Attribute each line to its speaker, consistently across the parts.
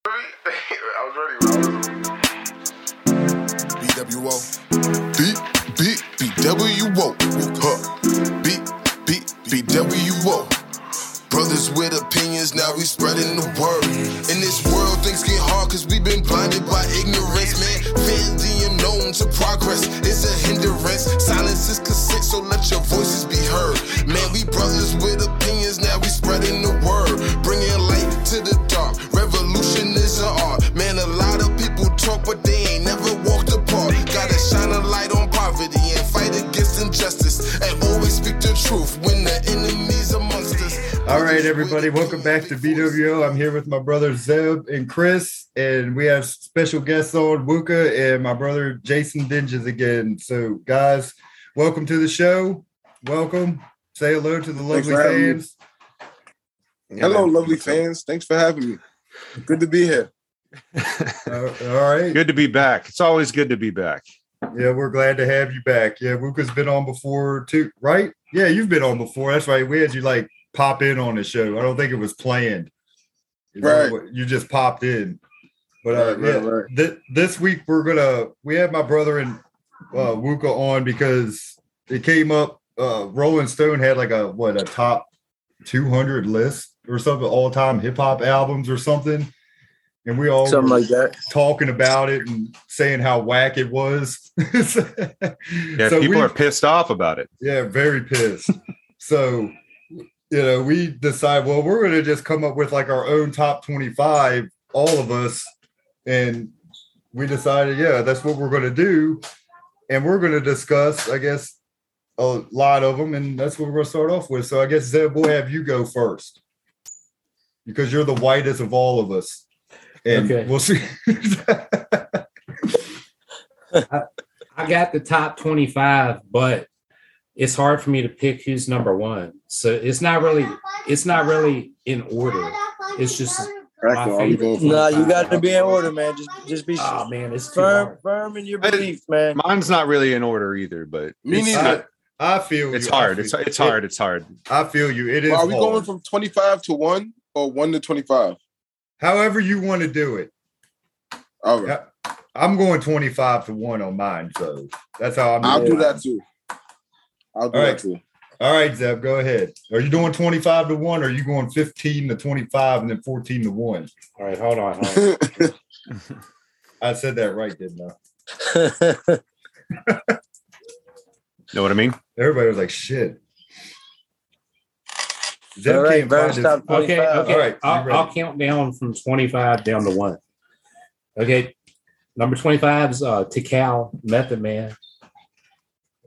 Speaker 1: I was ready, bro. I was-
Speaker 2: BWO. B, B, BWO. Huh. B, B, BWO. Brothers with opinions, now we spreading the word. In this world, things get hard because we've been blinded by ignorance, man. Fan the unknown to progress is a hindrance. Silence is consent, so let your voices be heard. Man, we brothers with opinions, now we spreading the word. Bringing light to the dark, revolution is an art. Man, a lot of people talk, but they ain't never walked apart. Gotta shine a light on poverty and fight against injustice. And always speak the truth when the enemy's amongst us.
Speaker 3: All right, everybody, welcome back to BWO. I'm here with my brother Zeb and Chris, and we have special guests on Wuka and my brother Jason Dinges again. So, guys, welcome to the show. Welcome. Say hello to the
Speaker 4: Thanks
Speaker 3: lovely
Speaker 4: for having me.
Speaker 3: fans.
Speaker 4: Hello, lovely fans. Thanks for having me. Good to be here.
Speaker 3: Uh, all right.
Speaker 5: Good to be back. It's always good to be back.
Speaker 3: Yeah, we're glad to have you back. Yeah, Wuka's been on before too, right? Yeah, you've been on before. That's right. We had you like pop in on the show. I don't think it was planned. You know, You just popped in. But uh,
Speaker 4: Right, right,
Speaker 3: yeah,
Speaker 4: right.
Speaker 3: thi- this week we're gonna we have my brother and uh, Wuka on because it came up. Uh, Rolling Stone had like a what a top 200 list or something all time hip hop albums or something, and we all were-
Speaker 4: Something like that.
Speaker 3: talking about it and saying how whack it was.
Speaker 5: Yeah,
Speaker 3: yeah,
Speaker 5: people are pissed off about it.
Speaker 3: yeah, very pissed. so, you know, we decide, well, we're going to just come up with like our own top 25, all of us. And we decided, yeah, that's what we're going to do. And we're going to discuss, I guess, a lot of them. And that's what we're going to start off with. So I guess, Zeb, we'll have you go first because you're the whitest of all of us. And
Speaker 6: Okay.
Speaker 3: we'll see.
Speaker 6: I got the top 25, but it's hard for me to pick who's number one. So it's not really it's not really in order. It's just
Speaker 4: Crack
Speaker 6: my favorite.
Speaker 7: Nah, you got to be in order, man. Just, just be
Speaker 6: Oh man, it's too
Speaker 7: firm,
Speaker 6: hard.
Speaker 7: firm in your
Speaker 5: I-
Speaker 7: belief, man.
Speaker 5: Mine's not really in order either, but
Speaker 4: Me
Speaker 5: it's,
Speaker 4: neither.
Speaker 5: not-
Speaker 3: I feel
Speaker 5: it's
Speaker 3: you. I
Speaker 5: hard.
Speaker 3: feel-
Speaker 5: It's it's hard. It's hard.
Speaker 3: I feel you. It is.
Speaker 4: Are we
Speaker 3: hard.
Speaker 4: going from 25 to 1 or 1 to 25?
Speaker 3: however you want to do it?
Speaker 4: All right.
Speaker 3: Yeah. I'm going 25 to 1 on mine. So that's how I'm
Speaker 4: I'll
Speaker 3: doing
Speaker 4: do
Speaker 3: it.
Speaker 4: that too. I'll do
Speaker 3: All right.
Speaker 4: that too.
Speaker 3: All right, Zeb, go ahead. Are you doing 25 to 1 or are you going 15 to 25 and then 14 to 1?
Speaker 6: All right, hold on. Hold on.
Speaker 3: I said that right, didn't I?
Speaker 5: Know what I mean?
Speaker 3: Everybody was like, shit. Zeb
Speaker 7: All right,
Speaker 3: can't find
Speaker 7: verse
Speaker 3: his-
Speaker 7: top
Speaker 6: Okay,
Speaker 7: twenty-five.
Speaker 6: okay.
Speaker 3: All right, you
Speaker 6: I'll,
Speaker 3: ready.
Speaker 6: I'll count down from 25 down to one. Okay. Number 25 is uh Tikal Method Man.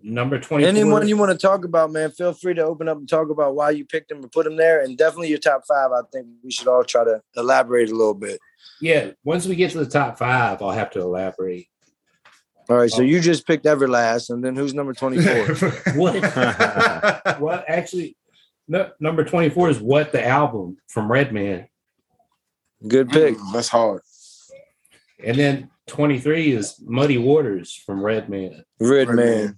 Speaker 6: Number 24
Speaker 7: Anyone you want to talk about, man, feel free to open up and talk about why you picked them and put them there. And definitely your top five. I think we should all try to elaborate a little bit.
Speaker 6: Yeah, once we get to the top five, I'll have to elaborate.
Speaker 7: All right, so
Speaker 6: Oh.
Speaker 7: you just picked Everlast, and then who's number 24?
Speaker 6: What? Well, actually, no, number 24 is What the Album from Redman.
Speaker 7: Good pick.
Speaker 4: Mm, That's hard.
Speaker 6: And then 23 is Muddy Waters from Redman.
Speaker 7: Red man.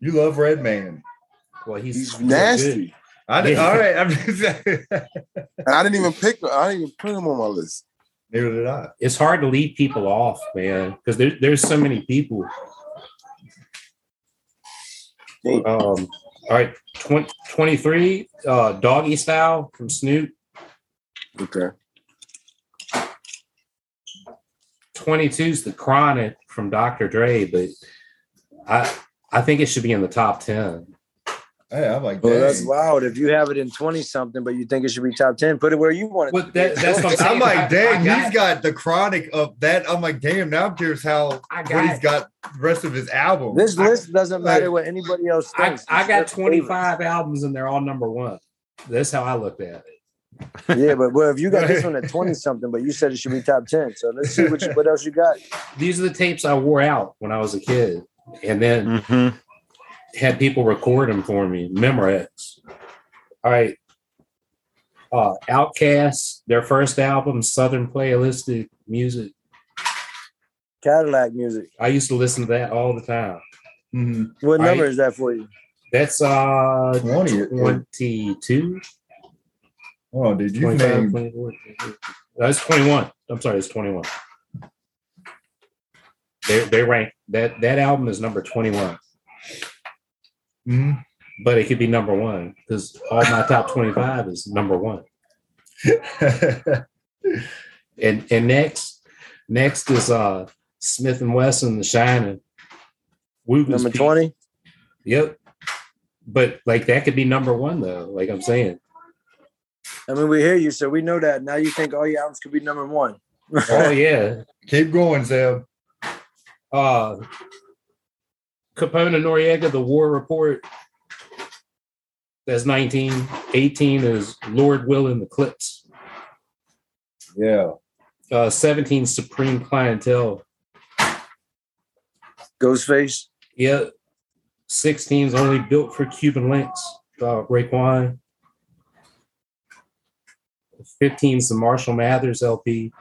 Speaker 3: you love Redman.
Speaker 6: Well, he's,
Speaker 4: He's
Speaker 6: real good.
Speaker 4: nasty.
Speaker 3: I did,
Speaker 6: Yeah.
Speaker 3: All right. I'm just,
Speaker 4: And I didn't even pick I didn't even put him on my list.
Speaker 3: neither did I.
Speaker 6: It's hard to leave people off, man, because there, there's so many people. Um, all right, 20, 23, uh, Doggy Style from Snoop.
Speaker 4: Okay.
Speaker 6: 22 is The Chronic from Dr. Dre, but I, I think it should be in the top 10.
Speaker 3: Hey, I'm like,
Speaker 7: Well, that's
Speaker 3: dang.
Speaker 7: wild. If you have it in 20 something, but you think it should be top 10, put it where you want it.
Speaker 6: Well,
Speaker 7: to be.
Speaker 6: that- that's what I'm saying.
Speaker 3: I'm like,
Speaker 6: I- I
Speaker 3: dang,
Speaker 6: got-
Speaker 3: he's got the chronic of that. I'm like, damn, now I'm curious how
Speaker 6: I
Speaker 3: what he's
Speaker 6: got-
Speaker 3: got the rest of his album.
Speaker 7: This list doesn't
Speaker 3: like-
Speaker 7: matter what anybody else
Speaker 6: I,
Speaker 7: thinks.
Speaker 6: I
Speaker 7: It's
Speaker 6: got
Speaker 7: just favorites.
Speaker 6: 25 albums and they're all number one. That's how I looked at it.
Speaker 7: Yeah, but well, if you got this one at 20 something, but you said it should be top 10. So let's see what you, what else you got.
Speaker 6: These are the tapes I wore out when I was a kid and
Speaker 5: Mm.
Speaker 6: then
Speaker 5: Mm-hmm.
Speaker 6: had people record them for me, Memorex. All right. Uh, Outcast, their first album, Southern Playlistic Music.
Speaker 7: Cadillac music.
Speaker 6: I used to listen to that all the time.
Speaker 3: Mhm.
Speaker 7: What
Speaker 6: All
Speaker 7: number
Speaker 6: right.
Speaker 7: is that for you?
Speaker 6: That's uh
Speaker 3: 20.
Speaker 6: 22.
Speaker 3: Oh, dude, you
Speaker 6: 25,
Speaker 3: named
Speaker 6: 24. That's 21. I'm sorry, it's 21. They they rank that that album is number 21,
Speaker 3: Mhm.
Speaker 6: but it could be number one because all my top 25 is number one.
Speaker 3: Mm-hmm.
Speaker 6: And and next next is uh Smith and Wesson, The Shining. Woo was
Speaker 7: Number
Speaker 6: peak.
Speaker 7: twenty.
Speaker 6: Yep. But like that could be number one though. Like I'm saying,
Speaker 7: I mean, we hear you, so we know that. Now you think oh, all your albums could be number one.
Speaker 6: oh yeah,
Speaker 3: Keep going, Zeb.
Speaker 6: uh Capone and Noriega, the war report. That's 19. 18 is Lord Will and the Clips.
Speaker 3: Yeah.
Speaker 6: Uh 17 Supreme Clientele.
Speaker 7: Ghostface.
Speaker 6: Yeah. 16 is only built for Cuban links. Uh Raekwon. 15 is the Marshall Mathers LP.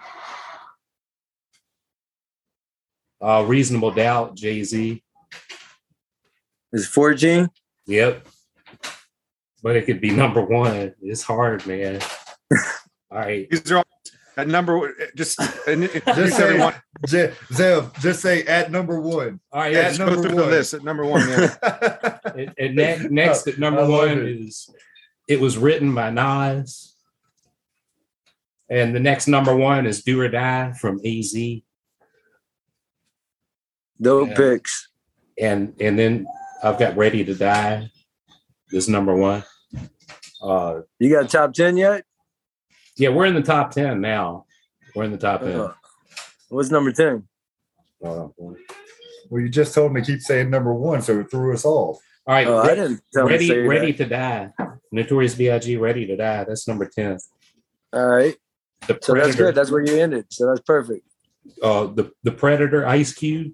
Speaker 6: Uh Reasonable Doubt, Jay-Z.
Speaker 7: Is 14?
Speaker 6: Yep. But it could be number one. It's hard, man. All right.
Speaker 5: These are all at number eh, just and it-
Speaker 3: Just
Speaker 5: just
Speaker 3: say
Speaker 5: everyone.
Speaker 3: Je- Zeb, just say at number one.
Speaker 6: All right.
Speaker 5: Yeah, just go
Speaker 3: number
Speaker 5: through the
Speaker 3: one.
Speaker 5: list at number one. Yeah.
Speaker 6: And, and ne- next at
Speaker 3: I
Speaker 6: number
Speaker 3: love
Speaker 6: one
Speaker 3: it.
Speaker 6: is it was written by Nas. And the next number one is Do or Die from AZ.
Speaker 7: Dope
Speaker 6: Yeah.
Speaker 7: picks.
Speaker 6: And and then I've got Ready to Die is number one. Uh
Speaker 7: You got top 10 yet?
Speaker 6: yeah, we're in the top ten now. We're in the top ten.
Speaker 7: Uh, What's number 10?
Speaker 6: Hold on.
Speaker 3: well, you just told me keep saying number one, so it threw us off.
Speaker 6: All right.
Speaker 7: Oh,
Speaker 6: Re-
Speaker 7: I didn't tell me to
Speaker 6: ready,
Speaker 7: say
Speaker 6: ready to die. Notorious B.I.G. Ready to die. That's number ten.
Speaker 7: that. All right.
Speaker 6: The
Speaker 7: So
Speaker 6: predator.
Speaker 7: that's good. That's where you ended. So that's perfect.
Speaker 6: uh, the the predator. Ice Cube.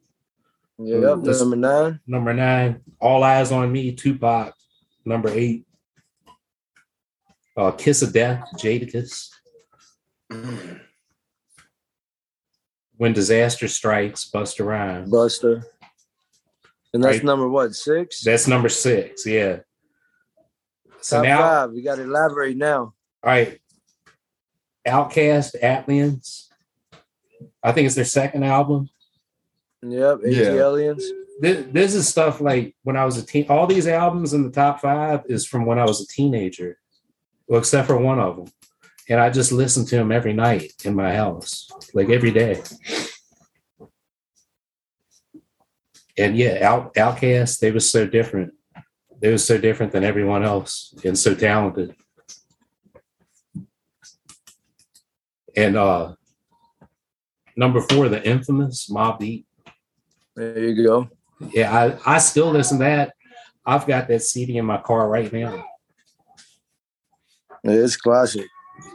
Speaker 7: Yeah,
Speaker 6: Mm, that's-
Speaker 7: number nine.
Speaker 6: Number nine. All eyes on me. Tupac. Number eight. Uh, Kiss of Death. Jadakiss.
Speaker 7: Mm.
Speaker 6: When disaster strikes. Buster Rhymes.
Speaker 7: Buster. And that's
Speaker 6: Right.
Speaker 7: number what? Six?
Speaker 6: That's number six. Yeah. So
Speaker 7: top
Speaker 6: now,
Speaker 7: five. We got to elaborate now.
Speaker 6: all right. Outcast. Atlians. I think it's their second album.
Speaker 7: Yep. AT
Speaker 3: Yeah.
Speaker 7: Aliens.
Speaker 6: this, this is stuff like when I was a teen. All these albums in the top five is from when I was a teenager, well, except for one of them, and I just listened to them every night in my house, like every day. And yeah, Out, Outcast, they was so different. They was so different than everyone else, and so talented. And uh number four, the infamous Mob Deep.
Speaker 7: There you go.
Speaker 6: Yeah, I, I still listen to that. I've got that CD in my car right now.
Speaker 7: It's classic.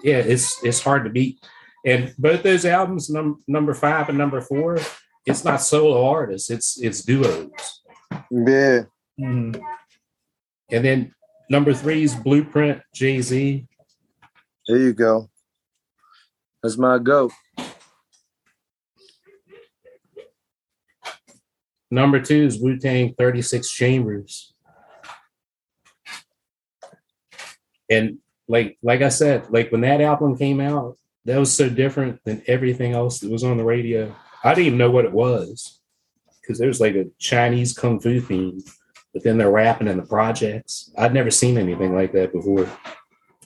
Speaker 6: Yeah, it's it's hard to beat. And both those albums, num- number five and number four, it's not solo artists. It's it's duos.
Speaker 7: Yeah.
Speaker 6: Mm-hmm. And then number three is Blueprint Jay Z.
Speaker 7: There you go. That's my go.
Speaker 6: Number two is Wu Tang Thirty Six Chambers. And like like I said, like when that album came out, that was so different than everything else that was on the radio. I didn't even know what it was because there was like a Chinese kung fu theme, but then they're rapping in the projects. I'd never seen anything like that before.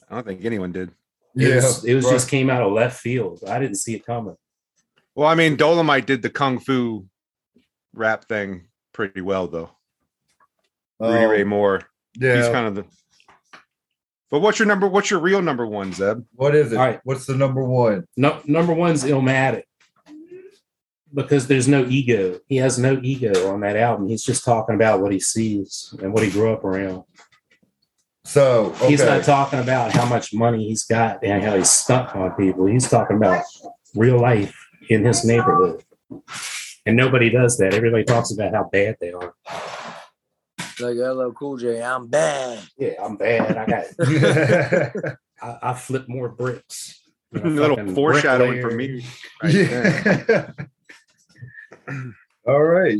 Speaker 5: I don't think anyone did.
Speaker 6: It was, it was
Speaker 3: right.
Speaker 6: just came out of left field. I didn't see it coming.
Speaker 5: Well, I mean, Dolomite did the kung fu rap thing pretty well, though. Rudy
Speaker 3: Um,
Speaker 5: Ray Moore.
Speaker 3: yeah.
Speaker 5: He's kind of the. But what's your number? What's your real number one, Zeb?
Speaker 3: what is it?
Speaker 6: All right.
Speaker 3: What's the number one?
Speaker 6: No, number one's Illmatic because there's no ego. He has no ego on that album. He's just talking about what he sees and what he grew up around.
Speaker 3: So okay.
Speaker 6: He's not talking about how much money he's got and how he's stuck on people. He's talking about real life in his neighborhood. And nobody does that. Everybody talks about how bad they are.
Speaker 7: Like LL Cool J. I'm bad.
Speaker 6: Yeah, I'm bad. I got. I, I flip more bricks. than
Speaker 5: A little
Speaker 6: fucking
Speaker 5: foreshadowing
Speaker 6: bricklayer.
Speaker 5: for me. Right there.
Speaker 3: yeah. All right.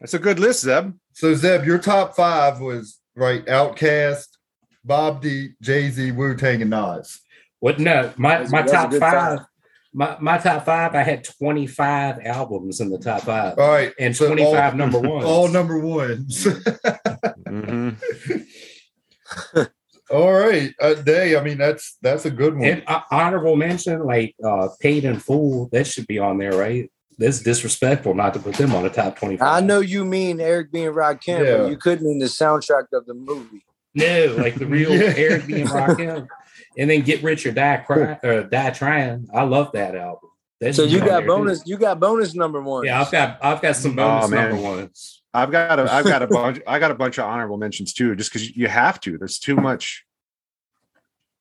Speaker 5: That's a good list, Zeb.
Speaker 3: So Zeb, your top five was right: Outcast, Bob Deep, Jay Z, Wu Tang, and Nas.
Speaker 6: What? No, my
Speaker 7: That's-
Speaker 6: my
Speaker 7: that's a
Speaker 6: top
Speaker 7: good
Speaker 6: five.
Speaker 7: five.
Speaker 6: My my top five. I had twenty five albums in the top
Speaker 7: Oh,
Speaker 6: five,
Speaker 3: All right.
Speaker 6: and
Speaker 3: so all-
Speaker 6: twenty five number ones.
Speaker 3: All number ones.
Speaker 5: hmm
Speaker 3: all right. Uh, day. I mean, that's that's a good one.
Speaker 6: And uh, honorable mention, like uh, Paid in Full, that should be on there, right? That's disrespectful not to put them on the top 25.
Speaker 7: I know you mean Eric being Rakim,
Speaker 3: Yeah.
Speaker 7: but you could mean the soundtrack of the movie.
Speaker 6: No, like the real
Speaker 3: Yeah.
Speaker 6: Eric B. and Rakim. And then Get Rich or Die Cry or Die Trying. I love that album. That
Speaker 7: So
Speaker 6: should
Speaker 7: you
Speaker 6: be on
Speaker 7: got
Speaker 6: there,
Speaker 7: bonus. You got bonus number
Speaker 6: too.
Speaker 7: one.
Speaker 6: Yeah, I've got I've got some
Speaker 5: Oh,
Speaker 6: bonus
Speaker 5: man.
Speaker 6: number ones.
Speaker 5: I've got a I've got a bunch I got a bunch of honorable mentions too, just because you have to. There's too much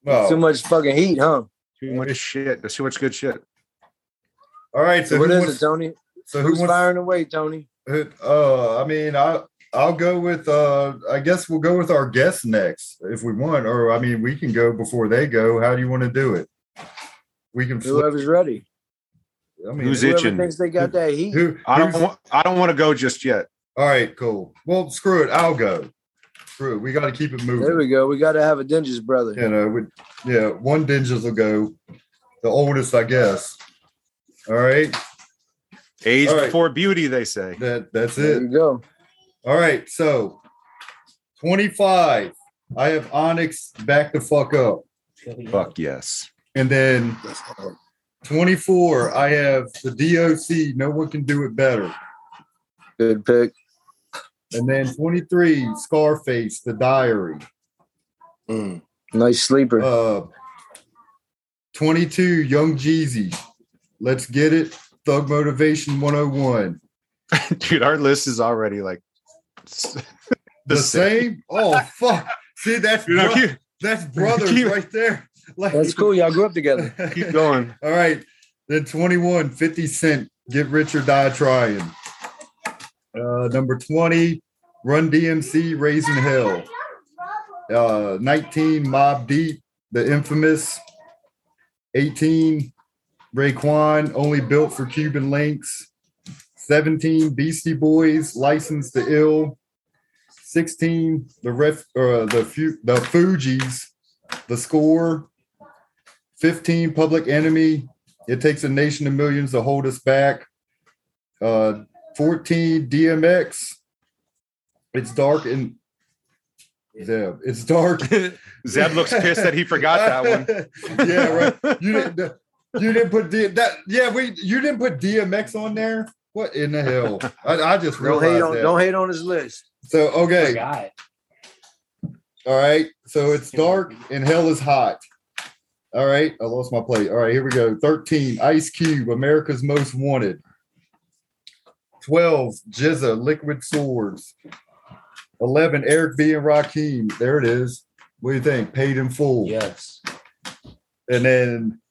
Speaker 3: Well,
Speaker 7: Too much fucking heat, huh?
Speaker 5: too much shit. There's too much good shit.
Speaker 3: all right. So
Speaker 7: what
Speaker 3: who
Speaker 7: is
Speaker 3: wants,
Speaker 7: it, Tony?
Speaker 3: so who
Speaker 7: Who's
Speaker 3: wants
Speaker 7: firing away, Tony?
Speaker 3: Who- Uh, I mean, I I'll go with. Uh, I guess we'll go with our guests next if we want, or I mean, we can go before they go. How do you want to do it? We can. Flip,
Speaker 7: Whoever's ready.
Speaker 3: I mean,
Speaker 5: Who's
Speaker 3: who?
Speaker 5: it?
Speaker 7: Whoever
Speaker 5: Bitchin'.
Speaker 7: thinks they got that heat.
Speaker 5: I don't
Speaker 3: who's-
Speaker 5: want I don't want to go just yet.
Speaker 3: all right, cool. Well, screw it. I'll go. Screw it. We got to keep it moving.
Speaker 7: There we go. We got to have a Dinges brother.
Speaker 3: You know, we, yeah. One Dinges will go. The oldest, I guess. All right.
Speaker 5: Age
Speaker 3: All right.
Speaker 5: before beauty, they say.
Speaker 3: That that's
Speaker 7: There
Speaker 3: it.
Speaker 7: you go.
Speaker 3: All right, so 25. I have Onyx back the fuck up.
Speaker 5: Fuck yes.
Speaker 3: And then 24, I have the DOC, No One Can Do It Better.
Speaker 7: Good pick.
Speaker 3: And then 23, Scarface, The Diary.
Speaker 4: Mm.
Speaker 7: Nice sleeper.
Speaker 3: Uh, 22, Young Jeezy, Let's Get It, Thug Motivation 101.
Speaker 5: Dude, our list is already like the,
Speaker 3: The,
Speaker 5: same.
Speaker 3: same? Oh, fuck. See, that's,
Speaker 5: You know,
Speaker 3: bro-
Speaker 5: keep,
Speaker 3: that's brothers
Speaker 5: keep-
Speaker 3: right there. Like,
Speaker 7: That's cool. Y'all grew up together.
Speaker 5: keep going.
Speaker 3: All right. Then 21, 50 Cent, Get Rich or Die Trying. Uh, number 20, Run DMC, Raising Hell. Uh, 19, Mob Deep, The Infamous. 18, Raekwon, Only Built for Cuban Links. 17, Beastie Boys, License to Ill. 16, The Ref, uh, the, Fu- the Fugees, The Score. 15 public enemy it takes a nation of millions to hold us back uh 14 dmx it's dark and yeah it's dark
Speaker 5: Zeb looks pissed that he forgot that one.
Speaker 3: one yeah right you didn't you didn't put D, that yeah we you didn't put dmx on there what in the hell i, I just
Speaker 7: Don't hate
Speaker 3: realized
Speaker 7: on.
Speaker 3: that.
Speaker 7: Don't hate on his list.
Speaker 3: so okay
Speaker 6: Forgot.
Speaker 3: all right so it's dark and hell is hot all right i lost my plate all right here we go 13 ice cube america's most wanted 12 Jizza, Liquid Swords. 11, Eric B. and Rakim. There it is. What do you think? Paid in full.
Speaker 6: Yes.
Speaker 3: And then,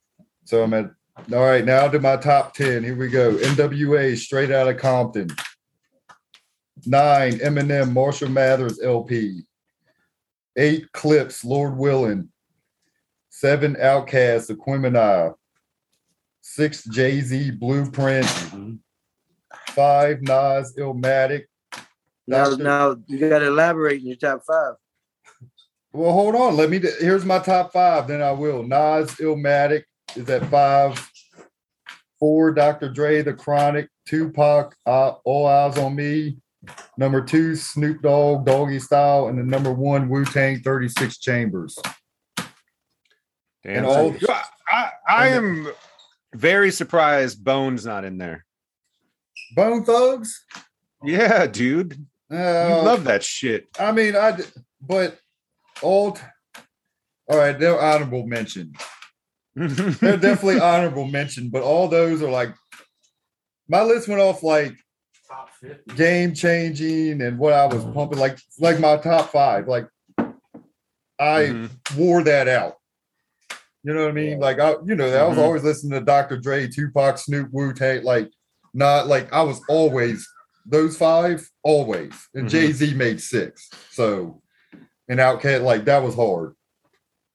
Speaker 3: so I'm at, all right, now to my top 10. Here we go. NWA, straight out of Compton. Nine, Eminem, Marshall Mathers LP. Eight, Clips, Lord Willin. Seven, Outkast, Aquemini. Six, Jay Z, Blueprint.
Speaker 6: Mhm.
Speaker 3: Five, Nas, Illmatic.
Speaker 7: Now,
Speaker 3: Doctor-
Speaker 7: now you got to elaborate in your top five.
Speaker 3: Well, hold on. Let me. Here's my top five. Then I will. Nas, Illmatic is at five. Four, Dr. Dre, The Chronic, Tupac, uh, All Eyes on Me. Number two, Snoop Dogg, Doggy Style, and the number one, Wu Tang, Thirty Six Chambers.
Speaker 5: Damn.
Speaker 3: And all-
Speaker 5: I, I, I am very surprised Bones not in there.
Speaker 3: Bone Thugs.
Speaker 5: Yeah, dude. You
Speaker 3: Uh,
Speaker 5: love that shit.
Speaker 3: I mean, I. d- But old. All right, they're honorable mention. they're definitely honorable mention, but all those are like my list went off like
Speaker 6: Top 50.
Speaker 3: game changing and what I was pumping, like like my top five. Like I
Speaker 5: Mhm.
Speaker 3: wore that out. You know what I mean? Like I, you know, I was
Speaker 5: Mhm.
Speaker 3: always listening to Dr. Dre, Tupac, Snoop, Wu Tang. Like not like I was always those five, always. And
Speaker 5: Mhm.
Speaker 3: Jay Z made six, so and Outcast like that was hard.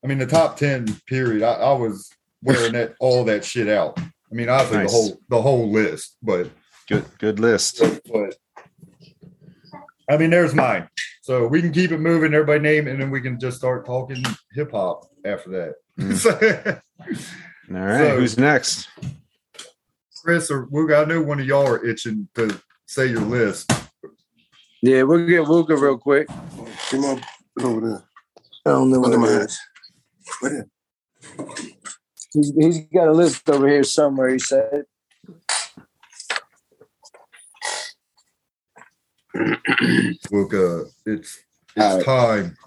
Speaker 3: I mean, the top ten period, I, I was wearing that all that shit out. I mean, obviously
Speaker 5: Nice.
Speaker 3: the whole the whole list, but
Speaker 5: Good, good list.
Speaker 3: but I mean, there's mine. So we can keep it moving, everybody name, and then we can just start talking hip hop after
Speaker 5: Mm-hmm.
Speaker 3: that.
Speaker 5: All right,
Speaker 3: So-
Speaker 5: who's next?
Speaker 3: Chris or Wooga, I know one of y'all are itching to say your list.
Speaker 7: Yeah, we'll get Wuka real quick. I
Speaker 4: Come on over there.
Speaker 7: don't know what
Speaker 4: Under my
Speaker 7: it
Speaker 4: hat.
Speaker 7: is. He's, he's got a list over here somewhere. He said.
Speaker 3: Wooga, uh, it's it's
Speaker 4: All right.
Speaker 3: time.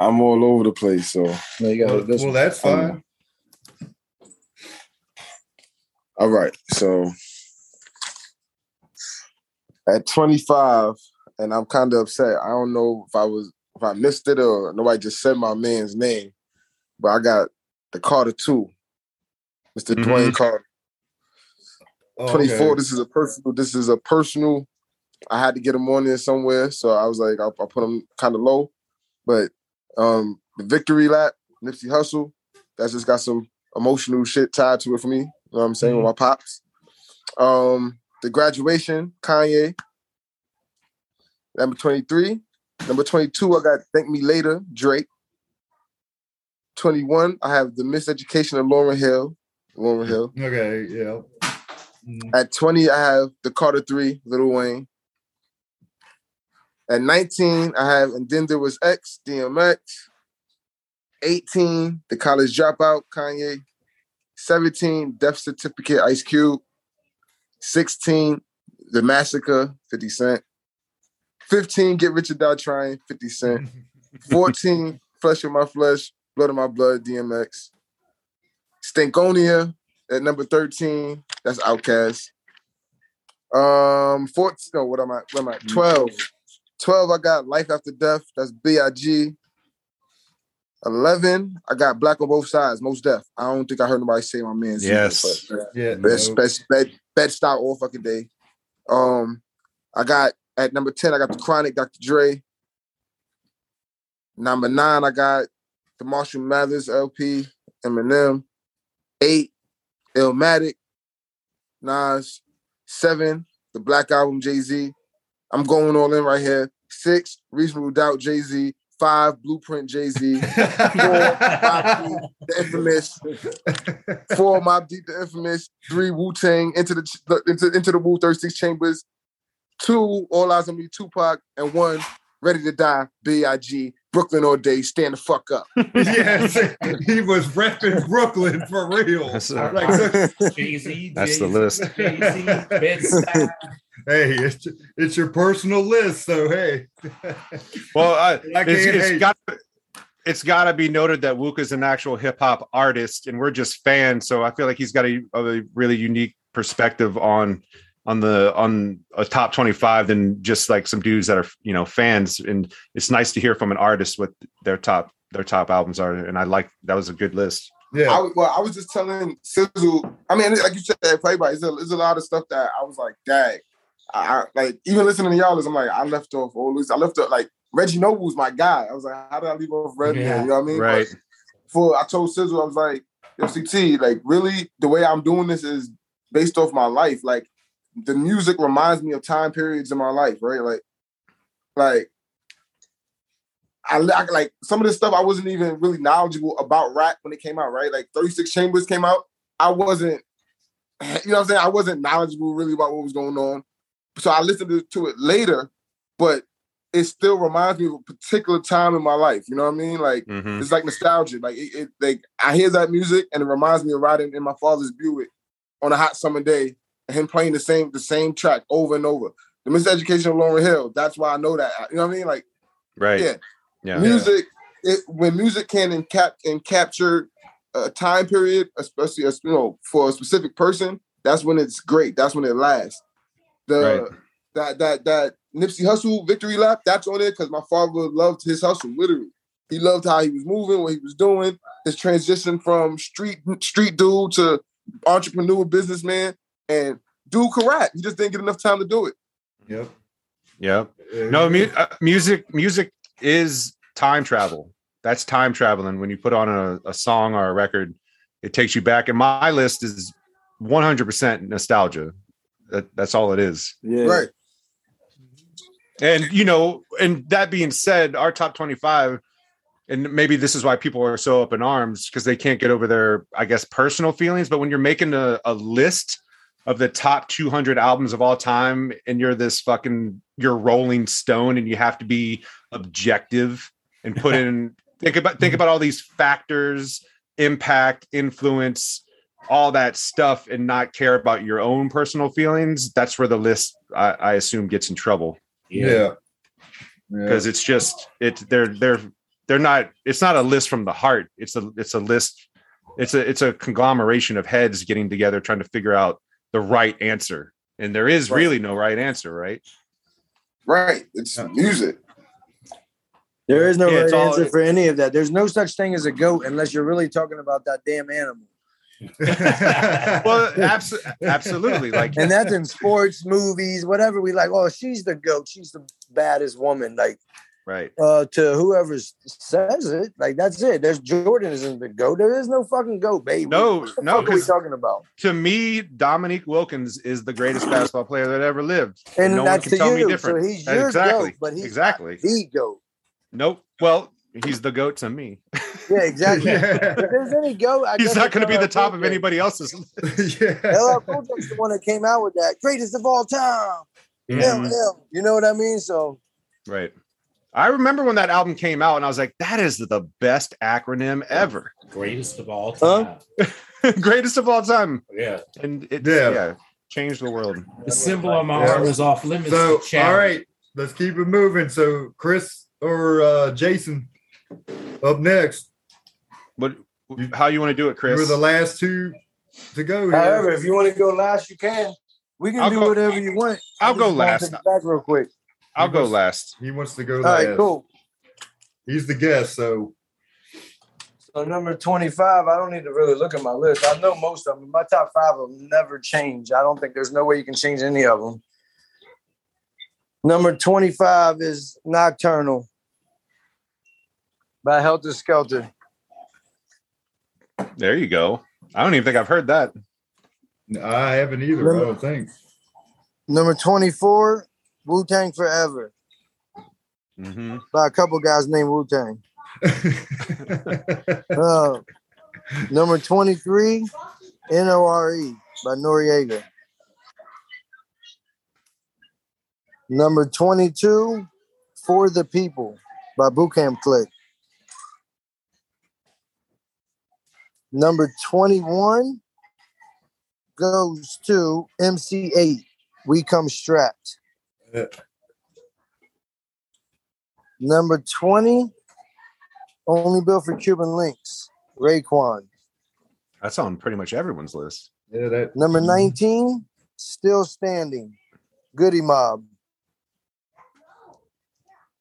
Speaker 4: I'm all over the place, so
Speaker 7: No, you got
Speaker 3: well,
Speaker 7: this.
Speaker 3: well, that's
Speaker 4: Um,
Speaker 3: fine.
Speaker 4: all right. So at 25, and I'm kind of upset. I don't know if I was if I missed it or nobody just said my man's name, but I got the Carter two, mister
Speaker 5: Mhm.
Speaker 3: Mm-hmm.
Speaker 4: Dwayne Carter.
Speaker 3: Oh,
Speaker 4: 24.
Speaker 3: okay.
Speaker 4: This is a personal. This is a personal. I had to get him on there somewhere, so I was like, I, I put him kind of low, but um, the victory lap, Nipsey Hustle, that's just got some emotional shit tied to it for me. You know what I'm saying with
Speaker 3: Mm-hmm.
Speaker 4: my pops. Um, the graduation, Kanye. Number 23. Number 22, I got Thank Me Later, Drake. 21, I have The Miseducation of Lauren Hill.
Speaker 3: Mm-hmm.
Speaker 4: Lauren Hill.
Speaker 3: Okay, yeah. Mm,
Speaker 4: At 20, I have the Carter 3, Little Wayne. At 19, I have And Then There Was X, DMX. 18, The College Dropout, Kanye. 17, Death Certificate, Ice Cube. 16, The Massacre, 50 Cent. 15, Get Rich or Die Trying, 50 Cent. 14, Flesh of My Flesh, Blood of My Blood, DMX. Stankonia, at number 13, that's Outcast. Um, 14, no, what am I? What am I? 12. 12, I got Life After Death, that's B.I.G. 11, I got Black on Both Sides, Most Death. I don't think I heard nobody say my man's. either,
Speaker 5: Yes.
Speaker 4: but-
Speaker 3: Yeah,
Speaker 4: Best,
Speaker 3: no.
Speaker 4: best, best, best style all fucking day. Um, I got at number ten. I got the Chronic, Dr. Dre. Number nine, I got the Marshall Mathers LP, Eminem. Eight, Illmatic, Nas. Seven, the Black Album, Jay Z. I'm going all in right here. Six, Reasonable Doubt, Jay Z. Five, Blueprint, Jay Z. the infamous. Four Mob Deep, the infamous. Three Wu Tang into the ch- the- into, into the Wu Thirty Six Chambers. Two All Eyes on Me, Tupac, and one Ready to Die, B.I.G. Brooklyn all day, stand the fuck up.
Speaker 3: yes, he was repping Brooklyn for real.
Speaker 5: That's-
Speaker 3: Like,
Speaker 6: Jay-Z,
Speaker 5: That's the
Speaker 6: Jay-Z,
Speaker 5: list.
Speaker 6: Jay-Z, Bed-Stuy.
Speaker 3: hey, it's, it's your personal list, so hey.
Speaker 5: Well, I,
Speaker 3: I
Speaker 5: it's,
Speaker 3: can't
Speaker 5: it's
Speaker 3: hate.
Speaker 5: got it's got to be noted that Wook is an actual hip hop artist, and we're just fans. So I feel like he's got a, a really unique perspective on on the on a top twenty five than just like some dudes that are you know fans. And it's nice to hear from an artist what their top their top albums are. And I like that was a good list.
Speaker 3: yeah,
Speaker 4: I was, well, I was just telling Sizzle. I mean, like you said, everybody, it's a, it's a lot of stuff that I was like, dang. I, I- like even listening to y'all, is I'm like, I left off all this. I left off like Reggie Noble's my guy. I was like, how did I leave off Reggie?
Speaker 6: Yeah.
Speaker 4: You know what I mean?
Speaker 5: Right.
Speaker 4: For I told Sizzle, I was like, yo, CT, like really, the way I'm doing this is based off my life. Like the music reminds me of time periods in my life, right? Like, like. I, li- I like some of this stuff I wasn't even really knowledgeable about rap when it came out, right? Like 36 Chambers came out. I wasn't, you know what I'm saying? I wasn't knowledgeable really about what was going on. So I listened to, to it later, but it still reminds me of a particular time in my life. You know what I mean? Like
Speaker 5: hmm
Speaker 4: it's like nostalgia. Like it, it, like I hear that music and it reminds me of riding in my father's Buick on a hot summer day and him playing the same the same track over and over. The miseducation of Lauren Hill. That's why I know that. You know what I mean? Like
Speaker 5: Right.
Speaker 4: Yeah.
Speaker 5: Yeah.
Speaker 4: music, it, when music can encap and capture a time period, especially as you know for a specific person, that's when it's great. That's when it lasts. The
Speaker 5: Right.
Speaker 4: that that that Nipsey Hustle victory lap. That's on it because my father loved his hustle. Literally, he loved how he was moving, what he was doing, his transition from street street dude to entrepreneur, businessman, and dude could rap. He just didn't get enough time to do it.
Speaker 3: yep.
Speaker 5: Yep. no mu- uh, music music is time travel that's time traveling when you put on a, a song or a record it takes you back and my list is 100% nostalgia that, that's all it is
Speaker 7: Yeah.
Speaker 4: Right.
Speaker 5: And you know, and that being said, our top 25 and maybe this is why people are so up in arms because they can't get over their I guess personal feelings, but when you're making a, a list of the top 200 albums of all time and you're this fucking you're rolling stone and you have to be objective and put in think about think about all these factors impact influence all that stuff and not care about your own personal feelings that's where the list i, I assume gets in trouble
Speaker 3: Yeah. Yeah.
Speaker 5: because it's just it's they're they're they're not it's not a list from the heart it's a it's a list it's a it's a conglomeration of heads getting together trying to figure out the right answer and there is
Speaker 4: Right.
Speaker 5: really no right answer right
Speaker 4: Right. It's
Speaker 3: Yeah.
Speaker 4: music.
Speaker 7: There is no
Speaker 5: Yeah,
Speaker 7: right
Speaker 5: it's all-
Speaker 7: answer for any of that. There's no such thing as a goat unless you're really talking about that damn animal.
Speaker 5: well abso- absolutely like
Speaker 7: And that's in sports, movies, whatever. We like, oh, she's the goat. She's the baddest woman. Like,
Speaker 5: right
Speaker 7: uh, to whoever s- says it, like, that's it. There's Jordan isn't the goat. There is no fucking goat, baby.
Speaker 5: No,
Speaker 7: What the
Speaker 5: no,
Speaker 7: fuck are we
Speaker 5: 'cause-
Speaker 7: talking about?
Speaker 5: to me dominique wilkins is the greatest basketball player that ever lived
Speaker 7: And
Speaker 5: no one
Speaker 7: that's
Speaker 5: can
Speaker 7: to
Speaker 5: tell me
Speaker 7: you. So
Speaker 5: different.
Speaker 7: he's
Speaker 5: And
Speaker 7: your
Speaker 5: exactly
Speaker 7: goat, but he's
Speaker 5: exactly
Speaker 7: the goat.
Speaker 5: nope well he's the goat to me
Speaker 7: Yeah, exactly.
Speaker 3: yeah.
Speaker 7: If there's any goat, I
Speaker 5: he's
Speaker 7: guess
Speaker 5: not
Speaker 7: it's
Speaker 5: going to be
Speaker 7: LL
Speaker 5: the top of
Speaker 7: Cool J.
Speaker 5: anybody else's
Speaker 3: yeah.
Speaker 7: LL Cool J's the one that came out with that greatest of all time.
Speaker 6: Yeah.
Speaker 7: Him,
Speaker 5: Mm-hmm.
Speaker 7: him. You know what I mean? So
Speaker 5: Right. I remember when that album came out and I was like, that is the best acronym ever.
Speaker 6: Greatest of all
Speaker 7: Huh?
Speaker 6: time.
Speaker 5: Greatest of all time.
Speaker 6: Yeah.
Speaker 5: And it yeah.
Speaker 3: Yeah.
Speaker 5: changed the world.
Speaker 6: The symbol on my
Speaker 3: Yeah.
Speaker 6: arm is off limits.
Speaker 3: So,
Speaker 6: to
Speaker 3: all
Speaker 6: challenge.
Speaker 3: right, let's keep it moving. So, Chris or uh, Jason up next.
Speaker 5: What how you want to do it,
Speaker 3: You were
Speaker 5: Chris?
Speaker 3: the last two to go. Here.
Speaker 7: however, if you want to go last, you can. We can
Speaker 5: I'll
Speaker 7: do
Speaker 5: go-
Speaker 7: whatever you want.
Speaker 5: I'll
Speaker 7: I just
Speaker 5: go
Speaker 7: wanted
Speaker 5: last.
Speaker 7: to get Back real quick.
Speaker 5: I'll go last.
Speaker 3: he wants to go
Speaker 7: All
Speaker 3: last.
Speaker 7: right, cool.
Speaker 3: He's the guest, so
Speaker 7: So number 25, I don't need to really look at my list. I know most of them. My top five will never change. I don't think there's no way you can change any of them. Number 25 is Nocturnal by Helter Skelter.
Speaker 5: There you go. I don't even think I've heard that.
Speaker 3: I haven't either. I don't think.
Speaker 7: Number 24, Wu Tang Forever
Speaker 5: Mhm.
Speaker 7: by a couple guys named Wu Tang. Uh, number 23, N-O-R-E E, by Noriega. Number 22, For the People by Bootcamp Click. Number 21 goes to MC8, We Come Strapped.
Speaker 3: Yeah.
Speaker 7: Number 20, only built for Cuban links. Raekwon.
Speaker 5: That's on pretty much everyone's list.
Speaker 3: Yeah, that
Speaker 7: Number 19, still standing. Goody Mob.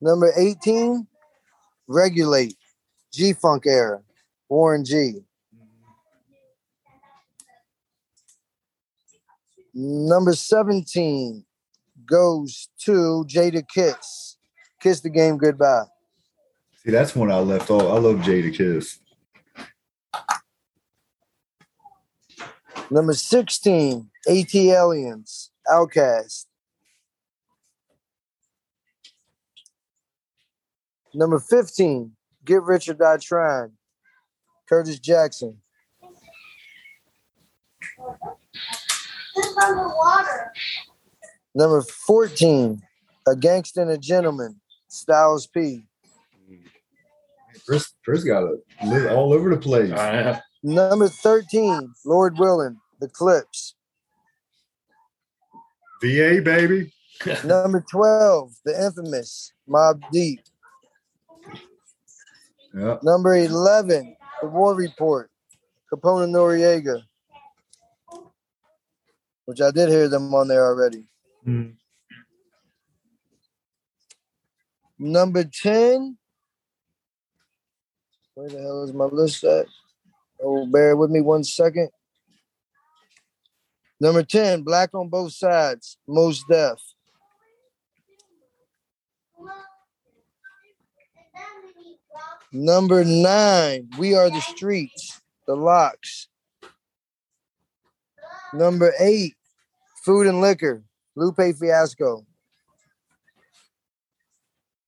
Speaker 7: Number 18, regulate. G Funk era. Warren G. Number 17 goes to Jada Kiss. Kiss the game goodbye.
Speaker 3: see, that's one I left off. I love Jada Kiss.
Speaker 7: Number 16, AT Aliens, Outcast. Number 15, Get Rich or Die Trying, Curtis Jackson.
Speaker 8: This underwater.
Speaker 7: Number 14, A Gangsta and a Gentleman, Styles P.
Speaker 3: Chris, Chris got it li- all over the place.
Speaker 6: Uh,
Speaker 7: Number 13, Lord Willing, The Clips.
Speaker 3: VA baby.
Speaker 7: Number 12, The Infamous, Mob Deep.
Speaker 3: Yeah.
Speaker 7: Number 11, The War Report, Capone and Noriega, which I did hear them on there already.
Speaker 6: Hmm.
Speaker 3: Mm.
Speaker 7: Number 10, where the hell is my list at? Oh, bear with me one second. Number 10, Black on Both Sides, Most Deaf. Number 9, We Are the Streets, The Locks. Number 8, Food and Liquor, Lupe Fiasco.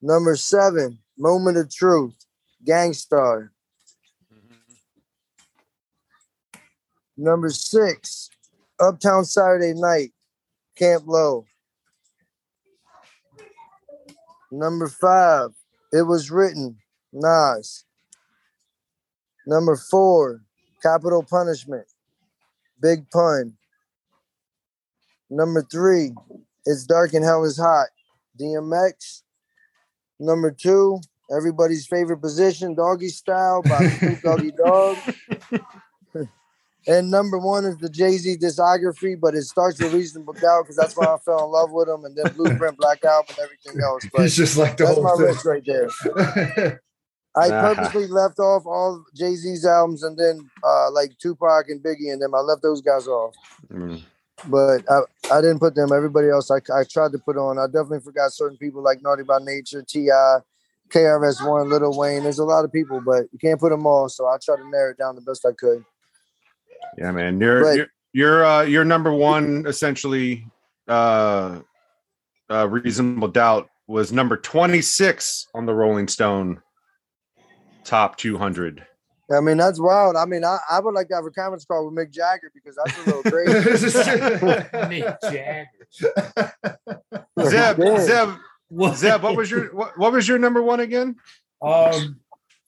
Speaker 7: Number seven, Moment of Truth, Gangstar. Number six, Uptown Saturday Night, Camp Low. Number five, It Was Written, Nas. Number four, Capital Punishment, Big Pun. Number three, It's Dark and Hell is Hot, DMX. Number two, everybody's favorite position, Doggy Style by Snoop Doggy Dog. And number one is the Jay Z discography, but it starts with Reasonable Doubt because that's why I fell in love with him, and then Blueprint, Black Album, everything else. But
Speaker 3: He's just like the
Speaker 7: that's my
Speaker 3: whole
Speaker 7: list right there.
Speaker 3: thing.
Speaker 7: I
Speaker 5: Ah.
Speaker 7: purposely left off all Jay Z's albums, and then uh, like Tupac and Biggie, and them. I left those guys off,
Speaker 5: Mm.
Speaker 7: but I, I didn't put them. Everybody else, I, I tried to put on. I definitely forgot certain people like Naughty by Nature, Ti, KRS One, Little Wayne. There's a lot of people, but you can't put them all. So I tried to narrow it down the best I could.
Speaker 5: Yeah, man. You're
Speaker 7: But-
Speaker 5: you're you're, uh, you're number one essentially. Uh, uh, reasonable doubt was number twenty six on the Rolling Stone top two hundred.
Speaker 7: I mean, that's wild. I mean, I, I would like to have a conference call with Mick Jagger because that's a little crazy.
Speaker 6: Mick Jagger.
Speaker 5: Zeb, Zeb,
Speaker 6: What?
Speaker 5: Zeb, what was your what, what was your number one again?
Speaker 6: Um,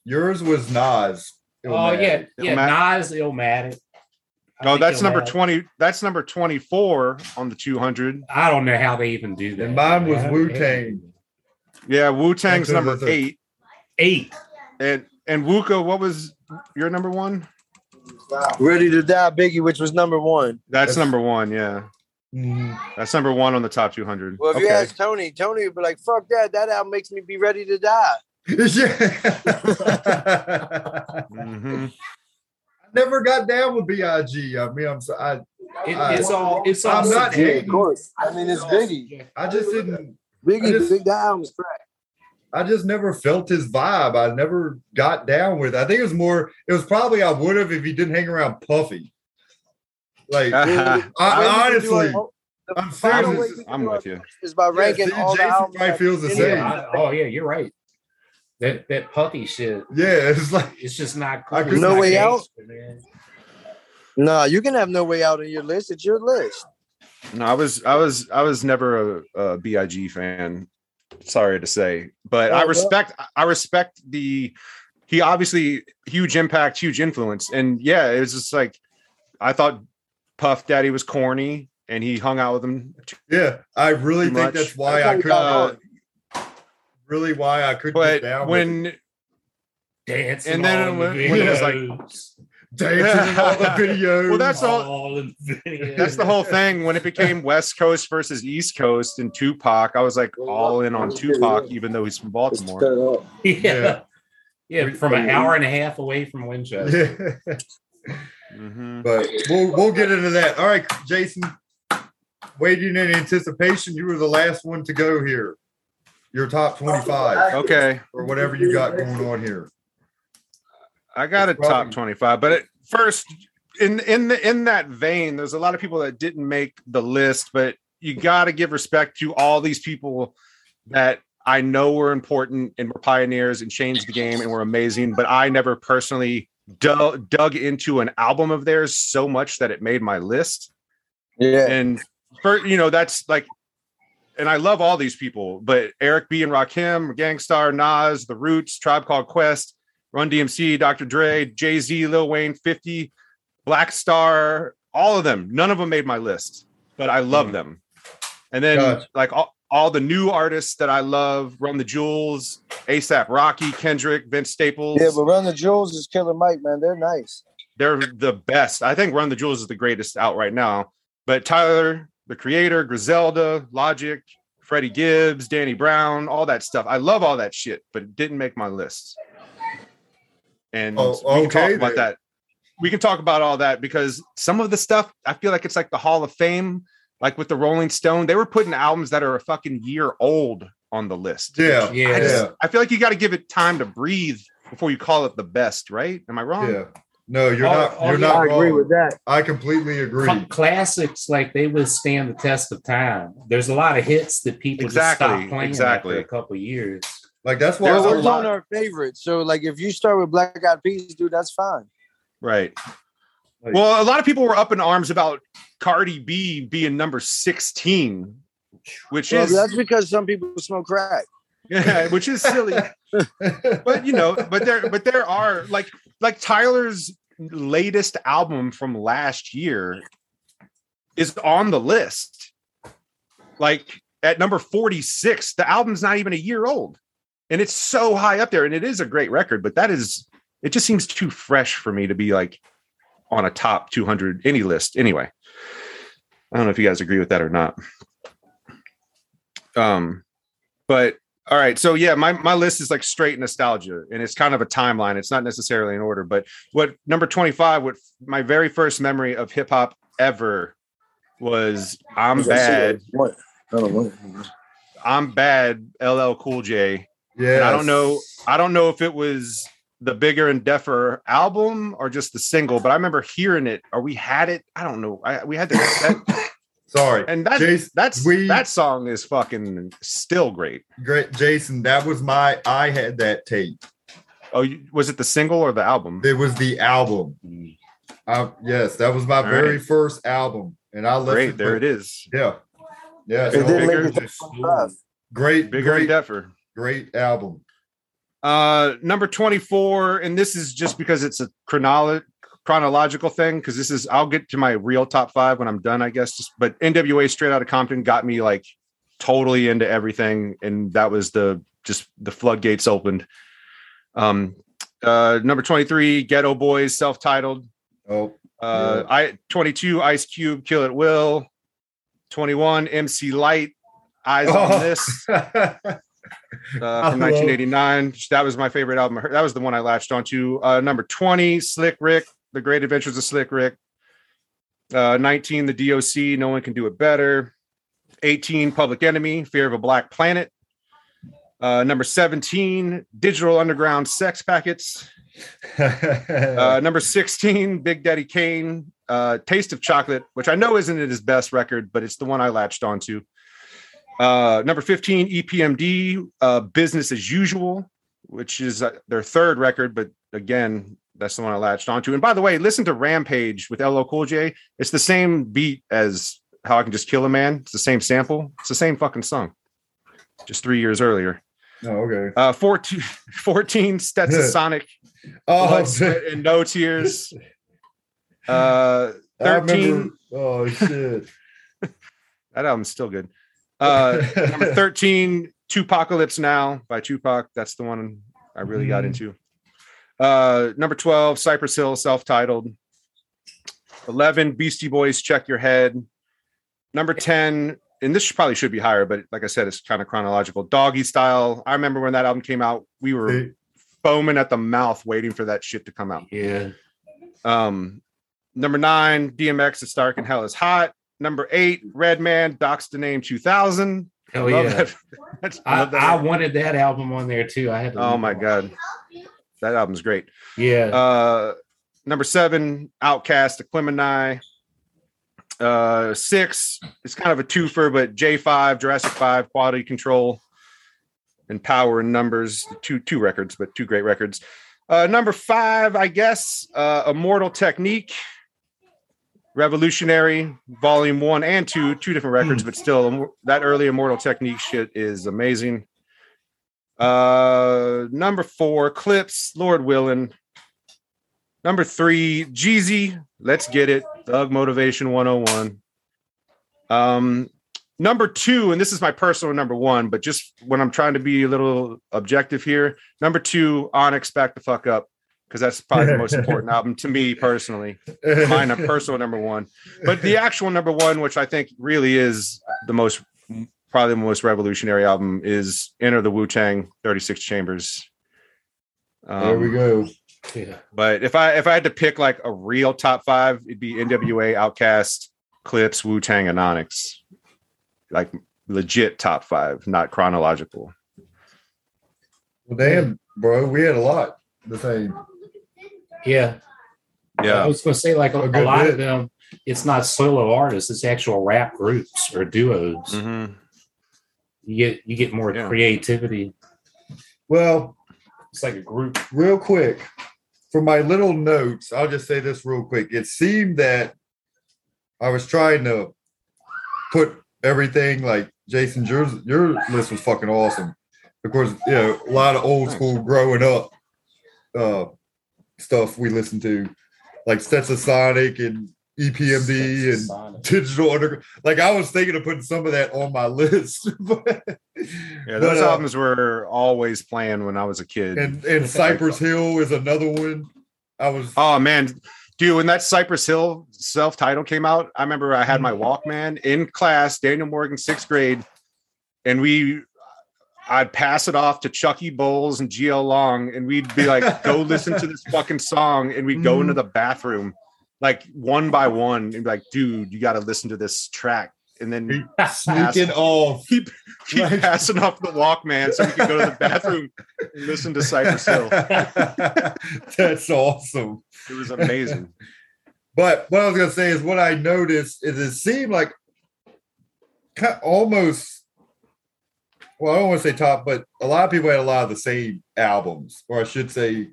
Speaker 3: Yours was Nas.
Speaker 6: oh yeah, yeah.
Speaker 5: Illmatic.
Speaker 6: Nas Illmatic. I
Speaker 5: Oh,
Speaker 6: think
Speaker 5: that's number
Speaker 6: Illmatic-
Speaker 5: twenty. That's number twenty four on the two hundred.
Speaker 6: I don't know how they even do that.
Speaker 3: And mine was
Speaker 6: I don't know how they
Speaker 3: Wu-Tang.
Speaker 6: do that.
Speaker 5: Yeah, Wu Tang's
Speaker 3: That's-
Speaker 5: number
Speaker 3: that's a-
Speaker 5: eight,
Speaker 6: Eight.
Speaker 5: and and Wuka, what was your number one?
Speaker 7: Ready to Die, Biggie, which was number one.
Speaker 5: That's,
Speaker 3: That's-
Speaker 5: number one. Yeah,
Speaker 3: Mhm.
Speaker 5: that's number one on the top two hundred.
Speaker 7: Well, if you ask Tony, Tony would be like, fuck that. That album makes me be ready to die.
Speaker 3: Yeah.
Speaker 5: hmm
Speaker 3: Never got down with Big. I mean, I'm so- I,
Speaker 6: It,
Speaker 3: Uh,
Speaker 6: it's all. It's all.
Speaker 3: I'm not
Speaker 6: subjective.
Speaker 3: hating.
Speaker 7: of course. I mean, it's Biggie.
Speaker 3: I just didn't.
Speaker 7: Biggie,
Speaker 3: I just-
Speaker 7: Big, that album's crack.
Speaker 3: I just never felt his vibe. I never got down with. it. I think it was more. It was probably I would have if he didn't hang around Puffy. Like I, I
Speaker 7: When we do
Speaker 3: honestly,
Speaker 7: our- the
Speaker 3: I'm
Speaker 7: final
Speaker 3: serious.
Speaker 7: way we
Speaker 5: I'm
Speaker 7: do our
Speaker 5: with you.
Speaker 7: list Is by ranking
Speaker 3: see,
Speaker 7: all the
Speaker 3: Jason
Speaker 7: albums.
Speaker 3: probably
Speaker 7: that-
Speaker 3: feels the
Speaker 7: any
Speaker 3: same.
Speaker 7: of
Speaker 6: Yeah, I- oh yeah, you're right. That that puppy shit.
Speaker 3: yeah, it's like
Speaker 6: It's just not cool.
Speaker 3: I
Speaker 6: It's
Speaker 3: could-
Speaker 7: No
Speaker 6: not
Speaker 7: Way Out?
Speaker 6: gangster, man.
Speaker 7: them. Nah, you can have No Way Out on your list. It's your list.
Speaker 5: No, I was, I was, I was never a, a Big fan. Sorry to say, but I
Speaker 7: Oh, well.
Speaker 5: respect, I respect the. He obviously huge impact, huge influence, and yeah, it was just like I thought Puff Daddy was corny, and he hung out with him. too
Speaker 3: yeah. I really
Speaker 5: Too
Speaker 3: think
Speaker 5: much.
Speaker 3: that's why
Speaker 7: That's
Speaker 3: I
Speaker 7: how he
Speaker 3: could
Speaker 7: got
Speaker 5: Uh,
Speaker 3: not really why I couldn't get
Speaker 5: but
Speaker 3: down with
Speaker 5: when
Speaker 6: Dancing
Speaker 5: And then
Speaker 6: all
Speaker 5: when-
Speaker 6: in
Speaker 5: when it was like-
Speaker 6: videos.
Speaker 3: it. dancing in all the videos.
Speaker 5: Well, that's all-
Speaker 6: all in videos.
Speaker 5: that's the whole thing, when it became West Coast versus East Coast and Tupac, I was like all in on Tupac, even though he's from Baltimore.
Speaker 6: Yeah.
Speaker 3: Yeah.
Speaker 6: Yeah, from an hour and a half away from Winchester.
Speaker 3: yeah.
Speaker 5: Mhm.
Speaker 3: But we'll we'll get into that. All right, Jason. Waiting in anticipation, you were the last one to go here. Your top twenty-five
Speaker 5: Okay,
Speaker 3: or whatever you got going on here.
Speaker 5: I got a
Speaker 3: It's probably-
Speaker 5: top twenty-five, but it, first, in in the in that vein, there's a lot of people that didn't make the list, but you got to give respect to all these people that I know were important and were pioneers and changed the game and were amazing, but I never personally dug, dug into an album of theirs so much that it made my list.
Speaker 7: Yeah.
Speaker 5: and for you know that's like and I love all these people, but Eric B and Rakim, Gangstar, Nas, The Roots, Tribe Called Quest, Run DMC, Dr. Dre, Jay Z, Lil Wayne, 50, Black Star, all of them. None of them made my list, but I
Speaker 7: Mm.
Speaker 5: love them. And then
Speaker 3: Gotcha.
Speaker 5: like all, all the new artists that I love, Run the Jewels, ASAP Rocky, Kendrick, Vince Staples.
Speaker 7: Yeah, but Run the Jewels is Killer Mike, man. They're nice.
Speaker 5: They're the best. I think Run the Jewels is the greatest out right now. But Tyler, the creator, Griselda, Logic, Freddie Gibbs, Danny Brown, all that stuff. I love all that shit, but it didn't make my list. And
Speaker 3: Oh,
Speaker 5: we can talk
Speaker 3: okay
Speaker 5: about
Speaker 3: then.
Speaker 5: that. We can talk about all that because some of the stuff I feel like it's like the Hall of Fame, like with the Rolling Stone, they were putting albums that are a fucking year old on the list.
Speaker 3: Yeah,
Speaker 6: Yeah.
Speaker 5: I, just-
Speaker 3: Yeah.
Speaker 5: I feel like you got to give it time to breathe before you call it the best, right? Am I wrong?
Speaker 3: yeah. No, you're
Speaker 6: Oh,
Speaker 3: not.
Speaker 6: oh,
Speaker 3: you're
Speaker 6: yeah,
Speaker 3: not.
Speaker 7: I agree
Speaker 3: wrong.
Speaker 7: with that.
Speaker 3: I completely agree.
Speaker 6: Cl- classics like they withstand the test of time. There's a lot of hits that people
Speaker 5: Exactly,
Speaker 6: just stop playing
Speaker 5: exactly.
Speaker 6: after a couple years.
Speaker 3: Like that's why
Speaker 7: Well,
Speaker 5: There's
Speaker 3: a
Speaker 7: we're doing
Speaker 3: lot.
Speaker 7: our favorites. So, like, if you start with Black Eyed Peas, dude, that's fine.
Speaker 5: Right.
Speaker 3: Like-
Speaker 5: well, a lot of people were up in arms about Cardi B being number 16, which
Speaker 7: Well,
Speaker 5: is
Speaker 7: that's because some people smoke crack.
Speaker 5: yeah, which is silly. but you know, but there but there are like like Tyler's latest album from last year is on the list. Like at number 46, the album's not even a year old. And it's so high up there and it is a great record, but that is it just seems too fresh for me to be like on a top 200 any list anyway. I don't know if you guys agree with that or not. Um but all right. So yeah, my, my list is like straight nostalgia and it's kind of a timeline. It's not necessarily in order, but what number 25, what my very first memory of hip hop ever was I'm bad.
Speaker 7: What? I don't want it.
Speaker 5: I'm bad LL Cool J. And I don't know. I don't know if it was the bigger and deafer album or just the single, but I remember hearing it or we had it. I don't know. I, we had the cassette.
Speaker 3: Sorry,
Speaker 5: and that's,
Speaker 3: Jason.
Speaker 5: that's,
Speaker 3: we-
Speaker 5: that song is fucking still great.
Speaker 3: Great, Jason. That was my. I had that tape.
Speaker 5: Oh, you, was it the single or the album?
Speaker 3: It was the album. I, yes, that was my
Speaker 5: Mm. All
Speaker 3: very
Speaker 5: right.
Speaker 3: first album, and I listened.
Speaker 5: Great. There it
Speaker 3: to-
Speaker 5: is.
Speaker 3: Yeah, yeah.
Speaker 7: It didn't
Speaker 5: bigger-
Speaker 7: make it to
Speaker 3: just
Speaker 7: 25.
Speaker 3: great,
Speaker 5: Bigger and
Speaker 3: great,
Speaker 5: deafer.
Speaker 3: great album.
Speaker 5: Uh, number 24, and this is just because it's a chronolo- chronological thing, because this is, I'll get to my real top five when I'm done, I guess. Just, but NWA Straight Out of Compton got me like totally into everything. And that was the, just the floodgates opened. Um, uh, number 23, Ghetto Boys, self-titled.
Speaker 3: Oh,
Speaker 5: Uh, I 22, Ice Cube, Kill It Will. 21, MC Light, Eyes
Speaker 3: Oh.
Speaker 5: on This uh, from
Speaker 3: I love-
Speaker 5: 1989. That was my favorite album. That was the one I latched onto. Uh, number 20, Slick Rick, The Great Adventures of Slick Rick. Uh, 19, The DOC, No One Can Do It Better. 18, Public Enemy, Fear of a Black Planet. Uh, number 17, Digital Underground Sex Packets. Uh, number 16, Big Daddy Kane, uh, Taste of Chocolate, which I know isn't his best record, but it's the one I latched onto. Uh, number 15, EPMD, uh, Business as Usual, which is uh, their third record, but again, that's the one I latched onto. And by the way, listen to Rampage with LL Cool J. It's the same beat as How I Can Just Kill a Man. It's the same sample. It's the same fucking song, just three years earlier.
Speaker 3: oh, okay.
Speaker 5: Uh, 14, 14 Sonic
Speaker 3: Oh,
Speaker 5: blood, sweat, and no tears. Uh,
Speaker 3: I remember.
Speaker 5: 13.
Speaker 3: Oh shit.
Speaker 5: that album's still good. Uh, number 13, Tupacalypse Now by Tupac. That's the one I really got
Speaker 3: Mhm.
Speaker 5: into. Uh, number 12, Cypress Hill, self titled. 11, Beastie Boys, Check Your Head. Number 10, and this should, probably should be higher, but like I said, it's kind of chronological. Doggy Style. I remember when that album came out, we were
Speaker 3: See,
Speaker 5: foaming at the mouth waiting for that shit to come out.
Speaker 6: Yeah.
Speaker 5: Um, number nine, DMX is dark and hell is hot. Number eight, Redman, Doc's the name 2000.
Speaker 6: Hell
Speaker 5: Love
Speaker 6: Oh, yeah.
Speaker 5: that. That's-
Speaker 6: I,
Speaker 5: love that
Speaker 6: I
Speaker 5: album.
Speaker 6: wanted that album on there too. I had to
Speaker 5: oh my god, that album's great.
Speaker 6: Yeah.
Speaker 5: Uh, number seven, Outcast, Aquemini. Uh, six, it's kind of a twofer, but J5, Jurassic 5, Quality Control, and Power and Numbers. Two two records, but two great records. Uh, number five, I guess, uh, Immortal Technique, Revolutionary, Volume One and Two, two different records, but still, that early Immortal Technique shit is amazing. Uh, number four, Clips, Lord Willin. Number three, Jeezy, Let's Get It, Thug Motivation 101. Um, number two, and this is my personal number one, but just when I'm trying to be a little objective here, number two, Onyx Back the Fuck Up, because that's probably the most important album to me personally. Mine, a personal number one. But the actual number one, which I think really is the most, probably the most revolutionary album, is Enter the Wu Tang 36 Chambers. Um,
Speaker 3: there we go.
Speaker 6: yeah.
Speaker 5: but if I if I had to pick like a real top five, it'd be NWA, Outcast, Clips, Wu Tang, and Onyx. Like legit top five, not chronological.
Speaker 3: Well, damn, bro, we had a lot the same.
Speaker 6: Yeah.
Speaker 5: Yeah.
Speaker 6: I was going to say, like, a,
Speaker 3: good
Speaker 6: lot
Speaker 3: bit.
Speaker 6: of them, it's not solo artists, it's actual rap groups or duos.
Speaker 5: Mhm.
Speaker 6: You get you get more
Speaker 5: Yeah.
Speaker 6: creativity.
Speaker 3: Well,
Speaker 6: It's like a group.
Speaker 3: real quick, for my little notes, I'll just say this real quick. It seemed that I was trying to put everything like Jason, your, your list was fucking awesome. Of course, you know, a lot of old school growing up uh, stuff we listened to, like Stetsasonic and E EPMD and digital underground. Like I was thinking of putting some of that on my list, but
Speaker 5: Yeah,
Speaker 3: but,
Speaker 5: those
Speaker 3: uh,
Speaker 5: albums were always playing when I was a kid.
Speaker 3: and and Cypress Hill is another one. I was
Speaker 5: oh man, dude, when that Cypress Hill self title came out, I remember I had my
Speaker 3: Mm-hmm.
Speaker 5: Walkman in class, Daniel Morgan, sixth grade, and we. I'd pass it off to Chucky Bowles and GL Long, and we'd be like, "Go listen to this fucking song," and we'd
Speaker 3: Mm-hmm.
Speaker 5: go into the bathroom, like one by one, and be like, "Dude, you got to listen to this track." And then
Speaker 3: sneaking off.
Speaker 5: keep keep
Speaker 3: Right.
Speaker 5: passing off the Walkman so we could go to the bathroom and listen to Cypress Hill.
Speaker 3: That's awesome.
Speaker 5: It was amazing.
Speaker 3: But what I was gonna say is what I noticed is it seemed like ki- almost well, I don't want to say top, but a lot of people had a lot of the same albums, or I should say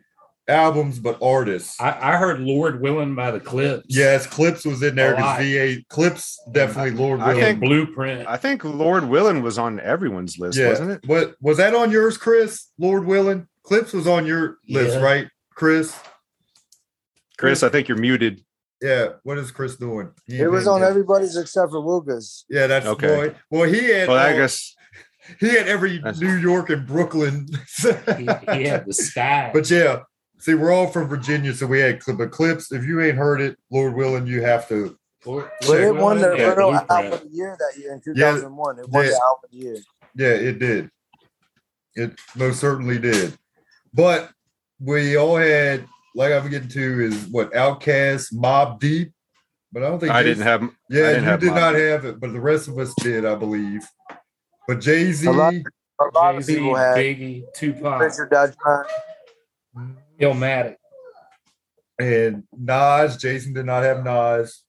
Speaker 3: albums but artists.
Speaker 6: I, I heard Lord Willing by the Clips.
Speaker 3: Yes, Clips was in there
Speaker 6: A lot.
Speaker 3: because VA Clips definitely Lord
Speaker 5: I
Speaker 6: I
Speaker 3: Willing.
Speaker 5: think-
Speaker 6: Blueprint.
Speaker 5: I think Lord Willin was on everyone's list,
Speaker 3: yeah.
Speaker 5: wasn't it?
Speaker 3: What was that on yours, Chris? Lord Willing? Clips was on your list,
Speaker 6: Yeah.
Speaker 3: right, Chris?
Speaker 5: Chris, I think you're muted.
Speaker 3: Yeah. What is Chris doing? He
Speaker 7: It
Speaker 3: ain't
Speaker 7: was
Speaker 3: paying
Speaker 7: on
Speaker 3: attention.
Speaker 7: everybody's except for Wilkes.
Speaker 3: Yeah, that's
Speaker 5: Okay.
Speaker 3: boy. Well, he had
Speaker 5: Well, I
Speaker 3: all-
Speaker 5: guess
Speaker 3: he had every
Speaker 5: That's-
Speaker 3: New York and Brooklyn.
Speaker 6: he, he had the sky.
Speaker 3: But yeah, see, we're all from Virginia, so we had clip clips. If you ain't heard it, Lord willing, you have to.
Speaker 6: Lord-
Speaker 7: But it
Speaker 6: Lord
Speaker 7: won the
Speaker 6: Willin and
Speaker 7: Little Album of
Speaker 6: Blueprint.
Speaker 7: the Year that year in
Speaker 3: Yeah,
Speaker 7: 2001. It won
Speaker 3: yeah.
Speaker 7: the Album of the Year.
Speaker 3: Yeah, it did. It most certainly did. But we all had, like I'm getting to, is what Outcast, Mob Deep. But I don't think
Speaker 5: I
Speaker 3: Jay-
Speaker 5: didn't have.
Speaker 3: Yeah,
Speaker 5: didn't
Speaker 3: you
Speaker 5: have
Speaker 3: did
Speaker 5: Mobb
Speaker 3: not
Speaker 5: Deep.
Speaker 3: have it, but the rest of us did, I believe. But Jay Z,
Speaker 7: A lot- A lot of
Speaker 6: Jay-Z,
Speaker 7: people had
Speaker 6: Biggie, Tupac,
Speaker 7: Richard Dodson.
Speaker 6: Illmatic.
Speaker 3: and Nas. Jason did not have Nas,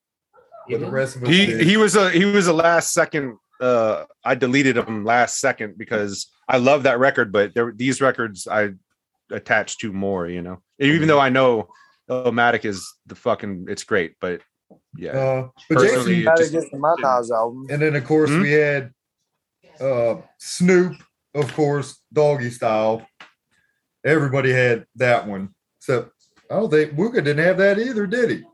Speaker 3: but the
Speaker 6: Yeah.
Speaker 3: rest of us
Speaker 5: He
Speaker 3: did.
Speaker 5: he was a he was a last second. Uh, I deleted him last second because I love that record, but there, these records I attached to more. You know, even though I know Illmatic is the fucking it's great, but yeah,
Speaker 3: uh, but
Speaker 5: Personally,
Speaker 3: Jason,
Speaker 5: It
Speaker 7: Not
Speaker 5: just-
Speaker 7: against the Mount House album.
Speaker 3: and then of course
Speaker 5: Hmm?
Speaker 3: we had uh, Snoop, of course, Doggy Style. Everybody had that one, except I don't think Wuka didn't have that either, did he?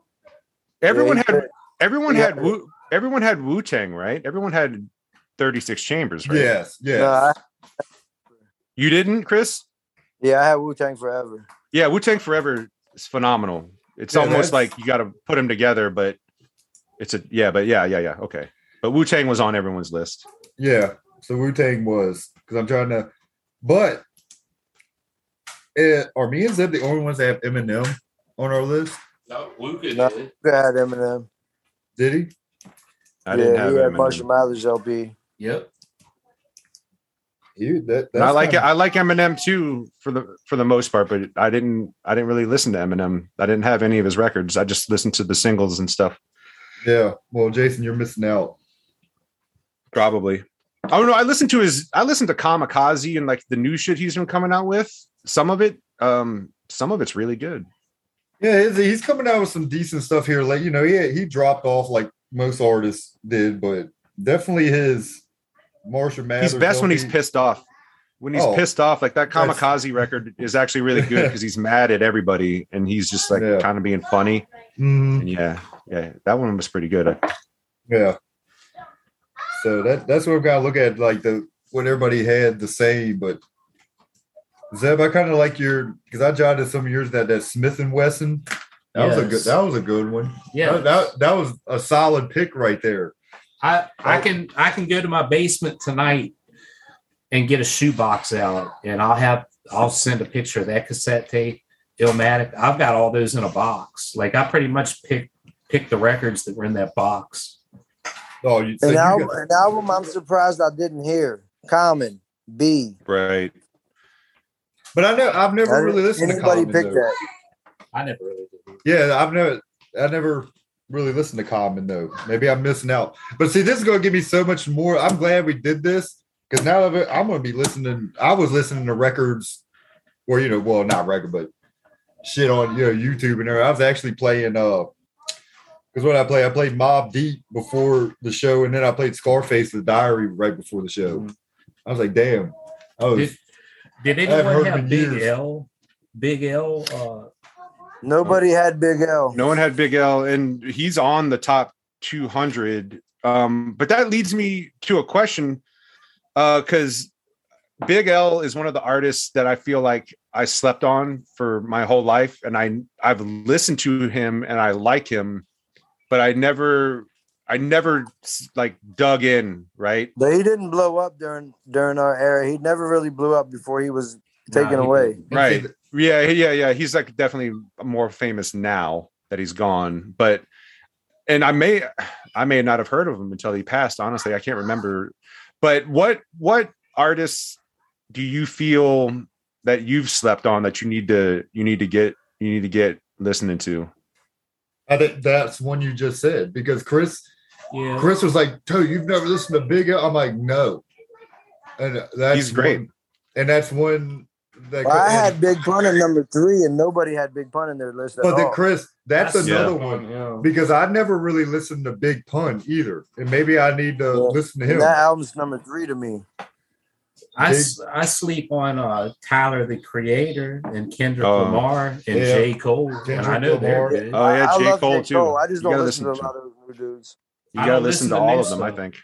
Speaker 5: everyone
Speaker 7: Yeah,
Speaker 5: had Everyone
Speaker 7: Yeah.
Speaker 5: had Wu. Everyone had Wu Tang, right? Everyone had thirty six chambers, right?
Speaker 3: Yes, yes.
Speaker 7: No, I-
Speaker 5: You didn't, Chris?
Speaker 7: yeah, I had Wu Tang Forever.
Speaker 5: Yeah, Wu Tang Forever is phenomenal. It's
Speaker 3: Yeah,
Speaker 5: almost
Speaker 3: that's-
Speaker 5: like you got to put them together, but it's a yeah, but yeah, yeah, yeah. Okay, but Wu Tang was on everyone's list.
Speaker 3: Yeah. So Wu Tang was because I'm trying to, but eh, are me and Zeb the only ones that have Eminem on our list?
Speaker 6: No, Luca
Speaker 7: No.
Speaker 6: did.
Speaker 7: I had Eminem.
Speaker 3: Did he?
Speaker 5: I didn't
Speaker 7: yeah,
Speaker 5: have
Speaker 7: he had
Speaker 5: Eminem.
Speaker 7: Marshall Mathers LP.
Speaker 6: Yep.
Speaker 3: You that
Speaker 5: And I
Speaker 3: that's
Speaker 5: like it.
Speaker 3: kinda-
Speaker 5: I like Eminem too for the for the most part, but I didn't. I didn't really listen to Eminem. I didn't have any of his records. I just listened to the singles and stuff.
Speaker 3: yeah. Well, Jason, you're missing out.
Speaker 5: Probably. I don't know. I listened to his. I listened to Kamikaze and like the new shit he's been coming out with. Some of it, um, some of it's really good.
Speaker 3: Yeah, he's, he's coming out with some decent stuff here. Like you know, he he dropped off like most artists did, but definitely his Marshall Mathers.
Speaker 5: he's best when he's
Speaker 3: LP.
Speaker 5: pissed off. When he's
Speaker 3: Oh.
Speaker 5: pissed off, like that
Speaker 3: That's-
Speaker 5: Kamikaze record is actually really good because he's mad at everybody and he's just like
Speaker 3: Yeah.
Speaker 5: kind of being funny.
Speaker 3: Mhm,
Speaker 5: And yeah, yeah, that one was pretty good.
Speaker 3: yeah. So that that's what I've got to look at, like the what everybody had the same. But Zeb, I kind of like your because I jotted some of yours that that Smith and Wesson. That was a good.
Speaker 6: Yes.
Speaker 3: That was a good one.
Speaker 6: Yeah.
Speaker 3: That, that that was a solid pick right there.
Speaker 6: I I can I can go to my basement tonight and get a shoebox out, and I'll have I'll send a picture of that cassette tape, Illmatic. I've got all those in a box. Like I pretty much pick pick the records that were in that box.
Speaker 3: Oh, you, so
Speaker 7: An,
Speaker 3: you got-
Speaker 7: album, an album I'm surprised I didn't hear. Common, B.
Speaker 5: Right.
Speaker 3: but I know I've
Speaker 7: I
Speaker 3: never
Speaker 7: didn't-
Speaker 3: really listened to
Speaker 7: Anybody
Speaker 3: Common,
Speaker 7: picked
Speaker 3: though.
Speaker 7: that?
Speaker 6: I never really did.
Speaker 3: Yeah, I've never, I never really listened to Common though. Maybe I'm missing out. But see, this is gonna give me so much more. I'm glad we did this because now that I'm gonna be listening. I was listening to records, or you know, well, not record, but shit on you know YouTube and everything. I was actually playing uh, because what I play, I played Mob Deep before the show, and then I played Scarface the Diary right before the show. I was like, damn, I was
Speaker 6: Did, did
Speaker 3: haven't
Speaker 6: anyone
Speaker 3: Oh, heard
Speaker 6: have
Speaker 3: in
Speaker 6: Big
Speaker 3: years.
Speaker 6: L? Big L. Uh,
Speaker 7: Nobody
Speaker 3: Oh.
Speaker 7: had Big L.
Speaker 5: No one had Big L, and he's on the top 200. Um, but that leads me to a question because Big L is one of the artists that I feel like I slept on for my whole life, and I I've listened to him and I like him, but I never I never like dug in right.
Speaker 7: But he didn't blow up during during our era. He never really blew up before he was taken
Speaker 6: nah, he
Speaker 7: away.
Speaker 6: didn't.
Speaker 5: Right. Yeah, yeah, yeah. He's like definitely more famous now that he's gone. But and I may I may not have heard of him until he passed, honestly. I can't remember. But what what artists do you feel that you've slept on that you need to you need to get you need to get listening to?
Speaker 3: I think that's one you just said because Chris
Speaker 6: Yeah.
Speaker 3: Chris was like, "Dude, you've never listened to Big L." I'm like, "No," and that's
Speaker 5: He's great.
Speaker 3: one- and that's one that
Speaker 7: Well, I
Speaker 3: and-
Speaker 7: had Big Pun at number three, and nobody had Big Pun in their list at
Speaker 3: but then
Speaker 7: all.
Speaker 3: Chris, that's,
Speaker 5: Yeah.
Speaker 3: another one
Speaker 6: Yeah.
Speaker 3: because I never really listened to Big Pun either, and maybe I need to
Speaker 7: Yeah.
Speaker 3: listen to
Speaker 7: And
Speaker 3: him.
Speaker 7: that album's number three to me.
Speaker 6: I, s- I sleep on uh, Tyler the Creator and Kendrick
Speaker 5: Oh.
Speaker 6: Lamar and
Speaker 3: Yeah.
Speaker 6: J Cole, and I
Speaker 3: Kendrick
Speaker 6: know they're
Speaker 3: Lamar.
Speaker 6: good.
Speaker 5: Oh yeah,
Speaker 7: I, I
Speaker 5: J.
Speaker 7: love
Speaker 5: Cole
Speaker 7: J.
Speaker 5: too.
Speaker 7: Cole. I
Speaker 5: You
Speaker 7: just don't
Speaker 5: gotta
Speaker 7: listen to a
Speaker 5: listen
Speaker 7: lot of new dudes.
Speaker 5: You
Speaker 6: I
Speaker 5: gotta
Speaker 6: don't
Speaker 5: listen to
Speaker 6: listen to
Speaker 5: all
Speaker 6: new
Speaker 5: of them, I
Speaker 6: stuff.
Speaker 5: think.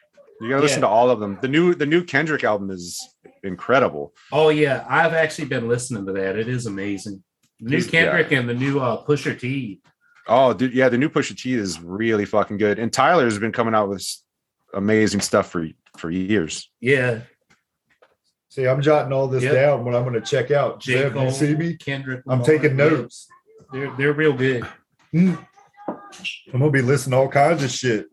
Speaker 5: You gotta listen to
Speaker 6: Yeah.
Speaker 5: all of them. The new the new Kendrick album is incredible.
Speaker 6: Oh yeah, I've actually been listening to that. It is amazing. The new
Speaker 5: He's-
Speaker 6: Kendrick and the new uh, Pusher T.
Speaker 5: Oh, dude, yeah, the new Pusha T is really fucking good, and Tyler's been coming out with s- amazing stuff for for years.
Speaker 6: Yeah,
Speaker 3: See, I'm jotting all this
Speaker 6: Yep.
Speaker 3: down when I'm going to check out.
Speaker 6: J.
Speaker 3: Jeff,
Speaker 6: Cole,
Speaker 3: you see me?
Speaker 6: Kendrick.
Speaker 3: I'm
Speaker 6: Lamar.
Speaker 3: taking notes.
Speaker 6: They're they're real good.
Speaker 3: Mm. I'm gonna be listening to all kinds of shit.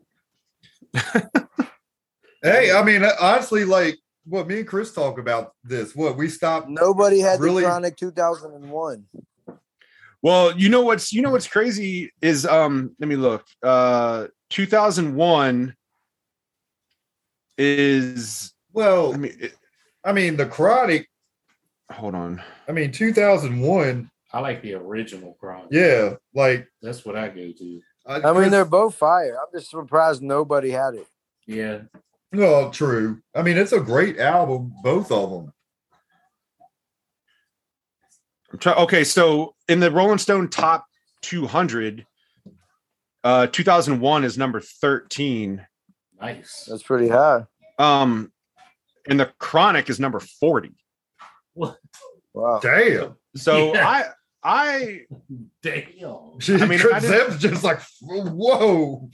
Speaker 3: hey, I mean, honestly, like what me and Chris talk about this. What we stopped
Speaker 7: Nobody had
Speaker 3: Really?
Speaker 7: the Chronic 2001.
Speaker 5: Well, you know what's you know what's crazy is um let me look. Uh 2001 is
Speaker 3: Well,
Speaker 5: I mean it-
Speaker 3: I mean, the chronic.
Speaker 5: hold on.
Speaker 3: I mean, 2001.
Speaker 6: I like the original Chronic.
Speaker 3: Yeah, like
Speaker 6: that's what I go to.
Speaker 7: I mean, they're both fire. I'm just surprised nobody had it.
Speaker 6: Yeah,
Speaker 3: well, true. I mean, it's a great album, both of them.
Speaker 5: I'm try- okay, so in the Rolling Stone top 200 uh 2001 is number 13.
Speaker 6: nice.
Speaker 7: That's pretty high.
Speaker 5: Um and the Chronic is number 40.
Speaker 7: Wow.
Speaker 3: Damn.
Speaker 5: So
Speaker 6: Yeah.
Speaker 5: I I
Speaker 6: Damn,
Speaker 3: She,
Speaker 5: mean, I
Speaker 3: Chris
Speaker 5: didn't-
Speaker 3: Zipp's just like, whoa.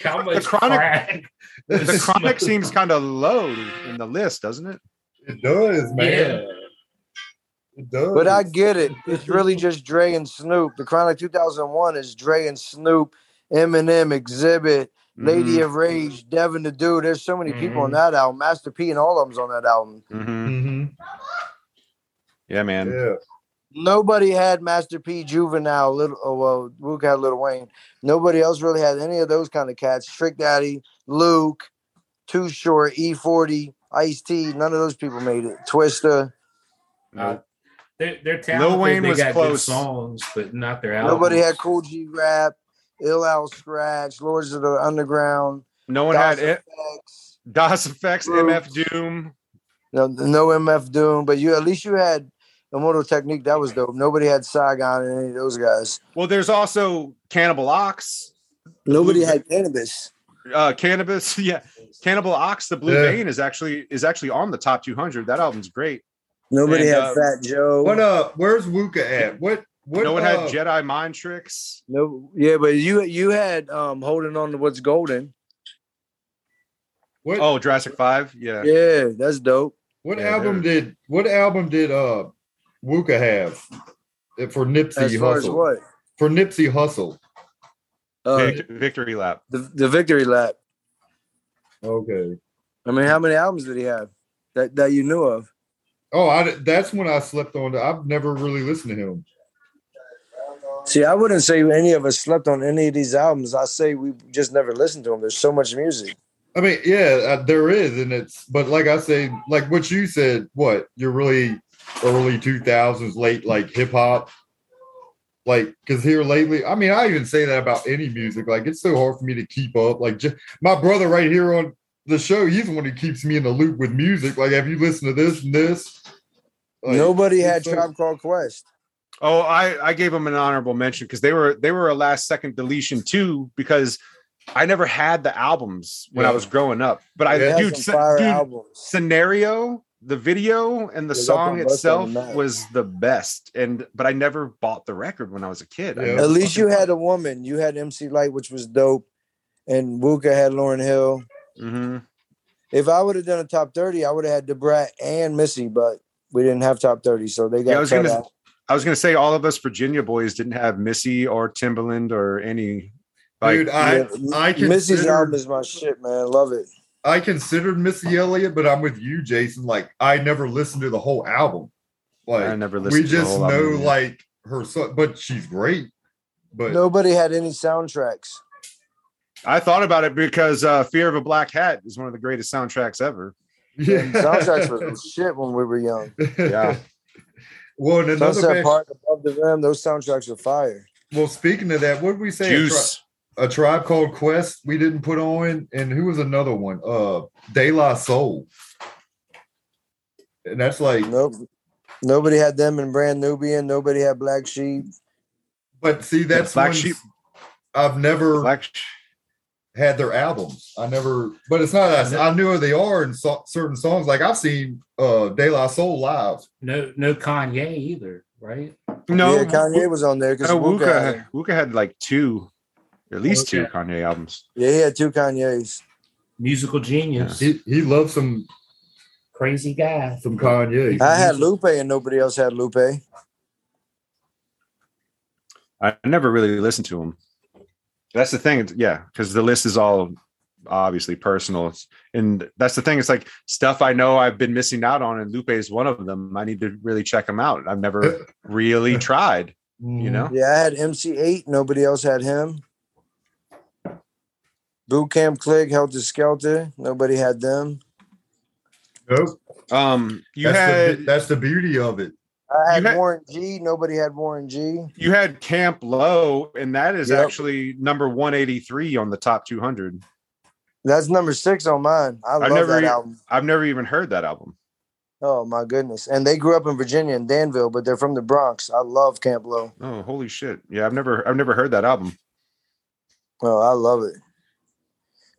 Speaker 6: how much
Speaker 5: Chronic-
Speaker 6: crack?
Speaker 5: the chronic seems kind of low in the list, doesn't it?
Speaker 3: it does, man.
Speaker 6: Yeah,
Speaker 3: It does.
Speaker 7: But I get it. It's really just Dre and Snoop. The Chronic 2001 is Dre and Snoop, Eminem, Exhibit,
Speaker 5: Mm-hmm.
Speaker 7: Lady of Rage, Devin the Dude. There's so many people on
Speaker 6: Mhm.
Speaker 7: that album. Master P and all of them's on that album.
Speaker 5: Mhm.
Speaker 3: Mhm.
Speaker 5: Yeah, man.
Speaker 3: Yeah.
Speaker 7: Nobody had Master P, Juvenile, Little. Oh well, Luke had Little Wayne. Nobody else really had any of those kind of cats. Trick Daddy, Luke, Too Short, E40, Ice T. None of those people made it. Twista.
Speaker 6: uh, they're they're talented.
Speaker 5: Wayne
Speaker 6: they
Speaker 5: was
Speaker 6: got good
Speaker 5: close.
Speaker 6: songs, but not their albums.
Speaker 7: Nobody had Cool G Rap, Ill Al Scratch, Lords of the Underground.
Speaker 5: No one
Speaker 7: Dos
Speaker 5: had it.
Speaker 7: Effects.
Speaker 5: DOS Effects,
Speaker 7: Roots.
Speaker 5: MF Doom.
Speaker 7: No, no MF Doom, but you at least you had Immortal Technique. That was dope. Nobody had Saigon and any of those guys.
Speaker 5: Well, there's also Cannibal Ox,
Speaker 7: Nobody
Speaker 5: Blue-
Speaker 7: had Cannabis.
Speaker 5: uh, Cannabis. Yeah, Cannibal Ox, the Blue
Speaker 3: Yeah.
Speaker 5: Vein is actually is actually on the top 200. That album's great.
Speaker 7: Nobody
Speaker 5: And,
Speaker 7: had
Speaker 5: uh,
Speaker 7: Fat Joe.
Speaker 3: What uh where's Wuka at? What what
Speaker 5: no one
Speaker 3: uh,
Speaker 5: had Jedi Mind Tricks.
Speaker 7: No, yeah, but you you had um holding on to what's golden.
Speaker 3: what
Speaker 5: Oh, Jurassic Five. Yeah.
Speaker 7: Yeah, that's dope.
Speaker 3: what
Speaker 5: yeah,
Speaker 3: album
Speaker 5: there.
Speaker 3: did what album did uh Wuka have Uh, for Nipsey
Speaker 7: As far as
Speaker 3: Hustle?
Speaker 7: what
Speaker 3: For Nipsey Hustle.
Speaker 7: uh,
Speaker 5: Vict- Victory Lap.
Speaker 7: the the victory lap.
Speaker 3: Okay.
Speaker 7: I mean, how many albums did he have that that you knew of?
Speaker 3: Oh, I, that's when I slept on. I've never really listened to him.
Speaker 7: See, I wouldn't say any of us slept on any of these albums. I say we just never listened to them. There's so much music.
Speaker 3: I mean, yeah, uh, there is, and it's but like I say, like what you said, what you're really early two thousands, late like hip hop, like because here lately, I mean, I even say that about any music. Like it's so hard for me to keep up. Like just, my brother right here on the show, he's the one who keeps me in the loop with music. Like, have you listened to this and this? Like,
Speaker 7: Nobody
Speaker 3: it's
Speaker 7: had
Speaker 3: so-
Speaker 7: Tribe Called Quest.
Speaker 5: Oh, I I gave them an honorable mention because they were they were a last second deletion too because I never had the albums when I
Speaker 3: Yeah.
Speaker 5: was growing up. But I
Speaker 7: They had
Speaker 5: dude,
Speaker 7: some
Speaker 5: se-
Speaker 7: fire
Speaker 5: dude,
Speaker 7: albums.
Speaker 5: scenario, the video, and the
Speaker 7: Yeah, that's
Speaker 5: song
Speaker 7: what Russ on
Speaker 5: itself
Speaker 7: the Map.
Speaker 5: was the best. And but I never bought the record when I was a kid. I
Speaker 3: Yeah.
Speaker 5: never
Speaker 7: At least
Speaker 5: fucking
Speaker 7: you had
Speaker 5: bought
Speaker 7: a woman. You had MC Light, which was dope, and Wuka had Lauren Hill.
Speaker 5: it. Mhm.
Speaker 7: If I would have done a top thirty, I would have had Debrat and Missy, but we didn't have top thirty, so they got
Speaker 5: Yeah, I was
Speaker 7: cut
Speaker 5: gonna-
Speaker 7: out.
Speaker 5: I was gonna say all of us Virginia boys didn't have Missy or Timberland or any. Like,
Speaker 3: dude, I
Speaker 7: Yeah,
Speaker 3: I
Speaker 7: Missy's
Speaker 3: consider-
Speaker 7: album is my shit, man. Love it.
Speaker 3: I considered Missy Elliott, but I'm with you, Jason. Like I never listened to the whole album. Like
Speaker 5: I never listened
Speaker 3: we
Speaker 5: to the
Speaker 3: just
Speaker 5: whole
Speaker 3: know
Speaker 5: album, yeah.
Speaker 3: like her son, but she's great. But
Speaker 7: Nobody had any soundtracks.
Speaker 5: I thought about it because uh, Fear of a Black Hat is one of the greatest soundtracks ever.
Speaker 3: yeah,
Speaker 7: Soundtracks were shit when we were young.
Speaker 5: Yeah.
Speaker 3: well, and another
Speaker 7: Sunset
Speaker 3: band-
Speaker 7: Park, Above the Rim, those soundtracks are fire.
Speaker 3: well, speaking of that, what did we say? A,
Speaker 5: Juice.
Speaker 3: Tri- a tribe called Quest. We didn't put on, and who was another one? Uh, De La Soul. And that's like,
Speaker 7: Nope. Nobody had them in Brand Nubian. Nobody had Black Sheep.
Speaker 3: but see, that's
Speaker 5: Black
Speaker 3: ones
Speaker 5: Sheep.
Speaker 3: I've never
Speaker 5: Black
Speaker 3: had their albums. I never, but it's not. I, I knew who they are in so, certain songs. Like I've seen uh De La Soul live.
Speaker 6: No, no Kanye either, right?
Speaker 5: No,
Speaker 7: yeah, Kanye was on there because
Speaker 5: no, Wuka,
Speaker 7: had
Speaker 5: had,
Speaker 7: him.
Speaker 5: Wuka had like two, at least two
Speaker 6: Okay.
Speaker 5: Kanye albums.
Speaker 7: Yeah, he had two Kanyes.
Speaker 6: Musical genius,
Speaker 3: He he loves some
Speaker 6: crazy guy.
Speaker 3: some Kanye.
Speaker 7: I had Lupe and nobody else had Lupe.
Speaker 5: I never really listened to him. That's the thing. it's- Yeah. Cause the list is all obviously personal. It's- And that's the thing. It's like stuff I know I've been missing out on, and Lupe is one of them. I need to really check him out. I've never really tried, you know?
Speaker 7: Yeah, I had MC8. Nobody else had him. Boot Camp Click, Helter Skelter. Nobody had them.
Speaker 3: Nope.
Speaker 7: Mm-hmm.
Speaker 5: Um, you
Speaker 3: that's,
Speaker 5: had
Speaker 3: the, that's the beauty of it.
Speaker 7: I had,
Speaker 5: You had-
Speaker 7: Warren G. Nobody had Warren G.
Speaker 5: you had Camp Low, and that is
Speaker 7: Yep.
Speaker 5: actually number 183 on the top 200.
Speaker 7: That's number six on mine. I love
Speaker 5: never
Speaker 7: that
Speaker 5: e-
Speaker 7: album.
Speaker 5: I've never even heard that album.
Speaker 7: Oh my goodness! And they grew up in Virginia in Danville, but they're from the Bronx. I love Camp Low.
Speaker 5: Oh, holy shit! Yeah, I've never I've never heard that album.
Speaker 7: Oh, I love it.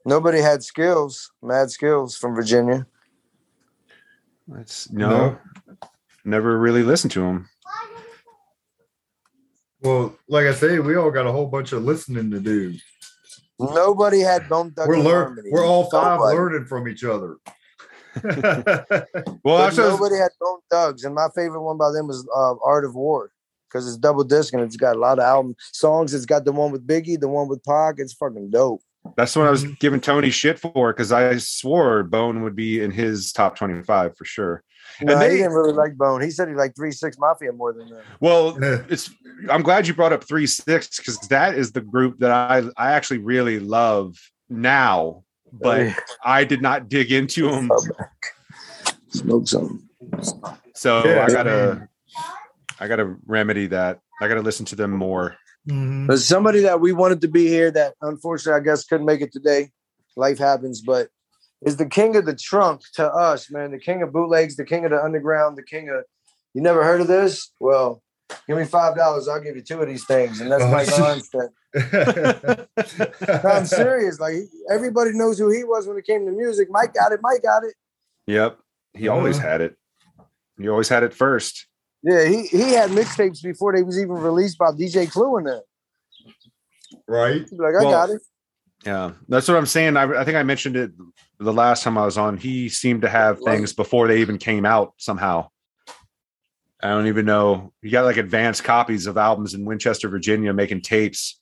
Speaker 7: Nobody had skills, mad skills from Virginia.
Speaker 5: That's no, never really listened to him.
Speaker 3: Well, like I say, we all got a whole bunch of listening to do.
Speaker 7: Nobody had Bone Thugs
Speaker 3: We're
Speaker 7: and
Speaker 3: learn.
Speaker 7: Harmony.
Speaker 3: We're all five
Speaker 7: Nobody.
Speaker 3: learning from each other.
Speaker 5: Well,
Speaker 7: But
Speaker 5: that's what I was-
Speaker 7: nobody had Bone Thugs, and my favorite one by them was uh, Art of War because it's double disc and it's got a lot of album songs. It's got the one with Biggie, the one with Pac. It's fucking dope.
Speaker 5: that's what I was giving Tony shit for because I swore Bone would be in his top twenty five for sure. And
Speaker 7: Nah,
Speaker 5: they-
Speaker 7: he didn't really like Bone. He said he liked Three Six Mafia more than uh, them.
Speaker 5: Well,
Speaker 3: Yeah.
Speaker 5: it's I'm glad you brought up Three Six because that is the group that I I actually really love now, but I did not dig into them.
Speaker 7: Smoke something.
Speaker 5: So
Speaker 3: Yeah,
Speaker 5: I
Speaker 3: I
Speaker 5: gotta I gotta remedy that. I gotta listen to them more.
Speaker 3: Mhm.
Speaker 7: But somebody that we wanted to be here that unfortunately I guess couldn't make it today. Life happens, but is the king of the trunk to us, man. The king of bootlegs, the king of the underground, the king of you never heard of this? Well, give me five dollars, I'll give you two of these things. And that's
Speaker 5: Oh,
Speaker 7: Mike Ronstadt. No, I'm serious. Like everybody knows who he was when it came to music. Mike got it, Mike got it.
Speaker 5: Yep. He always
Speaker 3: Uh.
Speaker 5: had it. He always had it first.
Speaker 7: Yeah, he, he had mixtapes before they was even released by DJ Clue and that.
Speaker 3: Right?
Speaker 7: He'd be Like, I
Speaker 5: Well,
Speaker 7: got it.
Speaker 5: Yeah. That's what I'm saying. I, I think I mentioned it the last time I was on. He seemed to have
Speaker 7: Right.
Speaker 5: things before they even came out somehow. I don't even know. He got like advanced copies of albums in Winchester, Virginia, making tapes.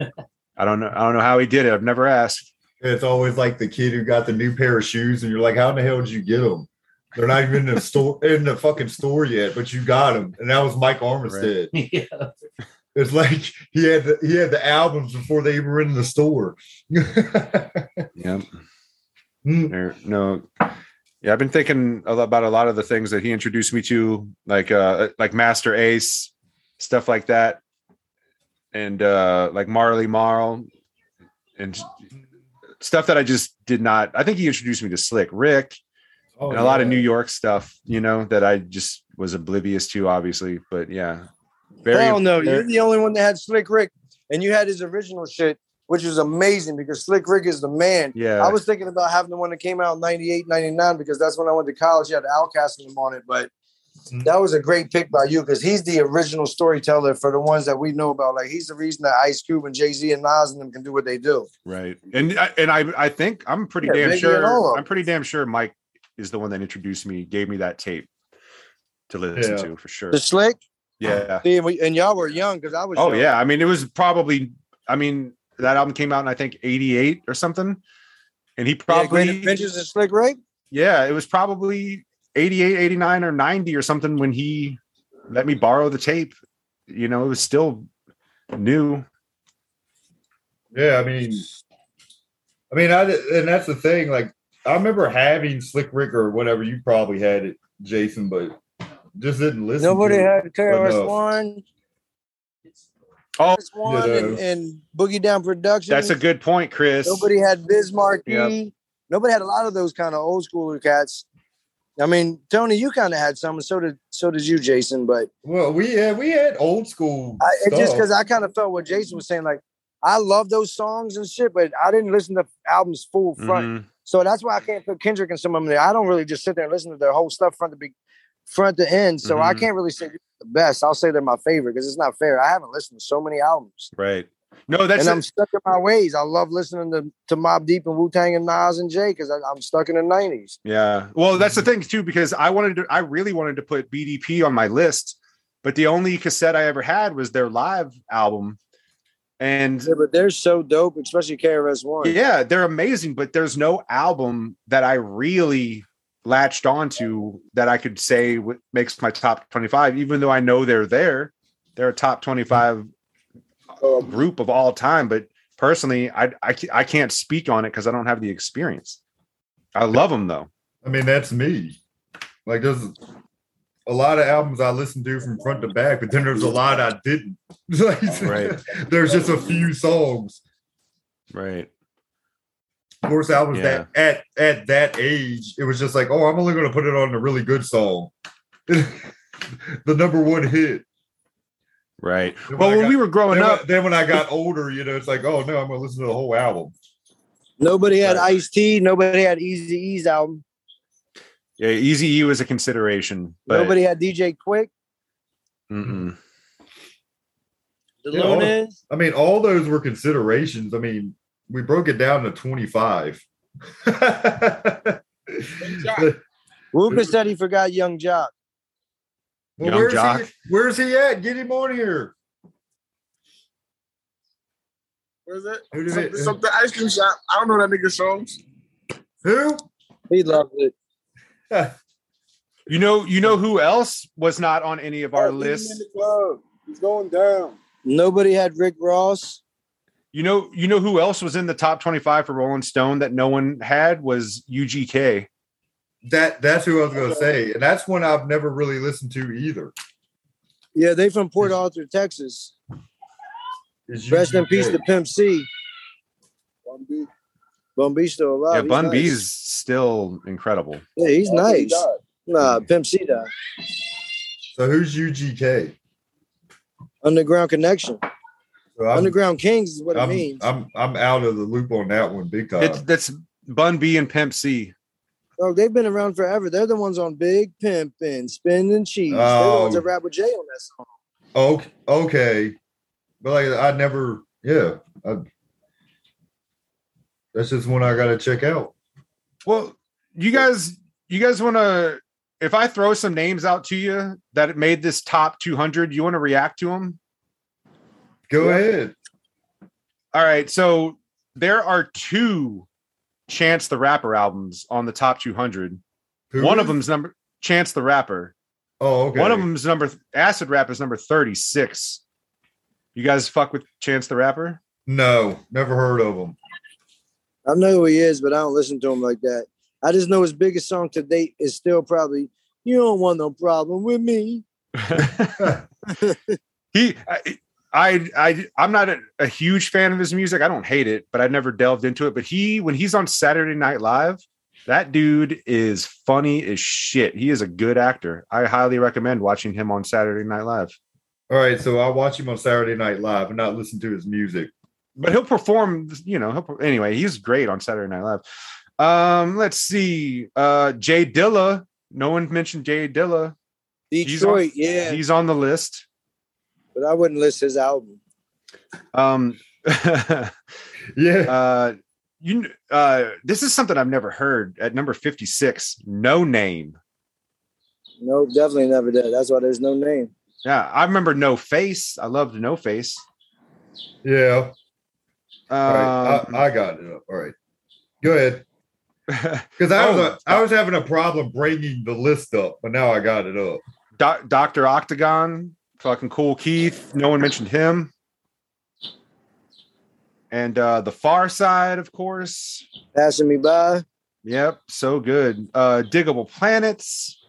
Speaker 5: I don't know. I don't know how he did it. I've never asked.
Speaker 3: It's always like the kid who got the new pair of shoes, and you're like, "How in the hell did you get them?" They're not even in the store in the fucking store yet, but you got them, and that was Mike Armistead.
Speaker 6: yeah.
Speaker 3: It's like he had the, he had the albums before they even were in the store.
Speaker 5: Yep.
Speaker 6: Hmm.
Speaker 3: Mm,
Speaker 5: There- no. Yeah, I've been thinking a lot about a lot of the things that he introduced me to, like uh like Master Ace, stuff like that. And uh like Marley Marl and j- stuff that I just did not I think he introduced me to Slick Rick
Speaker 6: Oh,
Speaker 5: and a lot of
Speaker 6: yeah.
Speaker 5: New York stuff, you know, that I just was oblivious to obviously, but yeah. Very
Speaker 7: Hell no,
Speaker 5: very-
Speaker 7: you're the only one that had Slick Rick, and you had his original shit, which is amazing because Slick Rick is the man.
Speaker 5: yeah.
Speaker 7: I was thinking about having the one that came out in 98, 99, because that's when I went to college. You had Outcast and him on it, but
Speaker 5: Mm-hmm.
Speaker 7: that was a great pick by you because he's the original storyteller for the ones that we know about. Like he's the reason that Ice Cube and Jay Z and Nas and them can do what they do.
Speaker 5: Right. And I- and I I think I'm pretty
Speaker 7: Yeah, Biggie
Speaker 5: damn
Speaker 7: and all of
Speaker 5: sure
Speaker 7: 'em.
Speaker 5: I'm pretty damn sure Mike is the one that introduced me, gave me that tape to listen
Speaker 3: Yeah.
Speaker 5: to for sure.
Speaker 7: The Slick,
Speaker 5: Yeah.
Speaker 7: see, and, we, and y'all were young because I was.
Speaker 5: Oh
Speaker 7: young.
Speaker 5: yeah. I mean, it was probably I mean, that album came out in I think 88 or something. And he
Speaker 7: Probably
Speaker 5: probably
Speaker 7: Great Adventures of Slick Rick.
Speaker 5: yeah, it was probably 88, 89 or 90 or something when he let me borrow the tape. You know, it was still new.
Speaker 3: yeah, I mean, I mean, I di- and that's the thing. Like, I remember having Slick Rick or whatever you probably had it, Jason, but just didn't listen.
Speaker 7: Nobody
Speaker 3: to it.
Speaker 7: had KRS
Speaker 3: enough.
Speaker 7: One.
Speaker 5: Oh,
Speaker 7: KRS
Speaker 3: you
Speaker 7: One
Speaker 3: know.
Speaker 7: and, and Boogie Down Productions.
Speaker 5: That's a good point, Chris.
Speaker 7: Nobody had Bismarck. E.
Speaker 5: Yep.
Speaker 7: Nobody had a lot of those kind of old schooler cats. I mean, Tony, you kind of had some, and so did so did you, Jason. But
Speaker 3: Well, we had we had old school.
Speaker 7: I, it's just
Speaker 3: stuff.
Speaker 7: because I kind of felt what Jason was saying. Like, I love those songs and shit, but I didn't listen to albums full front.
Speaker 5: Mhm.
Speaker 7: So that's why I can't put Kendrick and some of them there. I don't really just sit there and listen to their whole stuff front to be front to end. So I
Speaker 5: Mhm.
Speaker 7: can't really say they're the best. I'll say they're my favorite because it's not fair. I haven't listened to so many albums.
Speaker 5: Right. No, that's
Speaker 7: and
Speaker 5: it.
Speaker 7: I'm stuck in my ways. I love listening to, to Mob Deep and Wu Tang and Nas and Jay because I'm stuck in the 90s.
Speaker 5: Yeah. Well, that's the thing too, because I wanted to, I really wanted to put BDP on my list, but the only cassette I ever had was their live album. And
Speaker 7: Yeah, but they're so dope, especially KRS1.
Speaker 5: yeah, they're amazing, but there's no album that I really latched onto that I could say w- makes my top 25, even though I know they're there. They're a top 25 group of all time, but personally, I, I, ca- I can't speak on it because I don't have the experience. I love them though.
Speaker 3: I mean, that's me. Like, there's a lot of albums I listened to from front to back, but then there's a lot I didn't. Like,
Speaker 5: Right.
Speaker 3: There's just a few songs.
Speaker 5: Right.
Speaker 3: Of course, I was that at at that age, it was just like, oh, I'm only going to put it on a really good song, the number one hit.
Speaker 5: Right.
Speaker 3: Then when
Speaker 5: Well,
Speaker 3: I
Speaker 5: when
Speaker 3: got-
Speaker 5: we were growing
Speaker 3: Then
Speaker 5: up,
Speaker 3: when, then when I got older, you know, it's like, oh no, I'm going to listen to the whole album.
Speaker 7: Nobody had
Speaker 5: Right.
Speaker 7: Ice T. Nobody had Easy E's album.
Speaker 5: Yeah, Easy U is a consideration, but
Speaker 7: Nobody had DJ Quick.
Speaker 5: mm-mm.
Speaker 7: The
Speaker 3: Yeah, all of-
Speaker 7: Lunas.
Speaker 3: I mean, all those were considerations. I mean, we broke it down to 25.
Speaker 7: Ruka said he forgot Young Jock.
Speaker 3: Well,
Speaker 5: Young
Speaker 3: where's
Speaker 5: Jock.
Speaker 3: he? Where's he at? Get him on here.
Speaker 4: What is that?
Speaker 3: Who?
Speaker 4: Some,
Speaker 3: Did it, uh,
Speaker 4: some, the ice cream shop. I don't know that nigga's songs.
Speaker 3: who?
Speaker 7: He loved it.
Speaker 5: you know, you know who else was not on any of
Speaker 7: Oh,
Speaker 5: our lists.
Speaker 4: He's going down.
Speaker 7: Nobody had Rick Ross.
Speaker 5: You know, you know who else was in the top twenty-five for Rolling Stone that no one had was UGK.
Speaker 3: That that's who I was gonna say, and that's one I've never really listened to either.
Speaker 7: Yeah, they from Port Arthur, Texas.
Speaker 3: Is
Speaker 7: Rest in
Speaker 3: UGK.
Speaker 7: peace to Pimp C.
Speaker 4: One beat.
Speaker 7: Bun B's still alive.
Speaker 5: yeah,
Speaker 7: Oh, He's
Speaker 5: Bun
Speaker 7: nice.
Speaker 5: B's still incredible.
Speaker 7: Yeah, he's
Speaker 4: After he
Speaker 7: nice.
Speaker 4: died.
Speaker 7: Nah, Pimp C died.
Speaker 3: So who's UGK?
Speaker 7: Underground Connection.
Speaker 3: So I'm,
Speaker 7: Underground Kings is what
Speaker 3: I'm,
Speaker 7: it means.
Speaker 3: I'm I'm out of the loop on that one big time.
Speaker 5: It's, that's Bun B and Pimp C.
Speaker 7: Dog, Oh, they've been around forever. They're the ones on Big Pimp and Spin and Cheese. They're the ones
Speaker 3: Oh.
Speaker 7: that rap with Jay on that song.
Speaker 3: okay, okay, but like I never, yeah, I, that's just one I gotta check out.
Speaker 5: Well, you guys, you guys want to? If I throw some names out to you that made this top two hundred, you want to react to them?
Speaker 3: Go ahead.
Speaker 5: All right, so there are two Chance the Rapper albums on the top 200.
Speaker 3: Who
Speaker 5: One of
Speaker 3: is-
Speaker 5: them's number Chance the Rapper.
Speaker 3: Oh, okay.
Speaker 5: One of them's number Acid Rap is number 36. You guys fuck with Chance the Rapper?
Speaker 3: No, never heard of him.
Speaker 7: I know who he is, but I don't listen to him like that. I just know his biggest song to date is still probably "You Don't Want No Problem with Me."
Speaker 5: he, I, I, I, I'm not a, a huge fan of his music. I don't hate it, but I've never delved into it. But he, when he's on Saturday Night Live, that dude is funny as shit. He is a good actor. I highly recommend watching him on Saturday Night Live.
Speaker 3: All right, so I watch him on Saturday Night Live and not listen to his music.
Speaker 5: but he'll perform you know he'll per- anyway he's great on saturday night live um let's see uh jay dilla no one mentioned jay dilla He's on-
Speaker 7: Detroit, yeah,
Speaker 5: he's on the list
Speaker 7: but I wouldn't list his album.
Speaker 5: um
Speaker 3: Yeah.
Speaker 5: uh you kn- uh this is something i've never heard at number 56 no name
Speaker 7: No, definitely never did. That's why there's no name.
Speaker 5: yeah i remember no face i loved no face
Speaker 3: Yeah.
Speaker 5: um,
Speaker 3: All right. Uh, I, I got it up. All right. Go ahead. Because I was
Speaker 5: Oh.
Speaker 3: a, I was having a problem bringing the list up, but now I got it up.
Speaker 5: Doc- dr octagon fucking cool keith no one mentioned him and uh the far side of course
Speaker 7: Passing me by.
Speaker 5: Yep, so good. Uh Diggable Planets.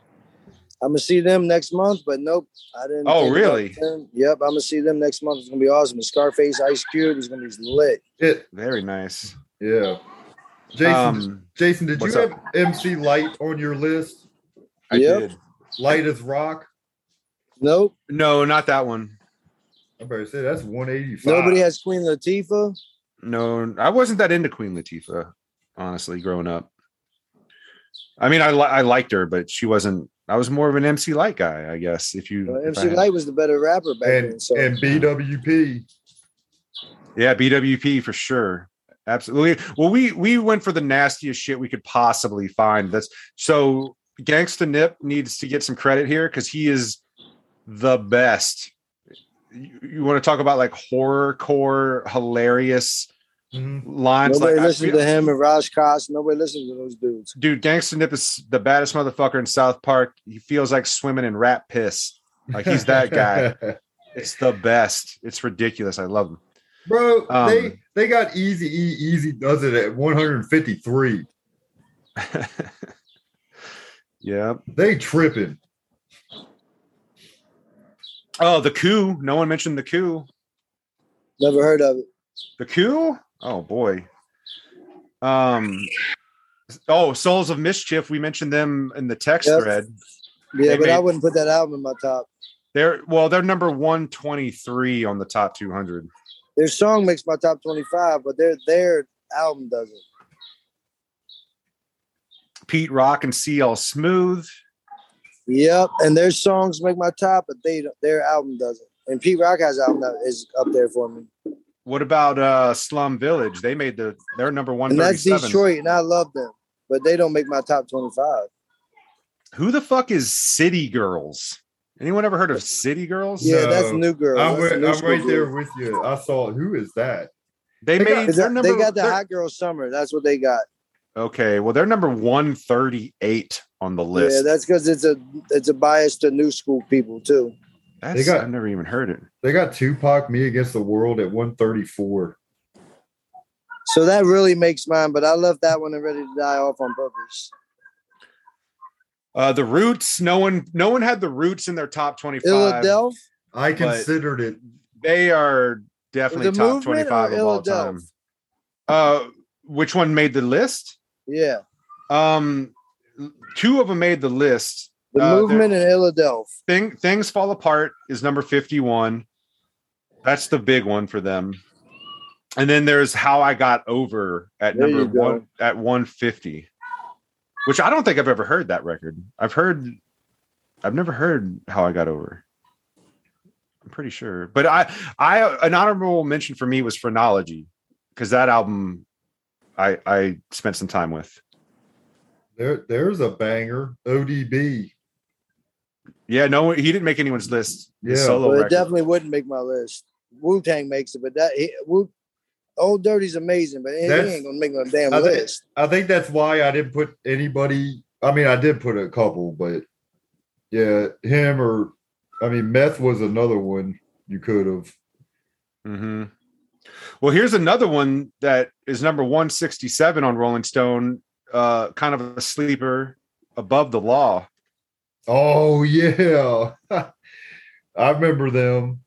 Speaker 7: I'm gonna see them next month, but nope, I didn't.
Speaker 5: Oh,
Speaker 7: think about
Speaker 5: really?
Speaker 7: them. Yep, I'm gonna see them next month. It's gonna be awesome. Scarface, Ice Cube is gonna be lit.
Speaker 3: It.
Speaker 5: Very nice.
Speaker 3: Yeah. Jason.
Speaker 5: um,
Speaker 3: Jason, did you
Speaker 5: what's
Speaker 3: have
Speaker 5: up?
Speaker 3: MC Light on your list?
Speaker 5: I
Speaker 7: Yep.
Speaker 5: did.
Speaker 3: Light as rock.
Speaker 7: Nope,
Speaker 5: No, not that one.
Speaker 3: I better say that's 185.
Speaker 7: nobody has Queen Latifah.
Speaker 5: No, I wasn't that into Queen Latifah, honestly, growing up. I mean, I li- I liked her, but she wasn't. I was more of an MC Light guy, I guess. If you,
Speaker 7: Well,
Speaker 5: if I
Speaker 7: MC
Speaker 5: had-
Speaker 7: Uh, Light was the better rapper back then.
Speaker 3: and
Speaker 7: So
Speaker 3: and BWP.
Speaker 5: yeah, BWP for sure, absolutely. Well, we we went for the nastiest shit we could possibly find. That's so. Gangsta Nip needs to get some credit here because he is the best. You, you want to talk about like horror core, hilarious Mm-hmm.
Speaker 3: Mhm.
Speaker 5: lines?
Speaker 7: nobody
Speaker 5: like, I
Speaker 7: listened
Speaker 5: feel-
Speaker 7: to him and Raj Koss. Nobody listened to those dudes.
Speaker 5: dude, Gangsta Nip is the baddest motherfucker in South Park. He feels like swimming in rat piss. Like he's that guy. It's the best. It's ridiculous. I love him.
Speaker 3: Bro,
Speaker 5: Um,
Speaker 3: they they got Easy E Easy does it at 153.
Speaker 5: yeah.
Speaker 3: They tripping.
Speaker 5: Oh, the coup. No one mentioned the coup.
Speaker 7: Never heard of it.
Speaker 5: The coup? Oh boy. Um oh, Souls of Mischief. We mentioned them in the text
Speaker 7: Yep.
Speaker 5: thread.
Speaker 7: Yeah,
Speaker 5: They
Speaker 7: but I
Speaker 5: made-
Speaker 7: wouldn't put that album in my top.
Speaker 5: They're well, they're number 123 on the top 200.
Speaker 7: Their song makes my top twenty-five, but their their album doesn't.
Speaker 5: Pete Rock and CL Smooth.
Speaker 7: Yep, and their songs make my top, but they don't- their album doesn't. And Pete Rock has album that is up there for me,
Speaker 5: What about uh Slum Village? They made the they're number
Speaker 7: and that's
Speaker 5: 137.
Speaker 7: Detroit, and I love them, but they don't make my top twenty-five.
Speaker 5: Who the fuck is City Girls? Anyone ever heard of City Girls? Uh,
Speaker 7: Yeah,
Speaker 3: No.
Speaker 7: that's New Girl.
Speaker 3: I'm,
Speaker 7: That's
Speaker 3: ri-
Speaker 7: a new
Speaker 3: I'm
Speaker 7: school
Speaker 3: right there
Speaker 7: group.
Speaker 3: with you. I saw who is that?
Speaker 5: They,
Speaker 3: They got-
Speaker 5: made
Speaker 7: Is
Speaker 5: their
Speaker 7: that-
Speaker 5: number
Speaker 7: they got the
Speaker 5: they're-
Speaker 7: Hot Girl Summer. That's what they got.
Speaker 5: Okay, well they're number 138 on the
Speaker 7: Yeah,
Speaker 5: list.
Speaker 7: that's because it's a it's a bias to new school people too.
Speaker 5: That's,
Speaker 3: got-
Speaker 5: I've never even heard it.
Speaker 3: They got Tupac Me Against the World at 134.
Speaker 7: So that really makes mine, but I left that one and ready to die off on purpose.
Speaker 5: Uh the Roots, no one no one had the Roots in their top 25.
Speaker 7: Illadelph,
Speaker 3: I
Speaker 5: But-
Speaker 3: considered it.
Speaker 5: They are definitely
Speaker 7: The
Speaker 5: top
Speaker 7: Movement
Speaker 5: 25
Speaker 7: or
Speaker 5: of all
Speaker 7: Illadelph?
Speaker 5: time. Uh which one made the list?
Speaker 7: yeah,
Speaker 5: Um, two of them made the list.
Speaker 7: the
Speaker 5: Uh, they're-
Speaker 7: movement in Illadelph.
Speaker 5: Thing things fall apart is number fifty-one. That's the big one for them. And then there's how I got over at
Speaker 7: There
Speaker 5: number
Speaker 7: you go.
Speaker 5: one at one fifty, which I don't think I've ever heard that record. I've heard, I've never heard how I got over. I'm pretty sure, but I, I an honorable mention for me was Phrenology because that album, I I spent some time with.
Speaker 3: There, there's a banger. ODB.
Speaker 5: Yeah, no, he didn't make anyone's list. His
Speaker 3: Yeah.
Speaker 5: solo
Speaker 7: Well, it
Speaker 5: record.
Speaker 7: definitely wouldn't make my list. Wu Tang makes it, but that he, Wu, Old Dirty's amazing, but he, he
Speaker 3: That's-
Speaker 7: ain't gonna make no damn
Speaker 3: I think-
Speaker 7: list.
Speaker 3: I think that's why I didn't put anybody. I mean, I did put a couple, but yeah, him or I mean, Meth was another one you could have.
Speaker 5: hmm Well, here's another one that is number 167 on Rolling Stone, uh, kind of a sleeper above the law.
Speaker 3: Oh yeah, I remember them.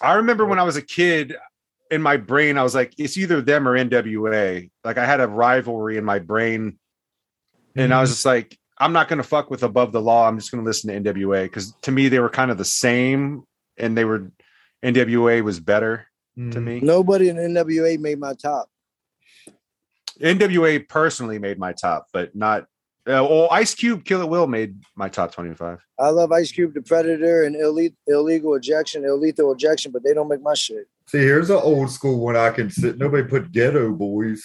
Speaker 5: I remember when I was a kid in my brain, I was like, it's either them or NWA. Like I had a rivalry in my brain. And I was just like, I'm not gonna fuck with above the law. I'm just gonna listen to NWA because to me they were kind of the same and they were NWA was better to
Speaker 7: Mm-hmm.
Speaker 5: me.
Speaker 7: Nobody in NWA made my top.
Speaker 5: NWA personally made my top, but not uh, well, Ice Cube Kill It Will made my top 25.
Speaker 7: I love Ice Cube, The Predator, and Ille- Illegal Ejection, Illegal Ejection, but they don't make my shit.
Speaker 3: Hmm. See, here's an old school one I can sit. Nobody put Ghetto Boys.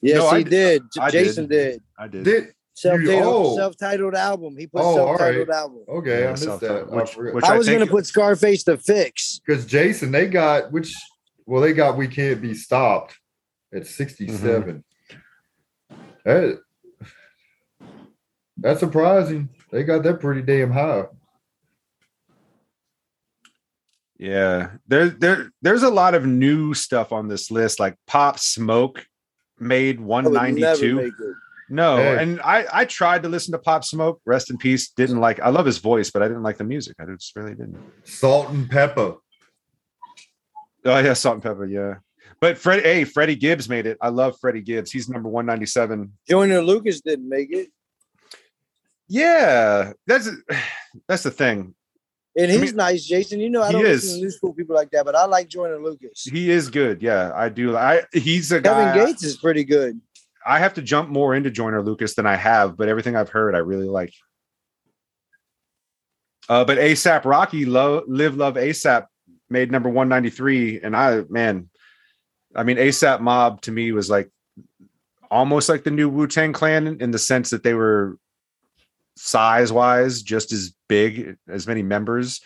Speaker 7: Yes,
Speaker 5: No, I
Speaker 7: he
Speaker 5: d-
Speaker 7: did. J-
Speaker 5: I did.
Speaker 7: Jason did.
Speaker 5: I did.
Speaker 3: Did
Speaker 7: Self-titled,
Speaker 3: oh.
Speaker 7: self-titled album. He put
Speaker 3: Oh, all
Speaker 7: self-titled
Speaker 3: right.
Speaker 7: album.
Speaker 3: okay,
Speaker 5: Yeah,
Speaker 3: I missed
Speaker 5: self-titled,
Speaker 3: that.
Speaker 5: which- which-
Speaker 7: I
Speaker 5: I
Speaker 7: was
Speaker 5: think-
Speaker 7: gonna put Scarface to fix.
Speaker 3: because Jason they got which well they got We Can't Be Stopped at
Speaker 5: Mm-hmm.
Speaker 3: sixty That, that's surprising. They got that pretty damn high.
Speaker 5: Yeah, there, there, there's a lot of new stuff on this list. Like Pop Smoke made
Speaker 7: I would never
Speaker 5: 192.
Speaker 7: make it.
Speaker 5: No,
Speaker 3: Hey.
Speaker 5: and I, I tried to listen to Pop Smoke. Rest in peace. Didn't like. I love his voice, but I didn't like the music. I just really didn't.
Speaker 3: Salt and pepper.
Speaker 5: Oh yeah, Salt and Pepper. Yeah, but Fred, hey, Freddie Gibbs made it. I love Freddie Gibbs. He's number 197.
Speaker 7: Joyner Lucas didn't make it,
Speaker 5: Yeah, that's that's the thing.
Speaker 7: and he's
Speaker 5: mean,
Speaker 7: nice, Jason. You know I
Speaker 5: he
Speaker 7: don't
Speaker 5: is.
Speaker 7: listen to new school people like that, but I like Joyner Lucas.
Speaker 5: He is good. Yeah, I do. I he's a
Speaker 7: Kevin
Speaker 5: guy.
Speaker 7: Gates is pretty good.
Speaker 5: I have to jump more into Joyner Lucas than I have, but everything I've heard, I really like. Uh, but ASAP Rocky, Lo- Live Love ASAP, made number 193. And I, man, I mean, ASAP Mob to me was like almost like the new Wu Tang Clan in, in the sense that they were size wise just as big, as many members,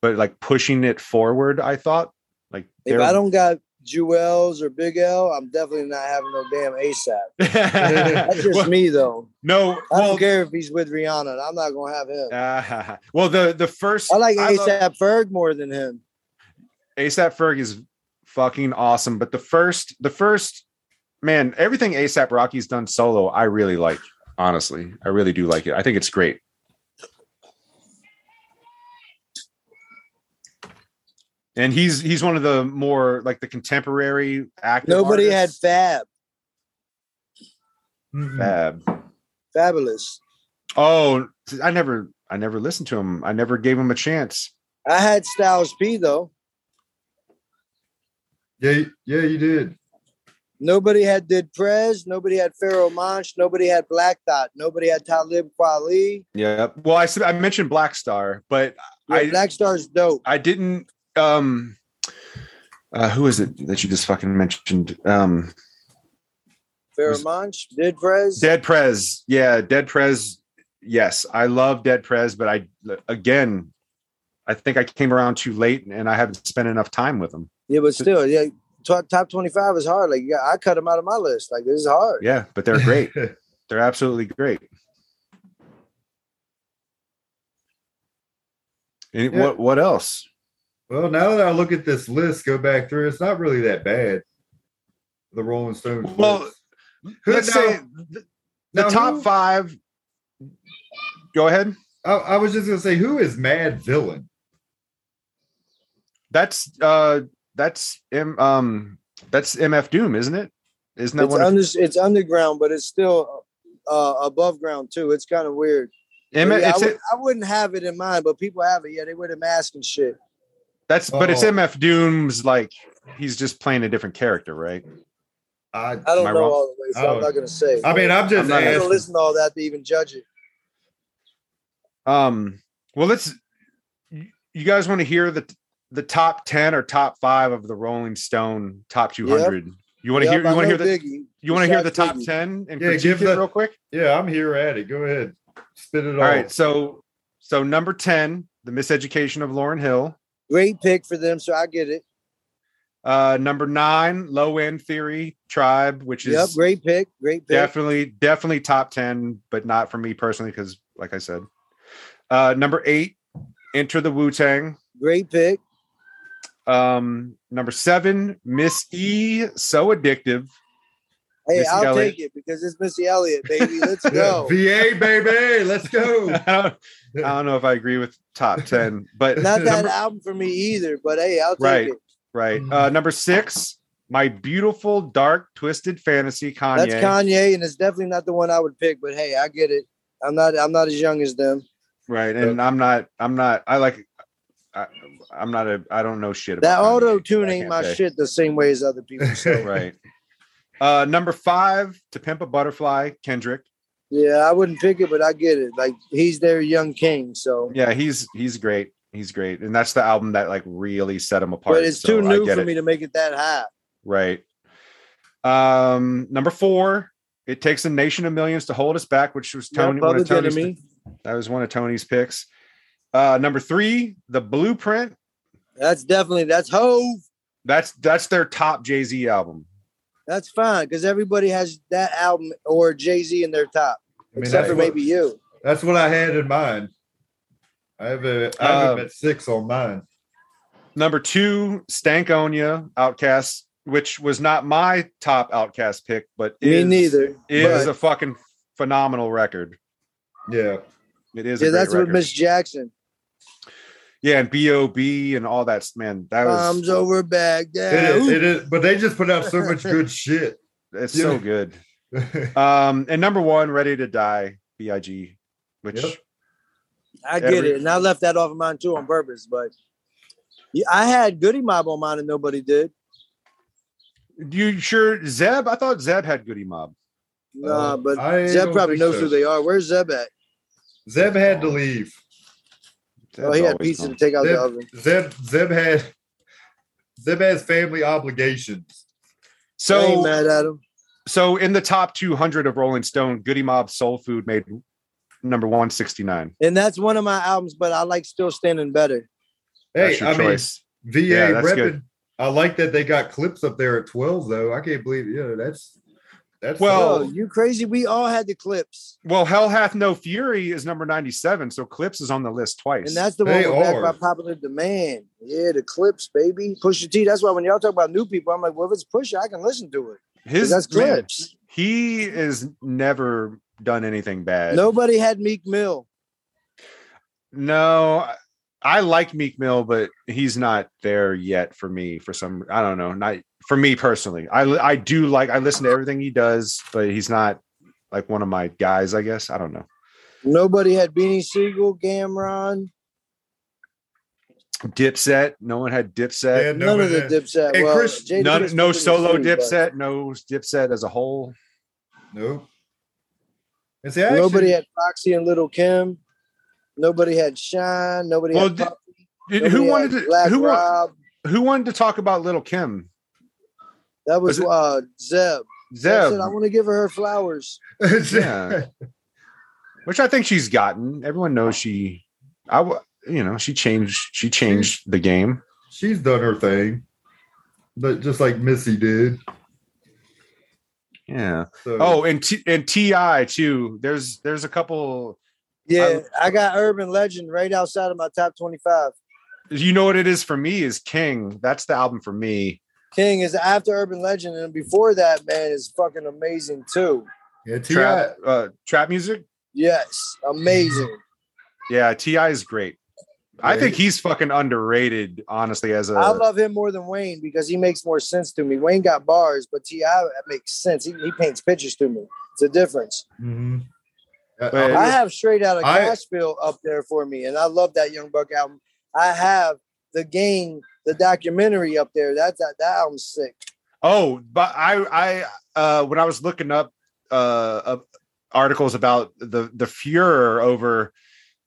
Speaker 5: but like pushing it forward, I thought. Like,
Speaker 7: If I don't got Jewels or Big L, I'm definitely not having no damn ASAP. That's just
Speaker 5: Well,
Speaker 7: me though.
Speaker 5: no,
Speaker 7: I
Speaker 5: well,
Speaker 7: don't care if he's with Rihanna. I'm not gonna have him.
Speaker 5: Ah, well, the the first
Speaker 7: I like
Speaker 5: love-
Speaker 7: ASAP Ferg more than him.
Speaker 5: ASAP Ferg is fucking awesome, but the first the first man, everything ASAP Rocky's done solo, I really like. Honestly, I really do like it. I think it's great. And he's he's one of the more like the contemporary active.
Speaker 7: Nobody had
Speaker 5: artists.
Speaker 7: Fab.
Speaker 6: Mm-hmm.
Speaker 3: Mm-mm.
Speaker 5: Fab.
Speaker 7: Fabulous.
Speaker 5: Oh, I never I never listened to him. I never gave him a chance.
Speaker 7: I had Styles P though.
Speaker 3: Yeah, yeah, you did.
Speaker 7: Nobody had Did Prez. Nobody had Pharaoh Monch. Nobody had Black Dot. Nobody had Talib Kweli.
Speaker 5: Yeah. Well, I said I mentioned Black Star, but
Speaker 7: Yeah,
Speaker 5: I-
Speaker 7: Black Star's dope.
Speaker 5: I didn't um uh who is it that you just fucking mentioned? Um
Speaker 7: Pharaoh
Speaker 5: was-
Speaker 7: Monch, Did Prez.
Speaker 5: Dead Prez. Yeah, Dead Prez. Yes, I love Dead Prez, but I again I think I came around too late and I haven't spent enough time with him.
Speaker 7: yeah, but still, yeah. Top, top 25 is hard. Like, yeah, I cut him out of my list. Like, this is hard.
Speaker 5: Yeah, but they're great. they're absolutely great. And
Speaker 3: Yeah.
Speaker 5: what what else?
Speaker 3: well, now that I look at this list, go back through, it's not really that bad. The Rolling Stones.
Speaker 5: Well,
Speaker 3: list. Who-
Speaker 5: Let's
Speaker 3: now-
Speaker 5: say the, the
Speaker 3: now
Speaker 5: top
Speaker 3: who-
Speaker 5: five. Go ahead.
Speaker 3: I, I was just gonna say, who is Mad Villain?
Speaker 5: That's uh that's M um that's MF Doom, isn't it? Isn't that
Speaker 7: It's,
Speaker 5: one of
Speaker 7: under, it's underground, but it's still uh, above ground, too. It's kind of weird.
Speaker 5: M-
Speaker 7: But yeah, I,
Speaker 5: it's
Speaker 7: would, I wouldn't have it in mind, but people have it. Yeah, they wear the mask and shit.
Speaker 5: that's but it's
Speaker 3: Oh.
Speaker 5: MF Doom's like he's just playing a different character, right?
Speaker 3: I,
Speaker 7: I
Speaker 5: Am I
Speaker 7: don't know
Speaker 5: wrong?
Speaker 7: all the way, so
Speaker 3: Oh.
Speaker 7: I'm not gonna say.
Speaker 3: I mean, I'm
Speaker 5: I'm
Speaker 3: just
Speaker 5: not-
Speaker 7: I don't
Speaker 3: asking.
Speaker 7: listen to all that to even judge it.
Speaker 5: Um well let's you you guys want to hear the the top 10 or top 5 of the Rolling Stone top 200. You want to
Speaker 7: Yep,
Speaker 5: hear
Speaker 7: I
Speaker 5: you want to
Speaker 7: know
Speaker 5: hear the
Speaker 7: Biggie.
Speaker 5: you want to hear the
Speaker 7: Besides
Speaker 5: top
Speaker 7: Biggie.
Speaker 5: 10 and
Speaker 3: Yeah,
Speaker 5: critique
Speaker 3: give
Speaker 5: it
Speaker 3: the-
Speaker 5: real quick?
Speaker 3: Yeah, I'm here at it. Go ahead, spit it
Speaker 5: All
Speaker 3: all.
Speaker 5: right, so so number 10, The Miseducation of Lauren Hill.
Speaker 7: Great pick for them, so I get it.
Speaker 5: Uh number 9, Low End Theory Tribe, which is
Speaker 7: Yep, great pick, great pick.
Speaker 5: definitely definitely top 10 but not for me personally because like i said uh number eight enter the wu-tang
Speaker 7: Great pick.
Speaker 5: Um, number seven, Miss E, so addictive.
Speaker 7: Hey,
Speaker 5: Missy
Speaker 7: I'll
Speaker 5: Elliott.
Speaker 7: take it because it's Missy Elliott, baby. Let's
Speaker 3: Yeah,
Speaker 7: go.
Speaker 3: VA baby, let's go.
Speaker 5: I don't, I don't know if I agree with top ten, but
Speaker 7: Not that
Speaker 5: number-
Speaker 7: album for me either, but hey, I'll take
Speaker 5: Right.
Speaker 7: it.
Speaker 5: right. Uh, number six, my beautiful dark twisted fantasy, Kanye.
Speaker 7: That's Kanye, and it's definitely not the one I would pick. But hey, I get it. I'm not. I'm not as young as them.
Speaker 5: right, and I'm not. I'm not. I like. I, I'm not a. I don't know shit about
Speaker 7: That
Speaker 5: Kanye.
Speaker 7: auto tune
Speaker 5: I
Speaker 7: ain't
Speaker 5: can't
Speaker 7: my
Speaker 5: say.
Speaker 7: shit the same way as other people. So
Speaker 5: Right. Uh, number five, To Pimp a Butterfly, Kendrick.
Speaker 7: yeah, I wouldn't pick it, but I get it. Like he's their young king. So,
Speaker 5: Yeah, he's he's great. He's great, and that's the album that like really set him apart.
Speaker 7: but it's
Speaker 5: so
Speaker 7: too
Speaker 5: I
Speaker 7: new
Speaker 5: get
Speaker 7: for
Speaker 5: it.
Speaker 7: me to make it that high.
Speaker 5: Right. Um, number four, it takes a nation of millions to hold us back, which was Tony. One of
Speaker 7: Public
Speaker 5: Tony's,
Speaker 7: Enemy.
Speaker 5: that was one of Tony's picks. Uh, number three, the blueprint.
Speaker 7: That's definitely that's Hove.
Speaker 5: That's that's their top Jay Z album.
Speaker 7: That's fine because everybody has that album or Jay Z in their top,
Speaker 3: I mean, that's
Speaker 7: except for
Speaker 3: what-
Speaker 7: maybe you.
Speaker 3: That's what I had in mind. I have a I
Speaker 7: Uh,
Speaker 3: have
Speaker 5: Um,
Speaker 3: him at six on mine.
Speaker 5: Number two, Stankonia, Outcast, which was not my top Outcast pick, but
Speaker 7: Me
Speaker 5: is,
Speaker 7: neither.
Speaker 5: is
Speaker 7: but-
Speaker 5: a fucking phenomenal record.
Speaker 3: Yeah.
Speaker 5: It is.
Speaker 7: yeah,
Speaker 5: a great
Speaker 7: that's
Speaker 5: record.
Speaker 7: with Miss Jackson.
Speaker 5: Yeah, and B.O.B. and all that. Man, that was.
Speaker 7: Bombs over Baghdad.
Speaker 3: It is,
Speaker 7: Ooh.
Speaker 3: it is, but they just put out so much good shit.
Speaker 5: it's
Speaker 3: yeah.
Speaker 5: so good. Um, and number one, Ready to Die, B.I.G., which
Speaker 3: Yep.
Speaker 7: I get
Speaker 5: Every-
Speaker 7: it, and I left that off of mine too on purpose. But yeah, I had Goody Mob on mine, and nobody did.
Speaker 5: you sure Zeb? I thought Zeb had Goody Mob.
Speaker 7: Nah,
Speaker 3: Uh,
Speaker 7: but
Speaker 3: I
Speaker 7: Zeb
Speaker 3: don't
Speaker 7: probably
Speaker 3: think
Speaker 7: knows
Speaker 3: so.
Speaker 7: who they are. Where's Zeb at?
Speaker 3: Zeb had to leave.
Speaker 7: oh,
Speaker 5: Zeb's
Speaker 7: he had
Speaker 5: always
Speaker 7: pizza
Speaker 5: gone.
Speaker 7: to take out the
Speaker 3: Zeb,
Speaker 7: oven.
Speaker 3: Zeb, Zeb had Zeb has family obligations.
Speaker 7: So I ain't
Speaker 5: So,
Speaker 7: mad at him.
Speaker 5: so in the top 200 of Rolling Stone, Goody Mob Soul Food made number 169.
Speaker 7: And that's one of my albums, but I like Still Standing better.
Speaker 3: Hey,
Speaker 5: That's your
Speaker 3: I
Speaker 5: choice.
Speaker 3: mean, VA
Speaker 5: Yeah, that's
Speaker 3: repping-
Speaker 5: good.
Speaker 3: I like that they got clips up there at twelve though. I can't believe. Yeah, that's that's
Speaker 5: Well-
Speaker 7: Yo, you crazy? We all had the clips,
Speaker 5: well, Hell Hath No Fury is number 97, so Clips is on the list twice.
Speaker 7: and that's the one
Speaker 3: They
Speaker 7: we're back
Speaker 3: are.
Speaker 7: by popular demand. Yeah, the clips, baby. Pusha T. That's why when y'all talk about new people, I'm like, well, if it's Pusha, I can listen to it. 'Cause
Speaker 5: his
Speaker 7: That's
Speaker 5: man,
Speaker 7: clips.
Speaker 5: He is never done anything bad.
Speaker 7: Nobody had Meek Mill.
Speaker 5: No, I- I like Meek Mill, but he's not there yet for me. For some, I don't know, not for me personally. I li- I do like I listen to everything he does, but he's not like one of my guys. I guess I don't know.
Speaker 7: Nobody had Beanie Siegel, Gamron.
Speaker 5: Dipset, no one had
Speaker 3: Yeah,
Speaker 5: Dipset.
Speaker 7: None of the
Speaker 3: nobody-
Speaker 7: Dipset.
Speaker 3: Hey,
Speaker 7: well,
Speaker 3: Chris,
Speaker 7: Jada Kiss
Speaker 5: None, no
Speaker 7: was in
Speaker 5: solo
Speaker 7: the two,
Speaker 5: Dipset, no Dipset as a whole.
Speaker 3: Nope. And see,
Speaker 7: but
Speaker 3: I
Speaker 7: Nobody
Speaker 3: actually,
Speaker 7: had Foxy and Little Kim. Nobody had Shine. Nobody
Speaker 5: Well,
Speaker 7: had.
Speaker 5: di-
Speaker 7: Puff,
Speaker 5: Did-
Speaker 7: nobody
Speaker 5: who
Speaker 7: had
Speaker 5: wanted to,
Speaker 7: Black
Speaker 5: who wa-
Speaker 7: Rob?
Speaker 5: who wanted to talk about Little Kim?
Speaker 7: That was,
Speaker 5: was it-
Speaker 7: uh, Zeb. Zeb
Speaker 5: Zeb,
Speaker 7: said, "I want to give her her flowers."
Speaker 5: Yeah. which I think she's gotten. Everyone knows she. I w- you know she changed she changed the game.
Speaker 3: she's done her thing, but just like Missy did.
Speaker 5: Yeah.
Speaker 3: So,
Speaker 5: Oh, and T- and Ti too. There's there's a couple.
Speaker 7: Yeah, I, got Urban Legend right outside of my top twenty-five.
Speaker 5: You know what it is for me is King. That's the album for me.
Speaker 7: King is after Urban Legend, and before that, man is fucking amazing too.
Speaker 3: yeah, Ti.
Speaker 5: Trap uh, trap music.
Speaker 7: Yes, amazing.
Speaker 5: Yeah, Ti is great. I
Speaker 3: Yeah,
Speaker 5: think
Speaker 3: he-
Speaker 5: he's fucking underrated, honestly. As a
Speaker 7: I love him more than Wayne because he makes more sense to me. Wayne got bars, but Ti makes sense. He, he paints pictures to me. It's a difference.
Speaker 3: Mhm.
Speaker 5: But-
Speaker 7: I have straight out of
Speaker 3: I-
Speaker 7: Nashville up there for me, and I love that Young Buck album. I have the game, the documentary up there. That's that that album's sick.
Speaker 5: oh, but I I uh, when I was looking up uh, uh articles about the the furor over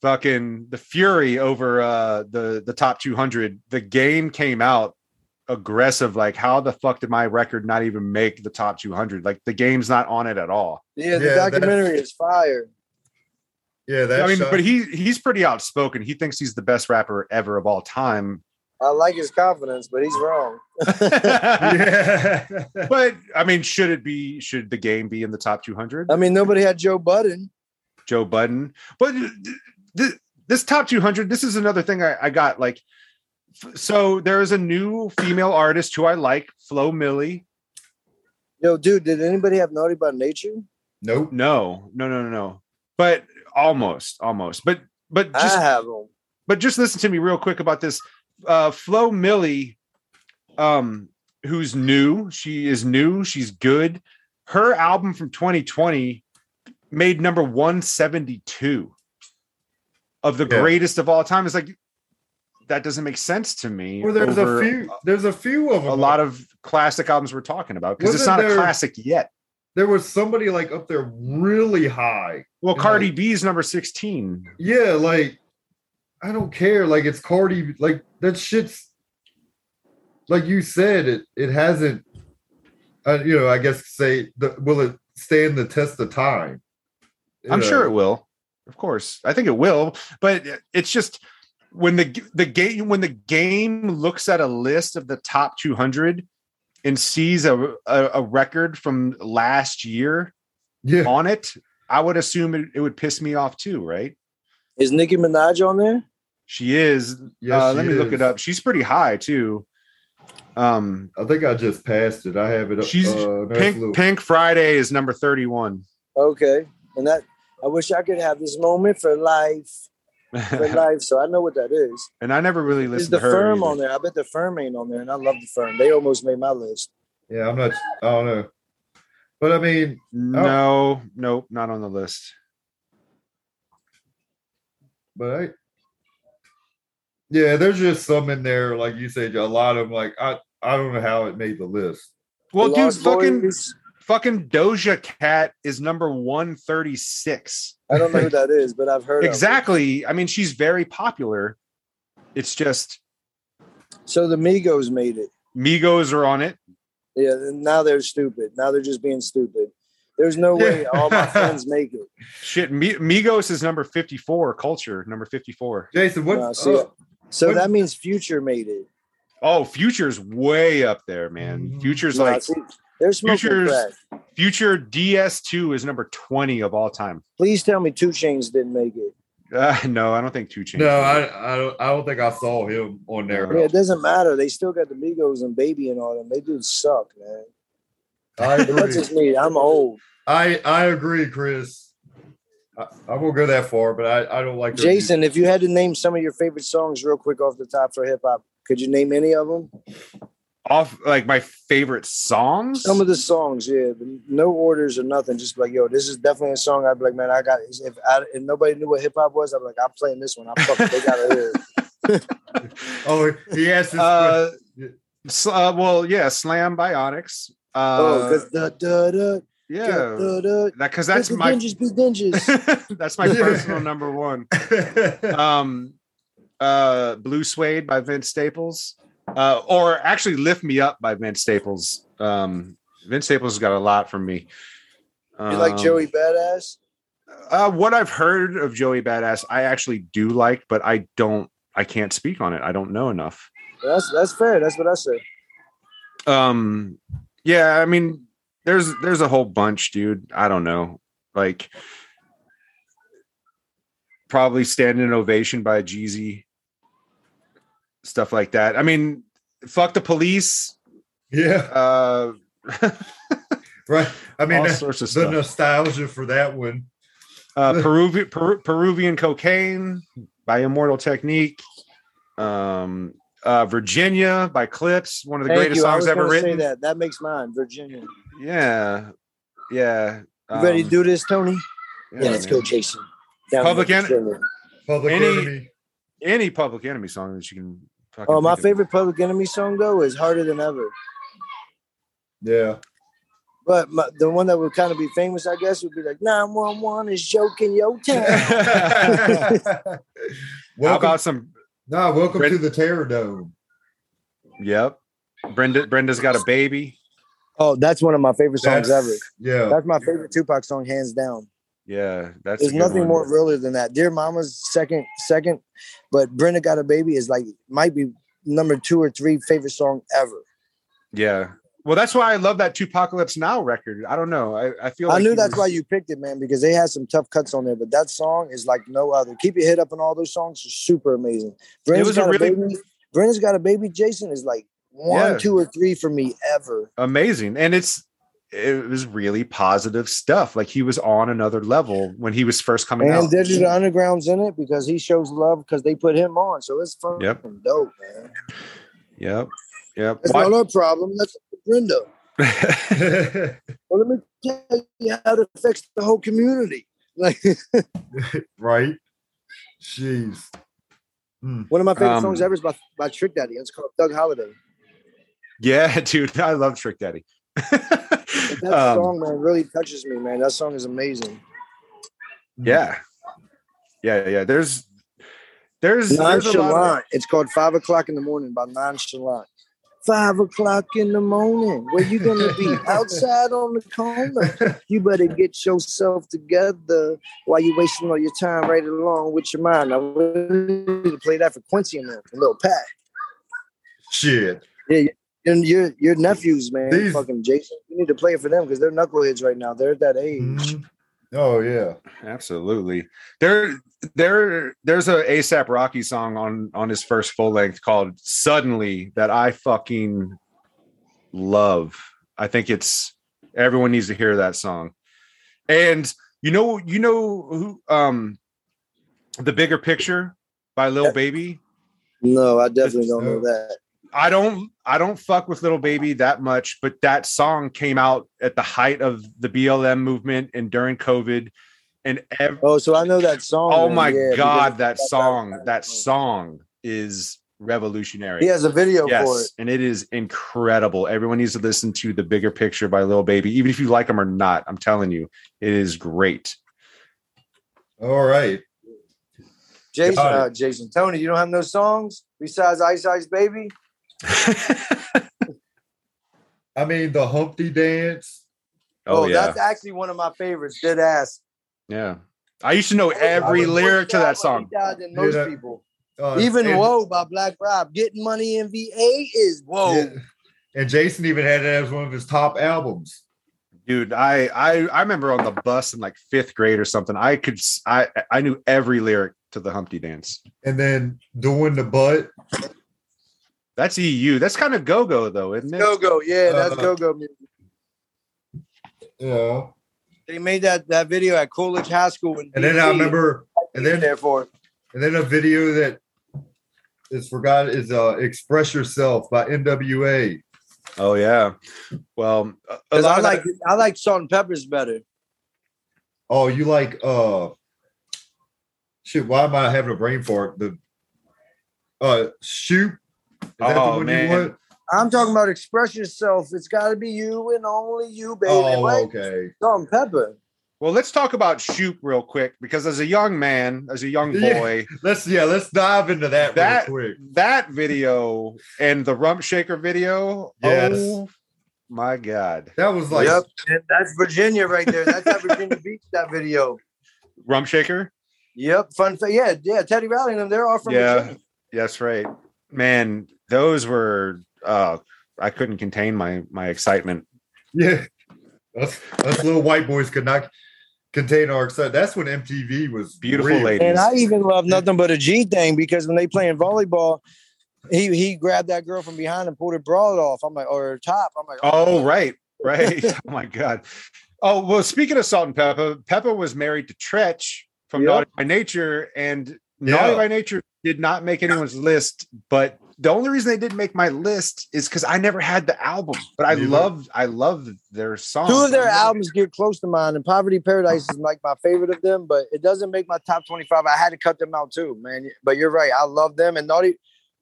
Speaker 5: fucking the fury over uh the the top 200 the game came out aggressive like how the fuck did my record not even make the top 200 like the game's not on it at all
Speaker 7: Yeah, the
Speaker 3: Yeah, that's-
Speaker 7: documentary is fire.
Speaker 3: yeah, that's.
Speaker 5: i mean but he he's pretty outspoken he thinks he's the best rapper ever of all time
Speaker 7: I like his confidence, but he's wrong.
Speaker 3: yeah.
Speaker 5: but i mean should it be should the game be in the top 200
Speaker 7: I mean, nobody had Joe Budden.
Speaker 5: Joe Budden. But th- th- this top 200, this is another thing I, I got. Like, so there is a new female artist who I like, Flo Millie.
Speaker 7: Yo, dude, did anybody have Naughty by Nature?
Speaker 3: Nope.
Speaker 5: No, no, no, no, no. But almost, almost. But but just
Speaker 7: I have them.
Speaker 5: but just listen to me real quick about this. Uh, Flo Millie, um, who's new, she is new, she's good. Her album from 2020 made number 172 of the
Speaker 3: Yeah.
Speaker 5: greatest of all time. It's like that doesn't make sense to me.
Speaker 3: Well, there's a
Speaker 5: over
Speaker 3: few. There's a few of them.
Speaker 5: a lot of classic albums we're talking about because it's
Speaker 3: Wasn't
Speaker 5: not a
Speaker 3: there-
Speaker 5: classic yet.
Speaker 3: There was somebody like up there really high.
Speaker 5: Well,
Speaker 3: Yeah.
Speaker 5: Cardi B's number 16.
Speaker 3: Yeah, like I don't care. Like it's Cardi. Like that shit's. Like you said, it it hasn't. Uh, you know, I guess say the, will it stand the test of time? You
Speaker 5: I'm
Speaker 3: know?
Speaker 5: sure it will. Of course. I think it will, but it's just when the the game when the game looks at a list of the top 200 and sees a a, a record from last year
Speaker 3: Yeah.
Speaker 5: on it, I would assume it, it would piss me off too, right?
Speaker 7: Is Nicki Minaj on there?
Speaker 5: She is.
Speaker 3: Yes,
Speaker 5: uh, let
Speaker 3: she
Speaker 5: me look
Speaker 3: is.
Speaker 5: it up. She's pretty high too. Um,
Speaker 3: I think I just passed it. I have it. up-
Speaker 5: She's
Speaker 3: uh, nice
Speaker 5: Pink
Speaker 3: little-
Speaker 5: Pink Friday is number 31.
Speaker 7: Okay, and that I wish I could have this moment for life, for life. So I know what that is.
Speaker 5: and I never really
Speaker 7: Is
Speaker 5: listened
Speaker 7: the
Speaker 5: to her.
Speaker 7: firm
Speaker 5: either.
Speaker 7: on there? I bet the firm ain't on there, and I love the firm. They almost made my list.
Speaker 3: Yeah, I'm not. I don't know. But I mean,
Speaker 5: No, nope, not on the list.
Speaker 3: but I. Yeah, there's just some in there, like you said, a lot of them. Like I, I don't know how it made the list.
Speaker 5: Well,
Speaker 7: The
Speaker 5: dude,
Speaker 7: Lost
Speaker 5: fucking
Speaker 7: Boys,
Speaker 5: fucking Doja Cat is number one thirty six.
Speaker 7: I don't know who that is, but I've heard of it.
Speaker 5: Exactly. I mean, she's very popular. It's just
Speaker 7: So the Migos made it.
Speaker 5: Migos are on it.
Speaker 7: Yeah, and now they're stupid. Now they're just being stupid. There's no way
Speaker 3: Yeah.
Speaker 7: all my friends make it.
Speaker 5: Shit, Mi- Migos is number fifty four. Culture number fifty four.
Speaker 3: Jason, what?
Speaker 7: Nah, see,
Speaker 3: oh,
Speaker 7: So
Speaker 3: What-
Speaker 7: that means Future made it.
Speaker 5: Oh, Future's way up there, man. Future's
Speaker 7: Nah,
Speaker 5: like
Speaker 7: Mm-hmm. see, they're smoking
Speaker 5: Future's-
Speaker 7: crack.
Speaker 5: Future DS two is number twenty of all time.
Speaker 7: Please tell me Two Chains didn't make it.
Speaker 5: Uh, no, I don't think Two Chainz.
Speaker 3: no, I, I don't. I don't think I saw him on there.
Speaker 7: Yeah, it doesn't matter. They still got the Migos and Baby and all them. They do suck, man.
Speaker 3: I
Speaker 7: But That's
Speaker 3: agree.
Speaker 7: just me. I'm old.
Speaker 3: I, I agree, Chris. I, I won't go that far, but I, I don't like their music.
Speaker 7: Jason, if you had to name some of your favorite songs real quick off the top for hip hop, could you name any of them?
Speaker 5: off like my favorite songs.
Speaker 7: Some of the songs, yeah, no orders or nothing. Just like, yo, this is definitely a song. I'd be like, man, I got. If I, if nobody knew what hip hop was, I'm like, I'm playing this one. I'm fucking. They gotta hear. it.
Speaker 3: Oh, he asked this
Speaker 5: uh,
Speaker 3: Yeah.
Speaker 5: sl- uh, well, yeah, Slam Bionics. Uh,
Speaker 7: oh, because da da da
Speaker 5: yeah,
Speaker 7: da da da.
Speaker 5: that because
Speaker 7: That's
Speaker 5: that's
Speaker 7: the
Speaker 5: my
Speaker 7: dinges be dinges.
Speaker 5: that's my
Speaker 3: Yeah.
Speaker 5: personal number one.
Speaker 3: question.
Speaker 5: Um, uh, Blue Suede by Vince Staples, uh, or actually Lift Me Up by Vince Staples. Um, Vince Staples has got a lot from me.
Speaker 7: you like
Speaker 5: Um,
Speaker 7: Joey Badass?
Speaker 5: Uh, what I've heard of Joey Badass, I actually do like, but I don't. I can't speak on it. I don't know enough.
Speaker 7: That's that's fair. That's what I said.
Speaker 5: um yeah i mean there's there's a whole bunch dude i don't know like probably standing ovation by jeezy stuff like that i mean fuck the police
Speaker 3: yeah,
Speaker 5: uh
Speaker 3: right. I mean,
Speaker 5: all
Speaker 3: the,
Speaker 5: sorts of
Speaker 3: the
Speaker 5: stuff
Speaker 3: nostalgia for that one.
Speaker 5: uh peruvian Peru- peruvian cocaine by immortal technique um uh virginia by clips one of the
Speaker 7: Thank
Speaker 5: greatest
Speaker 7: you. I
Speaker 5: songs
Speaker 7: was
Speaker 5: ever
Speaker 7: gonna
Speaker 5: written
Speaker 7: Say that that makes mine Virginia. You
Speaker 5: yeah yeah
Speaker 7: ready to
Speaker 5: Um,
Speaker 7: do this, Tony?
Speaker 5: yeah,
Speaker 7: Yeah, let's
Speaker 5: man.
Speaker 7: go, Jason. Down
Speaker 5: Public
Speaker 7: to
Speaker 5: en-
Speaker 7: Virginia.
Speaker 3: Public
Speaker 5: Any-
Speaker 3: Enemy.
Speaker 5: any Public Enemy song that you can. fucking
Speaker 7: Oh, my
Speaker 5: think of.
Speaker 7: favorite Public Enemy song though is "Harder Than Ever."
Speaker 3: Yeah.
Speaker 7: But my, the one that would kind of be famous, I guess, would be like "911 is joking your town."
Speaker 3: welcome,
Speaker 5: How about some?
Speaker 3: nah, welcome
Speaker 5: Brent-
Speaker 3: to the Terror Dome.
Speaker 5: Yep, Brenda. Brenda's got a baby.
Speaker 7: oh, that's one of my favorite songs
Speaker 3: That's-
Speaker 7: ever.
Speaker 3: Yeah.
Speaker 7: That's my favorite Tupac song, hands down.
Speaker 5: Yeah, that's. a
Speaker 7: There's
Speaker 5: good
Speaker 7: nothing
Speaker 5: one.
Speaker 7: more realer than that. Dear Mama's second, second, but Brenda Got a Baby is like might be number two or three favorite song ever.
Speaker 5: Yeah. Well, that's why I love that Tupacalypse Now record. I don't know. I, I feel.
Speaker 7: I
Speaker 5: like
Speaker 7: knew
Speaker 5: he
Speaker 7: that's
Speaker 5: was-
Speaker 7: why you picked it, man, because they had some tough cuts on there, but that song is like no other. Keep your head up and all those songs are super amazing. Brenda
Speaker 5: was a
Speaker 7: Got a
Speaker 5: really-
Speaker 7: Baby. Brennan's got a baby. Jason is like one,
Speaker 5: Yeah.
Speaker 7: two, or three for me ever.
Speaker 5: amazing and it's it was really positive stuff like he was on another level when he was first coming
Speaker 7: And
Speaker 5: out
Speaker 7: Digital Underground's in it because he shows love because they put him on. So it's fucking
Speaker 5: Yep.
Speaker 7: dope, man.
Speaker 5: yep yep
Speaker 7: That's
Speaker 5: Why-
Speaker 7: not our problem. That's Brenda. Well, let me tell you how it affects the whole community. Like
Speaker 3: right? Jeez.
Speaker 7: one of my favorite
Speaker 5: Um,
Speaker 7: songs ever is by, by Trick Daddy. It's called Doug Holiday.
Speaker 5: yeah dude i love trick daddy
Speaker 7: That
Speaker 5: Um,
Speaker 7: song, man, really touches me, man. That song is amazing.
Speaker 3: Mm-hmm.
Speaker 5: yeah yeah yeah there's there's, there's a lot of-
Speaker 7: Nonchalant. It's called Five O'clock in the Morning by Nonchalant. Five o'clock in the morning. Where you gonna be? Outside on the corner. You better get yourself together while you wasting all your time right along with your mind. I really need to play that for Quincy and them, for Lil Pat.
Speaker 3: Shit.
Speaker 7: And your your nephews, man,
Speaker 3: These-
Speaker 7: fucking Jason. You need to play it for them because they're knuckleheads right now. They're at that age.
Speaker 5: Mm-hmm.
Speaker 3: Mhm. Oh yeah.
Speaker 5: absolutely there there there's a asap rocky song on on his first full length called suddenly that i fucking love i think it's everyone needs to hear that song and you know you know who um the bigger picture by lil baby
Speaker 7: No, I definitely don't know
Speaker 3: It's-
Speaker 7: that.
Speaker 5: I don't I don't fuck with Little Baby that much, but that song came out at the height of the BLM movement and during COVID. And ev-
Speaker 7: Oh, so I know that song.
Speaker 5: oh
Speaker 7: then,
Speaker 5: my
Speaker 7: yeah, because
Speaker 5: god,
Speaker 7: it's
Speaker 5: that
Speaker 7: about
Speaker 5: song,
Speaker 7: time.
Speaker 5: that song is revolutionary.
Speaker 7: He has a video for it.
Speaker 5: Yes, and it is incredible. Everyone needs to listen to The Bigger Picture by Lil Baby, even if you like them or not. I'm telling you, it is great.
Speaker 3: All right.
Speaker 7: Jason,
Speaker 3: Got it.
Speaker 7: uh, Jason, Tony, you don't have no songs besides Ice Ice Baby.
Speaker 5: Oh,
Speaker 3: I mean the Humpty dance.
Speaker 5: oh, yeah.
Speaker 7: that's actually one of my favorites. Dead ass.
Speaker 5: yeah. I used to know
Speaker 7: I
Speaker 5: Oh, every
Speaker 7: was
Speaker 5: lyric to
Speaker 7: more
Speaker 5: that
Speaker 7: proud
Speaker 5: song.
Speaker 7: when he died than
Speaker 3: Yeah,
Speaker 7: most
Speaker 3: that-
Speaker 7: people.
Speaker 3: Uh,
Speaker 7: Even
Speaker 3: and-
Speaker 7: "Whoa" by Black Rob. Getting money in VA is whoa.
Speaker 3: yeah. And Jason even had it as one of his top albums.
Speaker 5: Dude, I, I I remember on the bus in like fifth grade or something. I could s- I I knew every lyric to the Humpty Dance.
Speaker 3: And then doing the butt.
Speaker 5: That's EU. That's kind of go go though, isn't it?
Speaker 7: Go go, yeah, that's
Speaker 3: Uh,
Speaker 7: go go music.
Speaker 3: Yeah.
Speaker 7: They made that that video at Coolidge High School, in
Speaker 3: And then I
Speaker 7: DC.
Speaker 3: remember and then
Speaker 7: there for it.
Speaker 3: and then a video that is forgot is uh Express Yourself by NWA.
Speaker 5: Oh yeah. Well, a- a
Speaker 7: 'Cause
Speaker 5: lot
Speaker 7: I
Speaker 5: of
Speaker 7: like
Speaker 5: that-
Speaker 7: I like Salt and Peppers better.
Speaker 3: Oh, you like uh shit, why am I having a brain fart? The uh shoot. Is that
Speaker 5: Oh,
Speaker 3: the one
Speaker 5: man.
Speaker 3: you want?
Speaker 7: I'm talking about express yourself. It's got to be you and only you, baby.
Speaker 3: Oh,
Speaker 7: Right?
Speaker 3: okay.
Speaker 7: Salt and Pepper.
Speaker 5: well, let's talk about Shoop real quick because as a young man, as a young
Speaker 3: Yeah.
Speaker 5: boy,
Speaker 3: Let's yeah, let's dive into that,
Speaker 5: That-
Speaker 3: real quick.
Speaker 5: that video and the Rump Shaker video.
Speaker 3: Yes.
Speaker 5: Oh my god.
Speaker 3: That was like
Speaker 7: yep, and that's Virginia right there. That's how Virginia Beach. That video.
Speaker 5: Rump Shaker?
Speaker 7: Yep, fun fact. Yeah, yeah. Teddy Riley and them. They're all from
Speaker 5: Yeah.
Speaker 7: Virginia.
Speaker 5: That's right. Man, those were uh I couldn't contain my my excitement.
Speaker 3: yeah. Us, us little white boys could not contain our excitement. That's when MTV was
Speaker 5: Beautiful
Speaker 3: real.
Speaker 5: ladies.
Speaker 7: And I even love nothing but a G thing because when they playing volleyball, he he grabbed that girl from behind and pulled her bra off. I'm like, or her top. I'm like,
Speaker 5: Oh, right, right. oh my God. Oh well, speaking of Salt and Pepper, Peppa was married to Tretch from
Speaker 7: Yep.
Speaker 5: Naughty by Nature, and
Speaker 3: Yeah.
Speaker 5: Naughty by Nature did not make anyone's list. But the only reason they didn't make my list is because I never had the album, but I
Speaker 3: Neither.
Speaker 5: loved, I loved their songs.
Speaker 7: Two of their
Speaker 5: I never-
Speaker 7: albums get close to mine, and Poverty Paradise is like my favorite of them, but it doesn't make my top 25. I had to cut them out too, man. But you're right. I love them. And Naughty,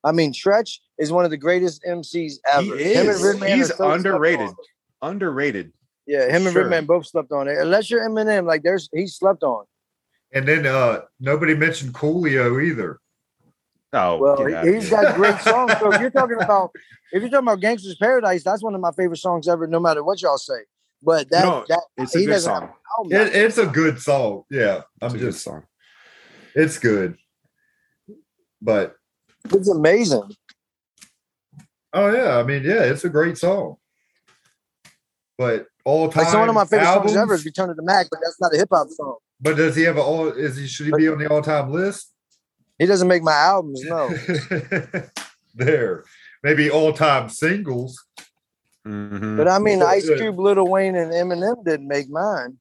Speaker 7: I mean, Tretch is one of the greatest MCs ever.
Speaker 5: He
Speaker 7: Him and
Speaker 5: is.
Speaker 7: Redman are
Speaker 5: He's
Speaker 7: so slept on.
Speaker 5: underrated. Underrated.
Speaker 7: Yeah, him and
Speaker 5: Sure.
Speaker 7: Redman both slept on it. Unless you're Eminem, like there's he slept on.
Speaker 3: And then uh nobody mentioned Coolio either.
Speaker 5: Oh,
Speaker 7: Well,
Speaker 5: get
Speaker 7: he-
Speaker 5: outta
Speaker 7: he's
Speaker 5: here.
Speaker 7: got great songs. So if you're talking about if you're talking about Gangster's Paradise, that's one of my favorite songs ever, no matter what y'all say. But that,
Speaker 5: No,
Speaker 7: that
Speaker 5: it's a
Speaker 7: he
Speaker 5: good
Speaker 7: doesn't have
Speaker 5: song.
Speaker 7: album.
Speaker 3: It, it's a good song. Yeah.
Speaker 5: It's
Speaker 3: I'm
Speaker 5: a good
Speaker 3: just
Speaker 5: song.
Speaker 3: it's good. But
Speaker 7: it's amazing.
Speaker 3: oh yeah, I mean, yeah, it's a great song. But all time
Speaker 7: Like so one of my favorite
Speaker 3: albums,
Speaker 7: songs ever is Return of the Mac, but that's not a hip hop song.
Speaker 3: But does he have an all is he should he be on the all time list?
Speaker 7: He doesn't make my albums, no.
Speaker 3: there. Maybe all time singles.
Speaker 5: Mhm.
Speaker 7: But uh, I mean,
Speaker 3: Yeah,
Speaker 7: Ice
Speaker 3: yeah.
Speaker 7: Cube, Little Wayne, and Eminem didn't make mine.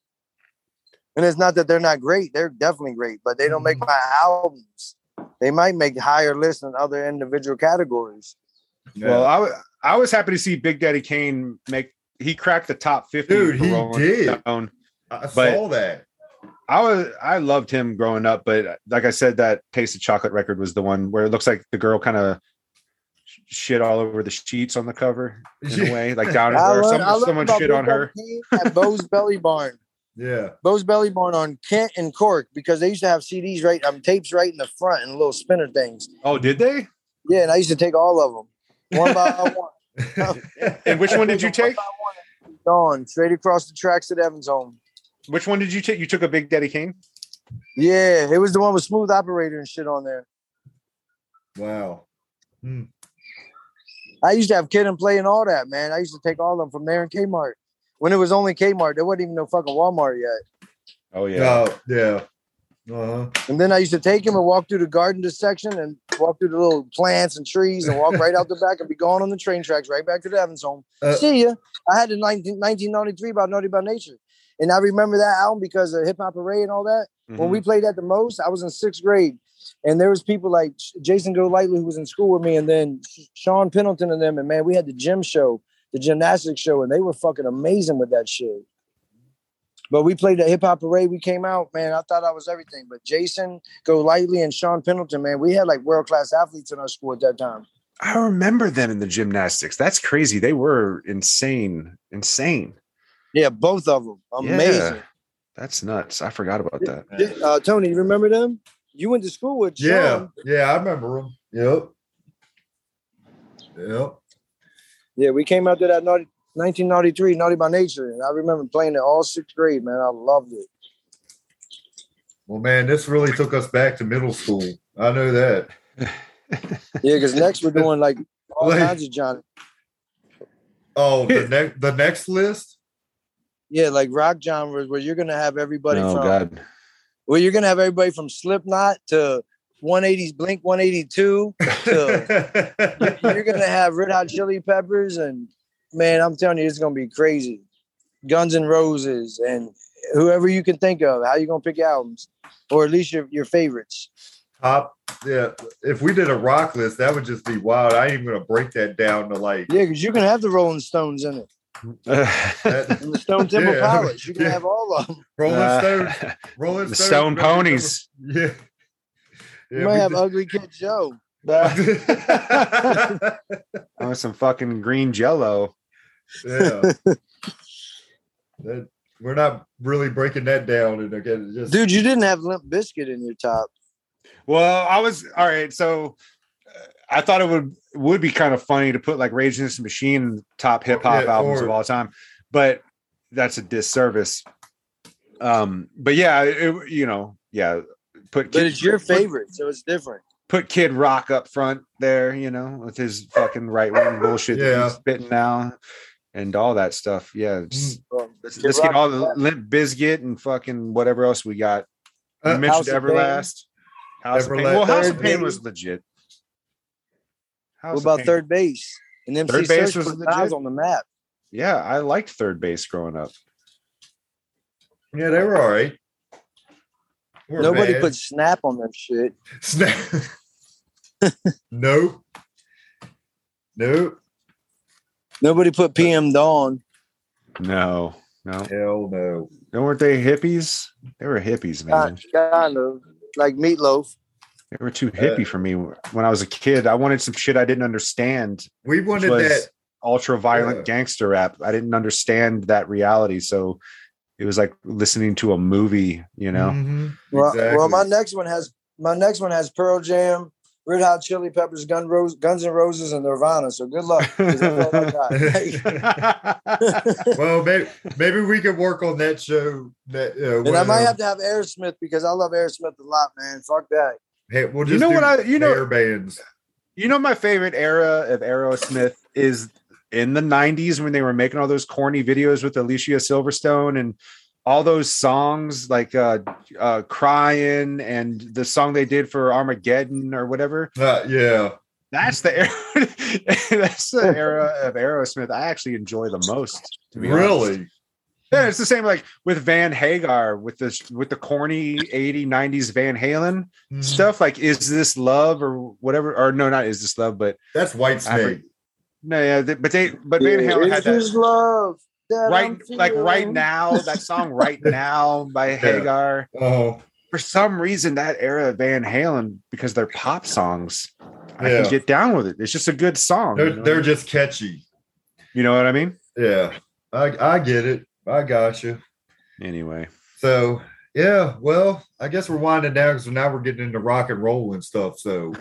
Speaker 7: And it's not that they're not great; they're definitely great, but they don't make
Speaker 5: Mm-hmm.
Speaker 7: my albums. They might make higher lists in other individual categories.
Speaker 5: Well, I, wa- I was happy to see Big Daddy Kane make he cracked the top fifty.
Speaker 3: Dude,
Speaker 5: for
Speaker 3: he
Speaker 5: Rolling
Speaker 3: did.
Speaker 5: Stone.
Speaker 3: I
Speaker 5: But-
Speaker 3: saw that.
Speaker 5: I was I loved him growing up, but uh, like I said, that Taste of Chocolate record was the one where it looks like the girl kind of shit all over the sheets on the cover in a way, like down
Speaker 7: I
Speaker 5: or
Speaker 7: learned-
Speaker 5: some,
Speaker 7: I learned
Speaker 5: someone
Speaker 7: about
Speaker 5: shit on
Speaker 7: Big Daddy
Speaker 5: her.
Speaker 7: Kane at Bo's Belly Barn.
Speaker 3: Yeah.
Speaker 7: Bo's Belly Barn on Kent and Cork because they used to have CDs right, um, tapes right in the front and little spinner things.
Speaker 5: Oh, did they?
Speaker 7: Yeah, and I used to take all of them one by one.
Speaker 5: And which one did you take?
Speaker 7: Gone straight across the tracks at Evans home.
Speaker 5: Which one did you take? You took a Big Daddy Kane.
Speaker 7: Yeah, it was the one with Smooth Operator and shit on there.
Speaker 3: wow.
Speaker 7: I used to have Kid and Play and all that, man. I used to take all of them from there in Kmart. When it was only Kmart, there wasn't even no fucking Walmart yet.
Speaker 5: Oh yeah.
Speaker 3: No, yeah. Uh-huh.
Speaker 7: And then I used to take them and walk through the garden section and walk through the little plants and trees and walk right out the back and be gone on the train tracks right back to the Evans home.
Speaker 3: Uh,
Speaker 7: See ya. I had the 19, 1993 about Naughty by Nature. And I remember that album because of Hip Hop Array and all that.
Speaker 5: Mm-hmm.
Speaker 7: when we played at the most i was in sixth grade and there was people like Sh- jason golightly who was in school with me and then Sh- sean pendleton and them and man we had the gym show the gymnastics show and they were fucking amazing with that shit but we played at hip hop parade we came out man i thought i was everything but jason golightly and sean pendleton man we had like world class athletes in our school at that time
Speaker 5: I remember them in the gymnastics. That's crazy. They were insane, insane.
Speaker 7: yeah both of them amazing
Speaker 5: Yeah. That's nuts. I forgot about that.
Speaker 7: Di- uh, tony you remember them you went to school with sean.
Speaker 3: Yeah. Yeah. I remember him. Yep. Yep.
Speaker 7: Yeah, we came out to that naughty, 1993 Naughty by Nature, and I remember playing it all sixth grade, man. I loved it.
Speaker 3: Well, man, this really took us back to middle school. I know that.
Speaker 7: Yeah, because next we're doing like all
Speaker 3: Like-
Speaker 7: kinds of Johnny.
Speaker 3: Oh, the next the next list.
Speaker 7: Yeah, like rock genres where you're gonna have everybody
Speaker 5: oh
Speaker 7: from.
Speaker 5: God.
Speaker 7: Well, you're gonna have everybody from Slipknot to 180s Blink 182. To, you're gonna have Red Hot Chili Peppers, and man, I'm telling you, it's gonna be crazy. Guns and Roses, and whoever you can think of. How you gonna pick your albums, or at least your, your favorites?
Speaker 3: Top. Yeah. If we did a rock list, that would just be wild. I ain't gonna break that down to like
Speaker 7: Yeah, because you can have the Rolling Stones in it.
Speaker 3: that.
Speaker 7: And the Stone Temple
Speaker 3: Yeah, I mean,
Speaker 7: Pilots. You can
Speaker 3: yeah.
Speaker 7: have all of them.
Speaker 3: Rolling
Speaker 5: Uh,
Speaker 3: Stones. Rolling
Speaker 5: the
Speaker 3: Stones,
Speaker 5: Stone
Speaker 3: Rolling Stones.
Speaker 5: Ponies.
Speaker 3: Yeah.
Speaker 7: You
Speaker 3: Yeah,
Speaker 7: might
Speaker 3: we
Speaker 7: have
Speaker 3: did-
Speaker 7: Ugly Kid Joe.
Speaker 5: I want some fucking green jello.
Speaker 3: yeah. That, we're not really breaking that down, and again, it's just
Speaker 7: Dude, you didn't have Limp Biscuit in your top.
Speaker 5: Well, I was all right. So uh, I thought it would would be kind of funny to put like Rage Against the Machine top hip hop
Speaker 3: Yeah,
Speaker 5: albums
Speaker 3: or-
Speaker 5: of all time, but that's a disservice. Um, but yeah, it, you know, yeah, put
Speaker 7: But
Speaker 5: Kid,
Speaker 7: it's your favorite, so it's different.
Speaker 5: put Kid Rock up front there, you know, with his fucking right wing bullshit that
Speaker 3: Yeah.
Speaker 5: he's spitting now and all that stuff. Yeah, just-
Speaker 7: Well,
Speaker 5: Let's,
Speaker 7: Kid
Speaker 5: let's get
Speaker 7: Rock
Speaker 5: all
Speaker 7: is
Speaker 5: the
Speaker 7: that.
Speaker 5: Limp Bizkit and fucking whatever else we got. You
Speaker 3: Uh,
Speaker 5: mentioned
Speaker 7: House of Pain.
Speaker 5: Everlast. House of Pain.
Speaker 3: Everlast.
Speaker 5: Well, House of
Speaker 7: Third
Speaker 5: Pain
Speaker 7: Base.
Speaker 5: was legit. House
Speaker 7: What
Speaker 5: of
Speaker 7: about
Speaker 5: Pain-
Speaker 7: third base? And MC
Speaker 5: Third
Speaker 7: third
Speaker 5: base
Speaker 7: base
Speaker 5: was legit.
Speaker 7: eyes on the map.
Speaker 5: Yeah, I liked third base growing up.
Speaker 3: yeah, they were all right. We're
Speaker 7: Nobody
Speaker 3: bad.
Speaker 7: put Snap on their shit.
Speaker 3: Snap. nope. Nope.
Speaker 7: Nobody put PM Dawn.
Speaker 5: No, no.
Speaker 3: Hell no.
Speaker 5: No, weren't they hippies? They were hippies, man.
Speaker 7: Kind kind of like Meatloaf.
Speaker 5: They were
Speaker 7: Uh,
Speaker 5: too hippie for me when I was a kid. I wanted some shit I didn't understand.
Speaker 3: We
Speaker 5: which
Speaker 3: wanted
Speaker 5: was
Speaker 3: that.
Speaker 5: ultra violent
Speaker 3: Yeah.
Speaker 5: gangster rap. I didn't understand that reality. So it was like listening to a movie, you know?
Speaker 3: Mhm.
Speaker 7: Well, well,
Speaker 3: Exactly.
Speaker 7: my next one has my next one has Pearl Jam, Red Hot Chili Peppers, Gun Rose, Guns and Roses, and Nirvana. So good luck. 'cause that's all I got.
Speaker 3: well, maybe maybe we could work on that show. That uh,
Speaker 7: And I
Speaker 3: one
Speaker 7: might
Speaker 5: um,
Speaker 3: of
Speaker 7: have to have Aerosmith because I love Aerosmith a lot, man. Fuck that.
Speaker 3: Hey, we'll
Speaker 5: You
Speaker 3: just
Speaker 5: know
Speaker 3: do
Speaker 5: what I- you know-
Speaker 3: hair bands.
Speaker 5: you know, my favorite era of Aerosmith is in the 90s when they were making all those corny videos with Alicia Silverstone and all those songs like uh, uh, Crying and the song they did for Armageddon or whatever.
Speaker 3: Uh, yeah,
Speaker 5: That's the era. that's the era of Aerosmith I actually enjoy the most. To be honest.
Speaker 3: Really?
Speaker 5: Yeah, it's the same like with Van Hagar with this with the corny 80 90s Van Halen stuff like is this love or whatever or no not is this love but
Speaker 3: That's White Snake.
Speaker 5: no yeah th- but they but Van Halen had
Speaker 7: It's
Speaker 5: that
Speaker 7: just love. that
Speaker 5: right
Speaker 7: I'm
Speaker 5: like right
Speaker 7: feeling.
Speaker 5: now that song right now by Hagar
Speaker 3: Oh,
Speaker 5: for some reason that era of Van Halen because they're pop songs I
Speaker 3: Yeah.
Speaker 5: can get down with it it's just a good song you
Speaker 3: they're
Speaker 5: know?
Speaker 3: they're just catchy.
Speaker 5: you know what I mean
Speaker 3: Yeah, I I get it. I got you.
Speaker 5: anyway
Speaker 3: So yeah, well, I guess we're winding down because now we're getting into rock and roll and stuff. So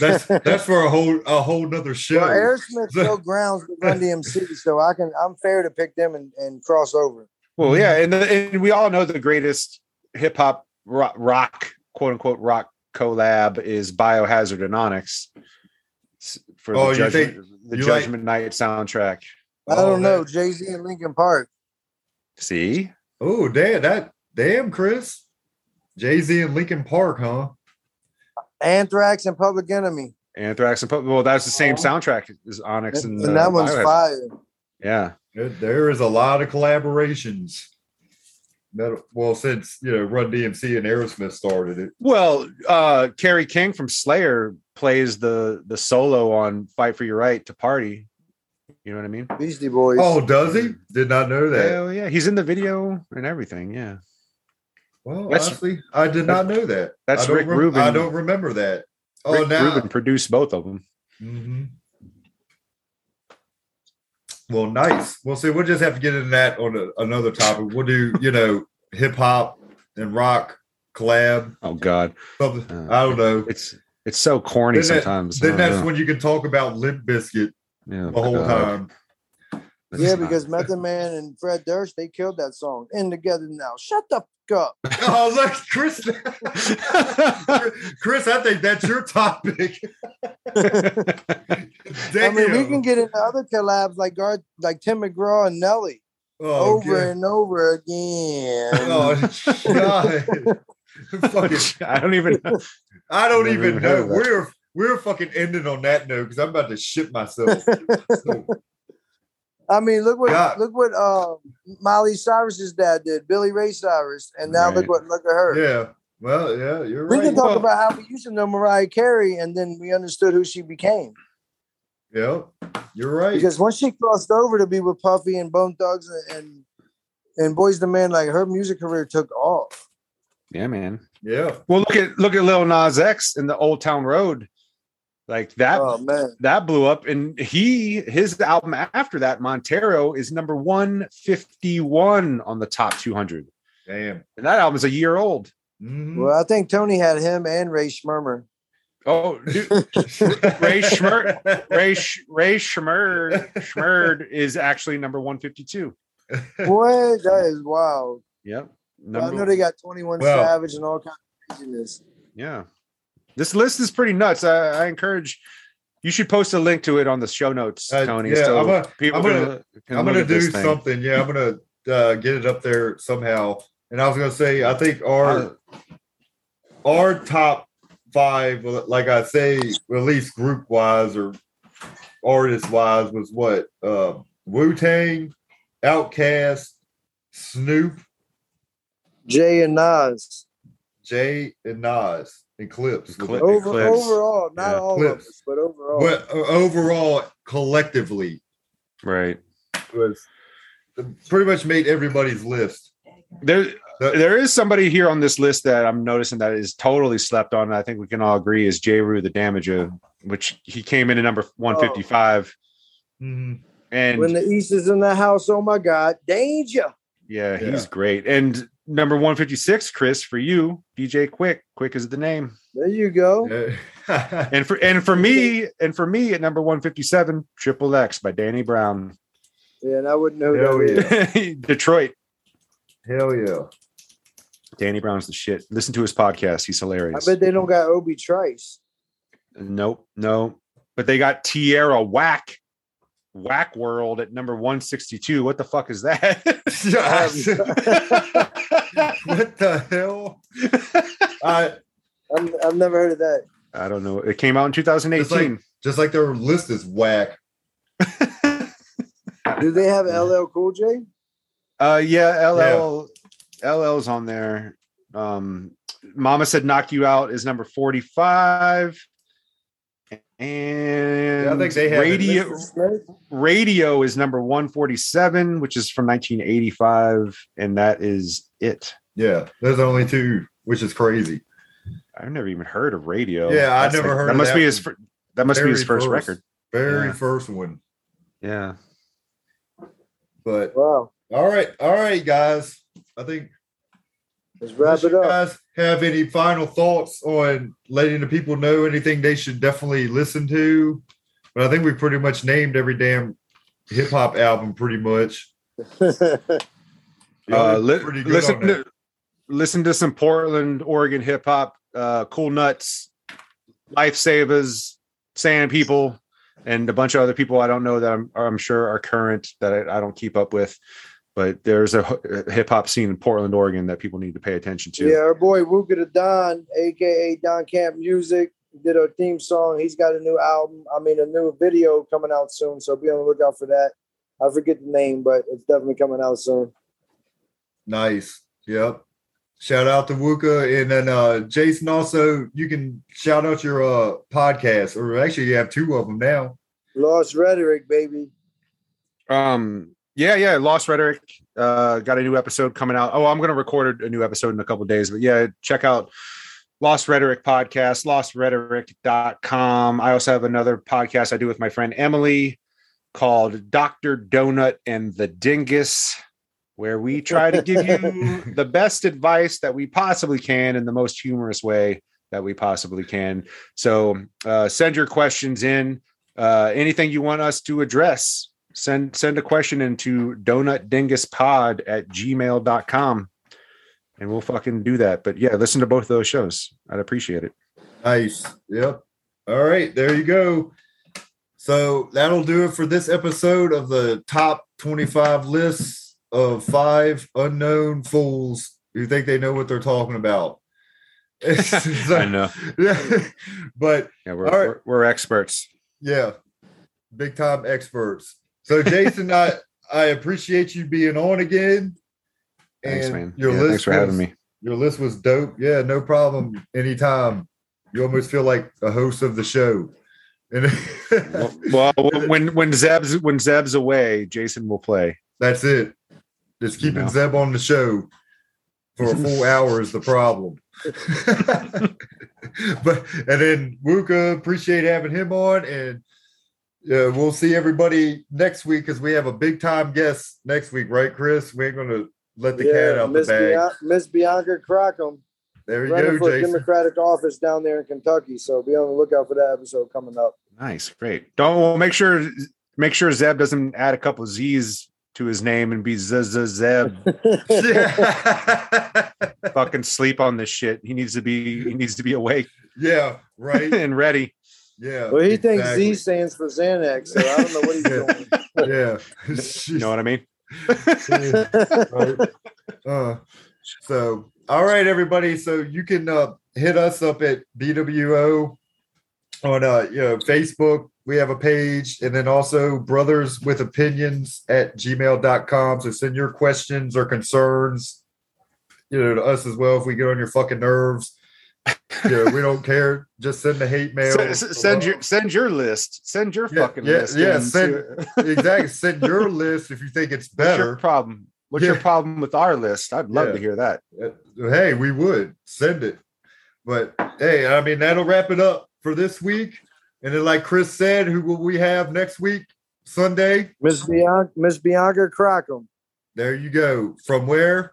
Speaker 3: that's that's for a whole a whole nother show.
Speaker 7: Well, Aerosmith still grounds with Run DMC, so I can I'm fair to pick them and, and cross over.
Speaker 5: Well, yeah, and and we all know the greatest hip hop rock, rock quote unquote rock collab is Biohazard and Onyx s- for
Speaker 3: Oh,
Speaker 5: the
Speaker 3: you
Speaker 5: Judgment, the
Speaker 3: you like-
Speaker 5: Judgment Night soundtrack.
Speaker 7: I
Speaker 3: Oh,
Speaker 7: don't know
Speaker 3: that-
Speaker 7: Jay Z and Lincoln Park.
Speaker 5: See,
Speaker 3: Oh damn that damn Chris, Jay Z and Lincoln Park, huh?
Speaker 7: Anthrax and Public Enemy.
Speaker 5: Anthrax and Pu- well, that's the same
Speaker 6: Oh.
Speaker 5: soundtrack as Onyx
Speaker 7: And,
Speaker 5: and,
Speaker 7: and
Speaker 5: uh,
Speaker 7: that one's
Speaker 5: Biohazard.
Speaker 7: fire.
Speaker 5: Yeah,
Speaker 3: There- There is a lot of collaborations. That well, since you know Run DMC and Aerosmith started it.
Speaker 5: well, uh, Carrie King from Slayer plays the the solo on "Fight for Your Right to Party." You know what I mean?
Speaker 7: Beastie Boys.
Speaker 3: Oh, does he? Did not know that.
Speaker 5: Hell yeah, he's in the video and everything. Yeah.
Speaker 3: Well,
Speaker 5: That's-
Speaker 3: honestly, I did not know that.
Speaker 5: that's
Speaker 3: I don't
Speaker 5: Rick
Speaker 3: rem-
Speaker 5: Rubin.
Speaker 3: I don't remember that. Oh,
Speaker 5: Rick
Speaker 3: now.
Speaker 5: Rubin produced both of them.
Speaker 3: Mhm. Well, nice. Well, see, we'll just have to get into that on a, another topic. We'll do, you know, hip hop and rock collab.
Speaker 5: Oh God,
Speaker 3: Something.
Speaker 5: Uh,
Speaker 3: I don't know.
Speaker 5: it's it's so corny
Speaker 3: Then that-
Speaker 5: sometimes.
Speaker 3: Then
Speaker 5: I
Speaker 3: that's
Speaker 5: don't
Speaker 3: when you can talk about Limp Biscuit
Speaker 5: know. Yeah,
Speaker 3: the whole
Speaker 5: Oh God.
Speaker 3: time.
Speaker 5: That's
Speaker 7: yeah,
Speaker 5: not-
Speaker 7: because Method Man and Fred Durst they killed that song. In together now. Shut the fuck up.
Speaker 3: Oh, look, Chris. Chris, I think that's your topic.
Speaker 7: I mean, we
Speaker 3: Damn.
Speaker 7: can get into other collabs like guard like Tim McGraw and Nelly
Speaker 3: Oh,
Speaker 7: over
Speaker 3: God.
Speaker 7: and over again.
Speaker 3: Oh, God. Fucking
Speaker 5: I don't even. know.
Speaker 3: I don't
Speaker 5: Never
Speaker 3: even
Speaker 5: even heard
Speaker 3: know.
Speaker 5: of that.
Speaker 3: We're we're fucking ending on that note because I'm about to shit myself. So,
Speaker 7: I mean, look what
Speaker 3: Oh, God.
Speaker 7: look what uh, Miley Cyrus's dad did, Billy Ray Cyrus, and now
Speaker 5: Right.
Speaker 7: look what look at her.
Speaker 3: yeah. Well, yeah, you're
Speaker 7: We
Speaker 3: right.
Speaker 7: can talk
Speaker 5: Well-
Speaker 7: about how we used to know Mariah Carey, and then we understood who she became.
Speaker 3: yeah, you're right.
Speaker 7: Because once she crossed over to be with Puffy and Bone Thugs and and, and Boys the Man, like her music career took off.
Speaker 5: Yeah, man.
Speaker 3: yeah.
Speaker 5: Well, look at look at Lil Nas X in the Old Town Road, like that.
Speaker 7: Oh man,
Speaker 5: that blew up, and he his album after that, Montero, is number one fifty one on the top two hundred,
Speaker 3: Damn.
Speaker 5: and that album's a year old.
Speaker 3: Mhm.
Speaker 7: well, I think Tony had him and Ray Schmurmer.
Speaker 5: Oh, dude, Ray Schmert, Ray Sh- Ray Schmerd Schmerd is actually number one fifty two.
Speaker 7: What that is wild.
Speaker 5: Yep.
Speaker 7: Well, I
Speaker 5: Number,
Speaker 7: know they got Twenty One
Speaker 3: Well-
Speaker 7: Savage and all kinds of craziness.
Speaker 5: yeah. This list is pretty nuts. I, I encourage you should post a link to it on the show notes,
Speaker 3: Uh,
Speaker 5: Tony.
Speaker 3: yeah,
Speaker 5: so
Speaker 3: I'm gonna-
Speaker 5: people
Speaker 3: I'm gonna-
Speaker 5: can, can
Speaker 3: I'm
Speaker 5: look
Speaker 3: gonna
Speaker 5: at
Speaker 3: do
Speaker 5: this thing.
Speaker 3: something. Yeah, I'm gonna uh, get it up there somehow. And I was gonna say, I think our our top five, like I say, at least group wise or artist wise, was what uh, Wu Tang, Outcast, Snoop,
Speaker 7: Jay and Nas.
Speaker 3: Jay, and Nas, and Clips.
Speaker 5: Clip-
Speaker 3: Oh,
Speaker 7: Over,
Speaker 5: Clips.
Speaker 7: overall, not
Speaker 5: Yeah.
Speaker 7: all of
Speaker 3: Clips.
Speaker 7: us, but overall.
Speaker 3: But uh, overall, collectively,
Speaker 5: Right.
Speaker 3: was pretty much made everybody's list.
Speaker 5: There
Speaker 3: The-
Speaker 5: there is somebody here on this list that I'm noticing that is totally slept on. and I think we can all agree is J. Rue the Damager, which he came in at
Speaker 3: Oh.
Speaker 5: number 155.
Speaker 3: Mhm.
Speaker 5: And
Speaker 7: when the East is in the house, oh my God, danger.
Speaker 5: Yeah,
Speaker 3: Yeah.
Speaker 5: he's great. And number 156, Chris, for you, DJ Quick. Quick is the name.
Speaker 7: There you go.
Speaker 3: Yeah.
Speaker 5: And for and for me, and for me at number 157, Triple X by Danny Brown.
Speaker 7: Yeah, and I wouldn't know
Speaker 3: Hell
Speaker 7: that.
Speaker 3: yeah.
Speaker 7: either.
Speaker 5: Detroit.
Speaker 3: Hell yeah.
Speaker 5: Danny Brown's the shit. Listen to his podcast. He's
Speaker 7: I
Speaker 5: hilarious.
Speaker 7: bet they don't got Obi Trice.
Speaker 5: Nope, no. But they got Tierra Whack. Whack World at number 162. What the fuck is that?
Speaker 3: what the hell? I
Speaker 7: I'm, I've never heard of that.
Speaker 5: I don't know. It came out in 2018.
Speaker 3: Just like their list is whack.
Speaker 7: Do they have LL Cool J?
Speaker 5: uh, yeah, LL LL's on there. Um, Mama said "Knock You Out" is number 45, and
Speaker 3: Yeah, I think they have it
Speaker 5: radio.
Speaker 7: Snake?
Speaker 5: Radio is number 147, which is from 1985, and that is it.
Speaker 3: Yeah, there's only two, which is crazy.
Speaker 5: I've never even heard of radio.
Speaker 3: Yeah, I never heard
Speaker 5: That
Speaker 3: of
Speaker 5: must
Speaker 3: that
Speaker 5: be his.
Speaker 3: one.
Speaker 5: fir- That must be his
Speaker 3: Very
Speaker 5: first
Speaker 3: first.
Speaker 5: record.
Speaker 3: Very
Speaker 5: Yeah.
Speaker 3: first one.
Speaker 5: Yeah.
Speaker 3: But
Speaker 7: Wow.
Speaker 3: all right, all right, guys. I think
Speaker 7: Let's wrap
Speaker 3: unless
Speaker 7: it
Speaker 3: you
Speaker 7: up.
Speaker 3: guys have any final thoughts on letting the people know anything they should definitely listen to. But I think we pretty much named every damn hip hop album pretty much. Y'all
Speaker 5: Uh,
Speaker 3: did
Speaker 5: li-
Speaker 3: pretty good
Speaker 5: listen,
Speaker 3: on that.
Speaker 5: to, listen to some Portland, Oregon hip hop, uh, Cool Nuts, Lifesavers, Sand People, and a bunch of other people I don't know that I'm, I'm sure are current that I, I don't keep up with. But there's a hip hop scene in Portland, Oregon that people need to pay attention to.
Speaker 7: Yeah, our boy Wuka the Don, aka Don Camp Music, did our theme song. He's got a new album, I mean, a new video coming out soon. So be on the lookout for that. I forget the name, but it's definitely coming out soon.
Speaker 3: Nice. Yep. Shout out to Wuka. And then uh Jason also you can shout out your uh podcast, or actually you have two of them now.
Speaker 7: Lost Rhetoric, baby.
Speaker 5: Um, yeah, yeah. Lost Rhetoric uh, got a new episode coming out. Oh, I'm going to record a new episode in a couple days, but yeah, check out Lost Rhetoric podcast, lostrhetoric.com. I also have another podcast I do with my friend Emily called Dr. Donut and the Dingus, where we try to give you the best advice that we possibly can in the most humorous way that we possibly can. So uh, send your questions in. Uh, anything you want us to address, send send a question into donutdinguspod at gmail.com and we'll fucking do that. But yeah, listen to both of those shows. I'd appreciate it.
Speaker 3: Nice. Yep. All right, there you go. So that'll do it for this episode of the top 25 lists of five unknown fools who think they know what they're talking about.
Speaker 5: I know.
Speaker 3: Yeah. but
Speaker 5: Yeah, we're,
Speaker 3: All right.
Speaker 5: we're, we're experts.
Speaker 3: Yeah. Big time experts. So Jason, I I appreciate you being on again.
Speaker 5: Thanks,
Speaker 3: And
Speaker 5: man.
Speaker 3: Your
Speaker 5: Yeah,
Speaker 3: list
Speaker 5: thanks for
Speaker 3: was,
Speaker 5: having me.
Speaker 3: Your list was dope. Yeah, no problem. Anytime. You almost feel like a host of the show. And
Speaker 5: Well, well, when when Zeb's when Zeb's away, Jason will play.
Speaker 3: that's it. Just keeping
Speaker 5: No.
Speaker 3: Zeb on the show for a full hour is the problem. but and then Wuka, appreciate having him on, and uh, we'll see everybody next week because we have a big time guest next week, right, Chris? We ain't gonna let the cat out
Speaker 7: Miss,
Speaker 3: the bag.
Speaker 7: Bian- Miss Bianca Crockham
Speaker 3: there
Speaker 7: running
Speaker 3: you
Speaker 7: for
Speaker 3: go,
Speaker 7: a
Speaker 3: Jason.
Speaker 7: Democratic office down there in Kentucky. So be on the lookout for that episode coming up.
Speaker 5: Nice, great. Don't well, make sure make sure Zeb doesn't add a couple Z's to his name and be Z Z Zeb.
Speaker 3: yeah.
Speaker 5: Fucking sleep on this shit. He needs to be he needs to be awake
Speaker 3: yeah, right.
Speaker 5: and ready.
Speaker 3: Yeah.
Speaker 7: Well, he thinks
Speaker 3: exactly.
Speaker 7: Z stands for Xanax, so I don't know what he's doing.
Speaker 3: Yeah.
Speaker 5: You know what I mean?
Speaker 3: right? Uh, so, all right, everybody. So you can uh, hit us up at BWO on uh, you know Facebook. We have a page, and then also brothers with opinions at gmail.com. So send your questions or concerns, you know, to us as well. If we get on your fucking nerves, you know, we don't care. Just send the hate mail.
Speaker 5: S- s- send your send your list. Send your
Speaker 3: Yeah,
Speaker 5: fucking
Speaker 3: yeah,
Speaker 5: list.
Speaker 3: yeah,
Speaker 5: in
Speaker 3: send-
Speaker 5: to- What's
Speaker 3: exactly. Send your list if you think it's
Speaker 5: your
Speaker 3: better.
Speaker 5: problem? What's your
Speaker 3: Yeah.
Speaker 5: problem with our list? I'd love
Speaker 3: Yeah.
Speaker 5: to hear that.
Speaker 3: Uh, hey, we would send it. But hey, I mean, that'll wrap it up for this week. And then, like Chris said, who will we have next week? Sunday.
Speaker 7: Miss Bianca, Miss Bianca Crockham
Speaker 3: There you go. From where?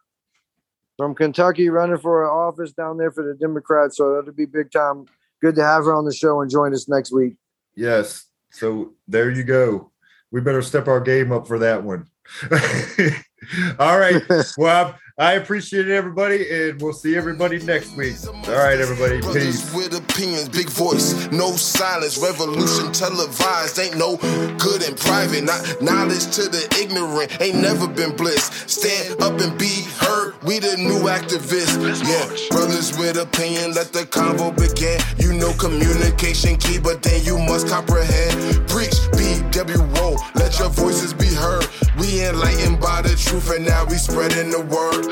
Speaker 7: from Kentucky running for an office down there for the Democrats. So that'll be big time. Good to have her on the show and join us next week.
Speaker 3: Yes. So there you go. We better step our game up for that one. All right. Well, I I appreciate it, everybody, and we'll see everybody next week. All right, everybody. Peace.
Speaker 2: Brothers with opinions, big voice, no silence. Revolution televised, ain't no good in private. Not knowledge to the ignorant, ain't never been blessed. Stand up and be heard. We the new activists. Yeah, brothers with opinion, let the convo begin. You know communication key, but then you must comprehend. Preach, BWO, let your voices be heard. We enlightened by the truth, and now we spreading the word.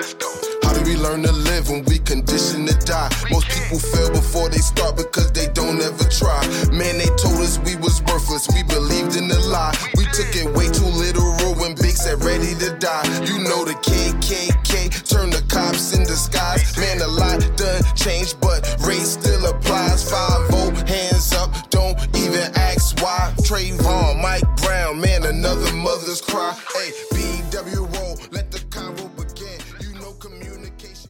Speaker 2: How do we learn to live when we conditioned to die? Most people fail before they start because they don't ever try. Man, they told us we was worthless. We believed in the lie. We took it way too literal when Big said ready to die. You know the KKK turned the cops in disguise. Man, a lot done changed, but race still applies. Five vote hands up. Don't even ask why. Trayvon, Mike Brown, man, another mother's cry. Hey, BW.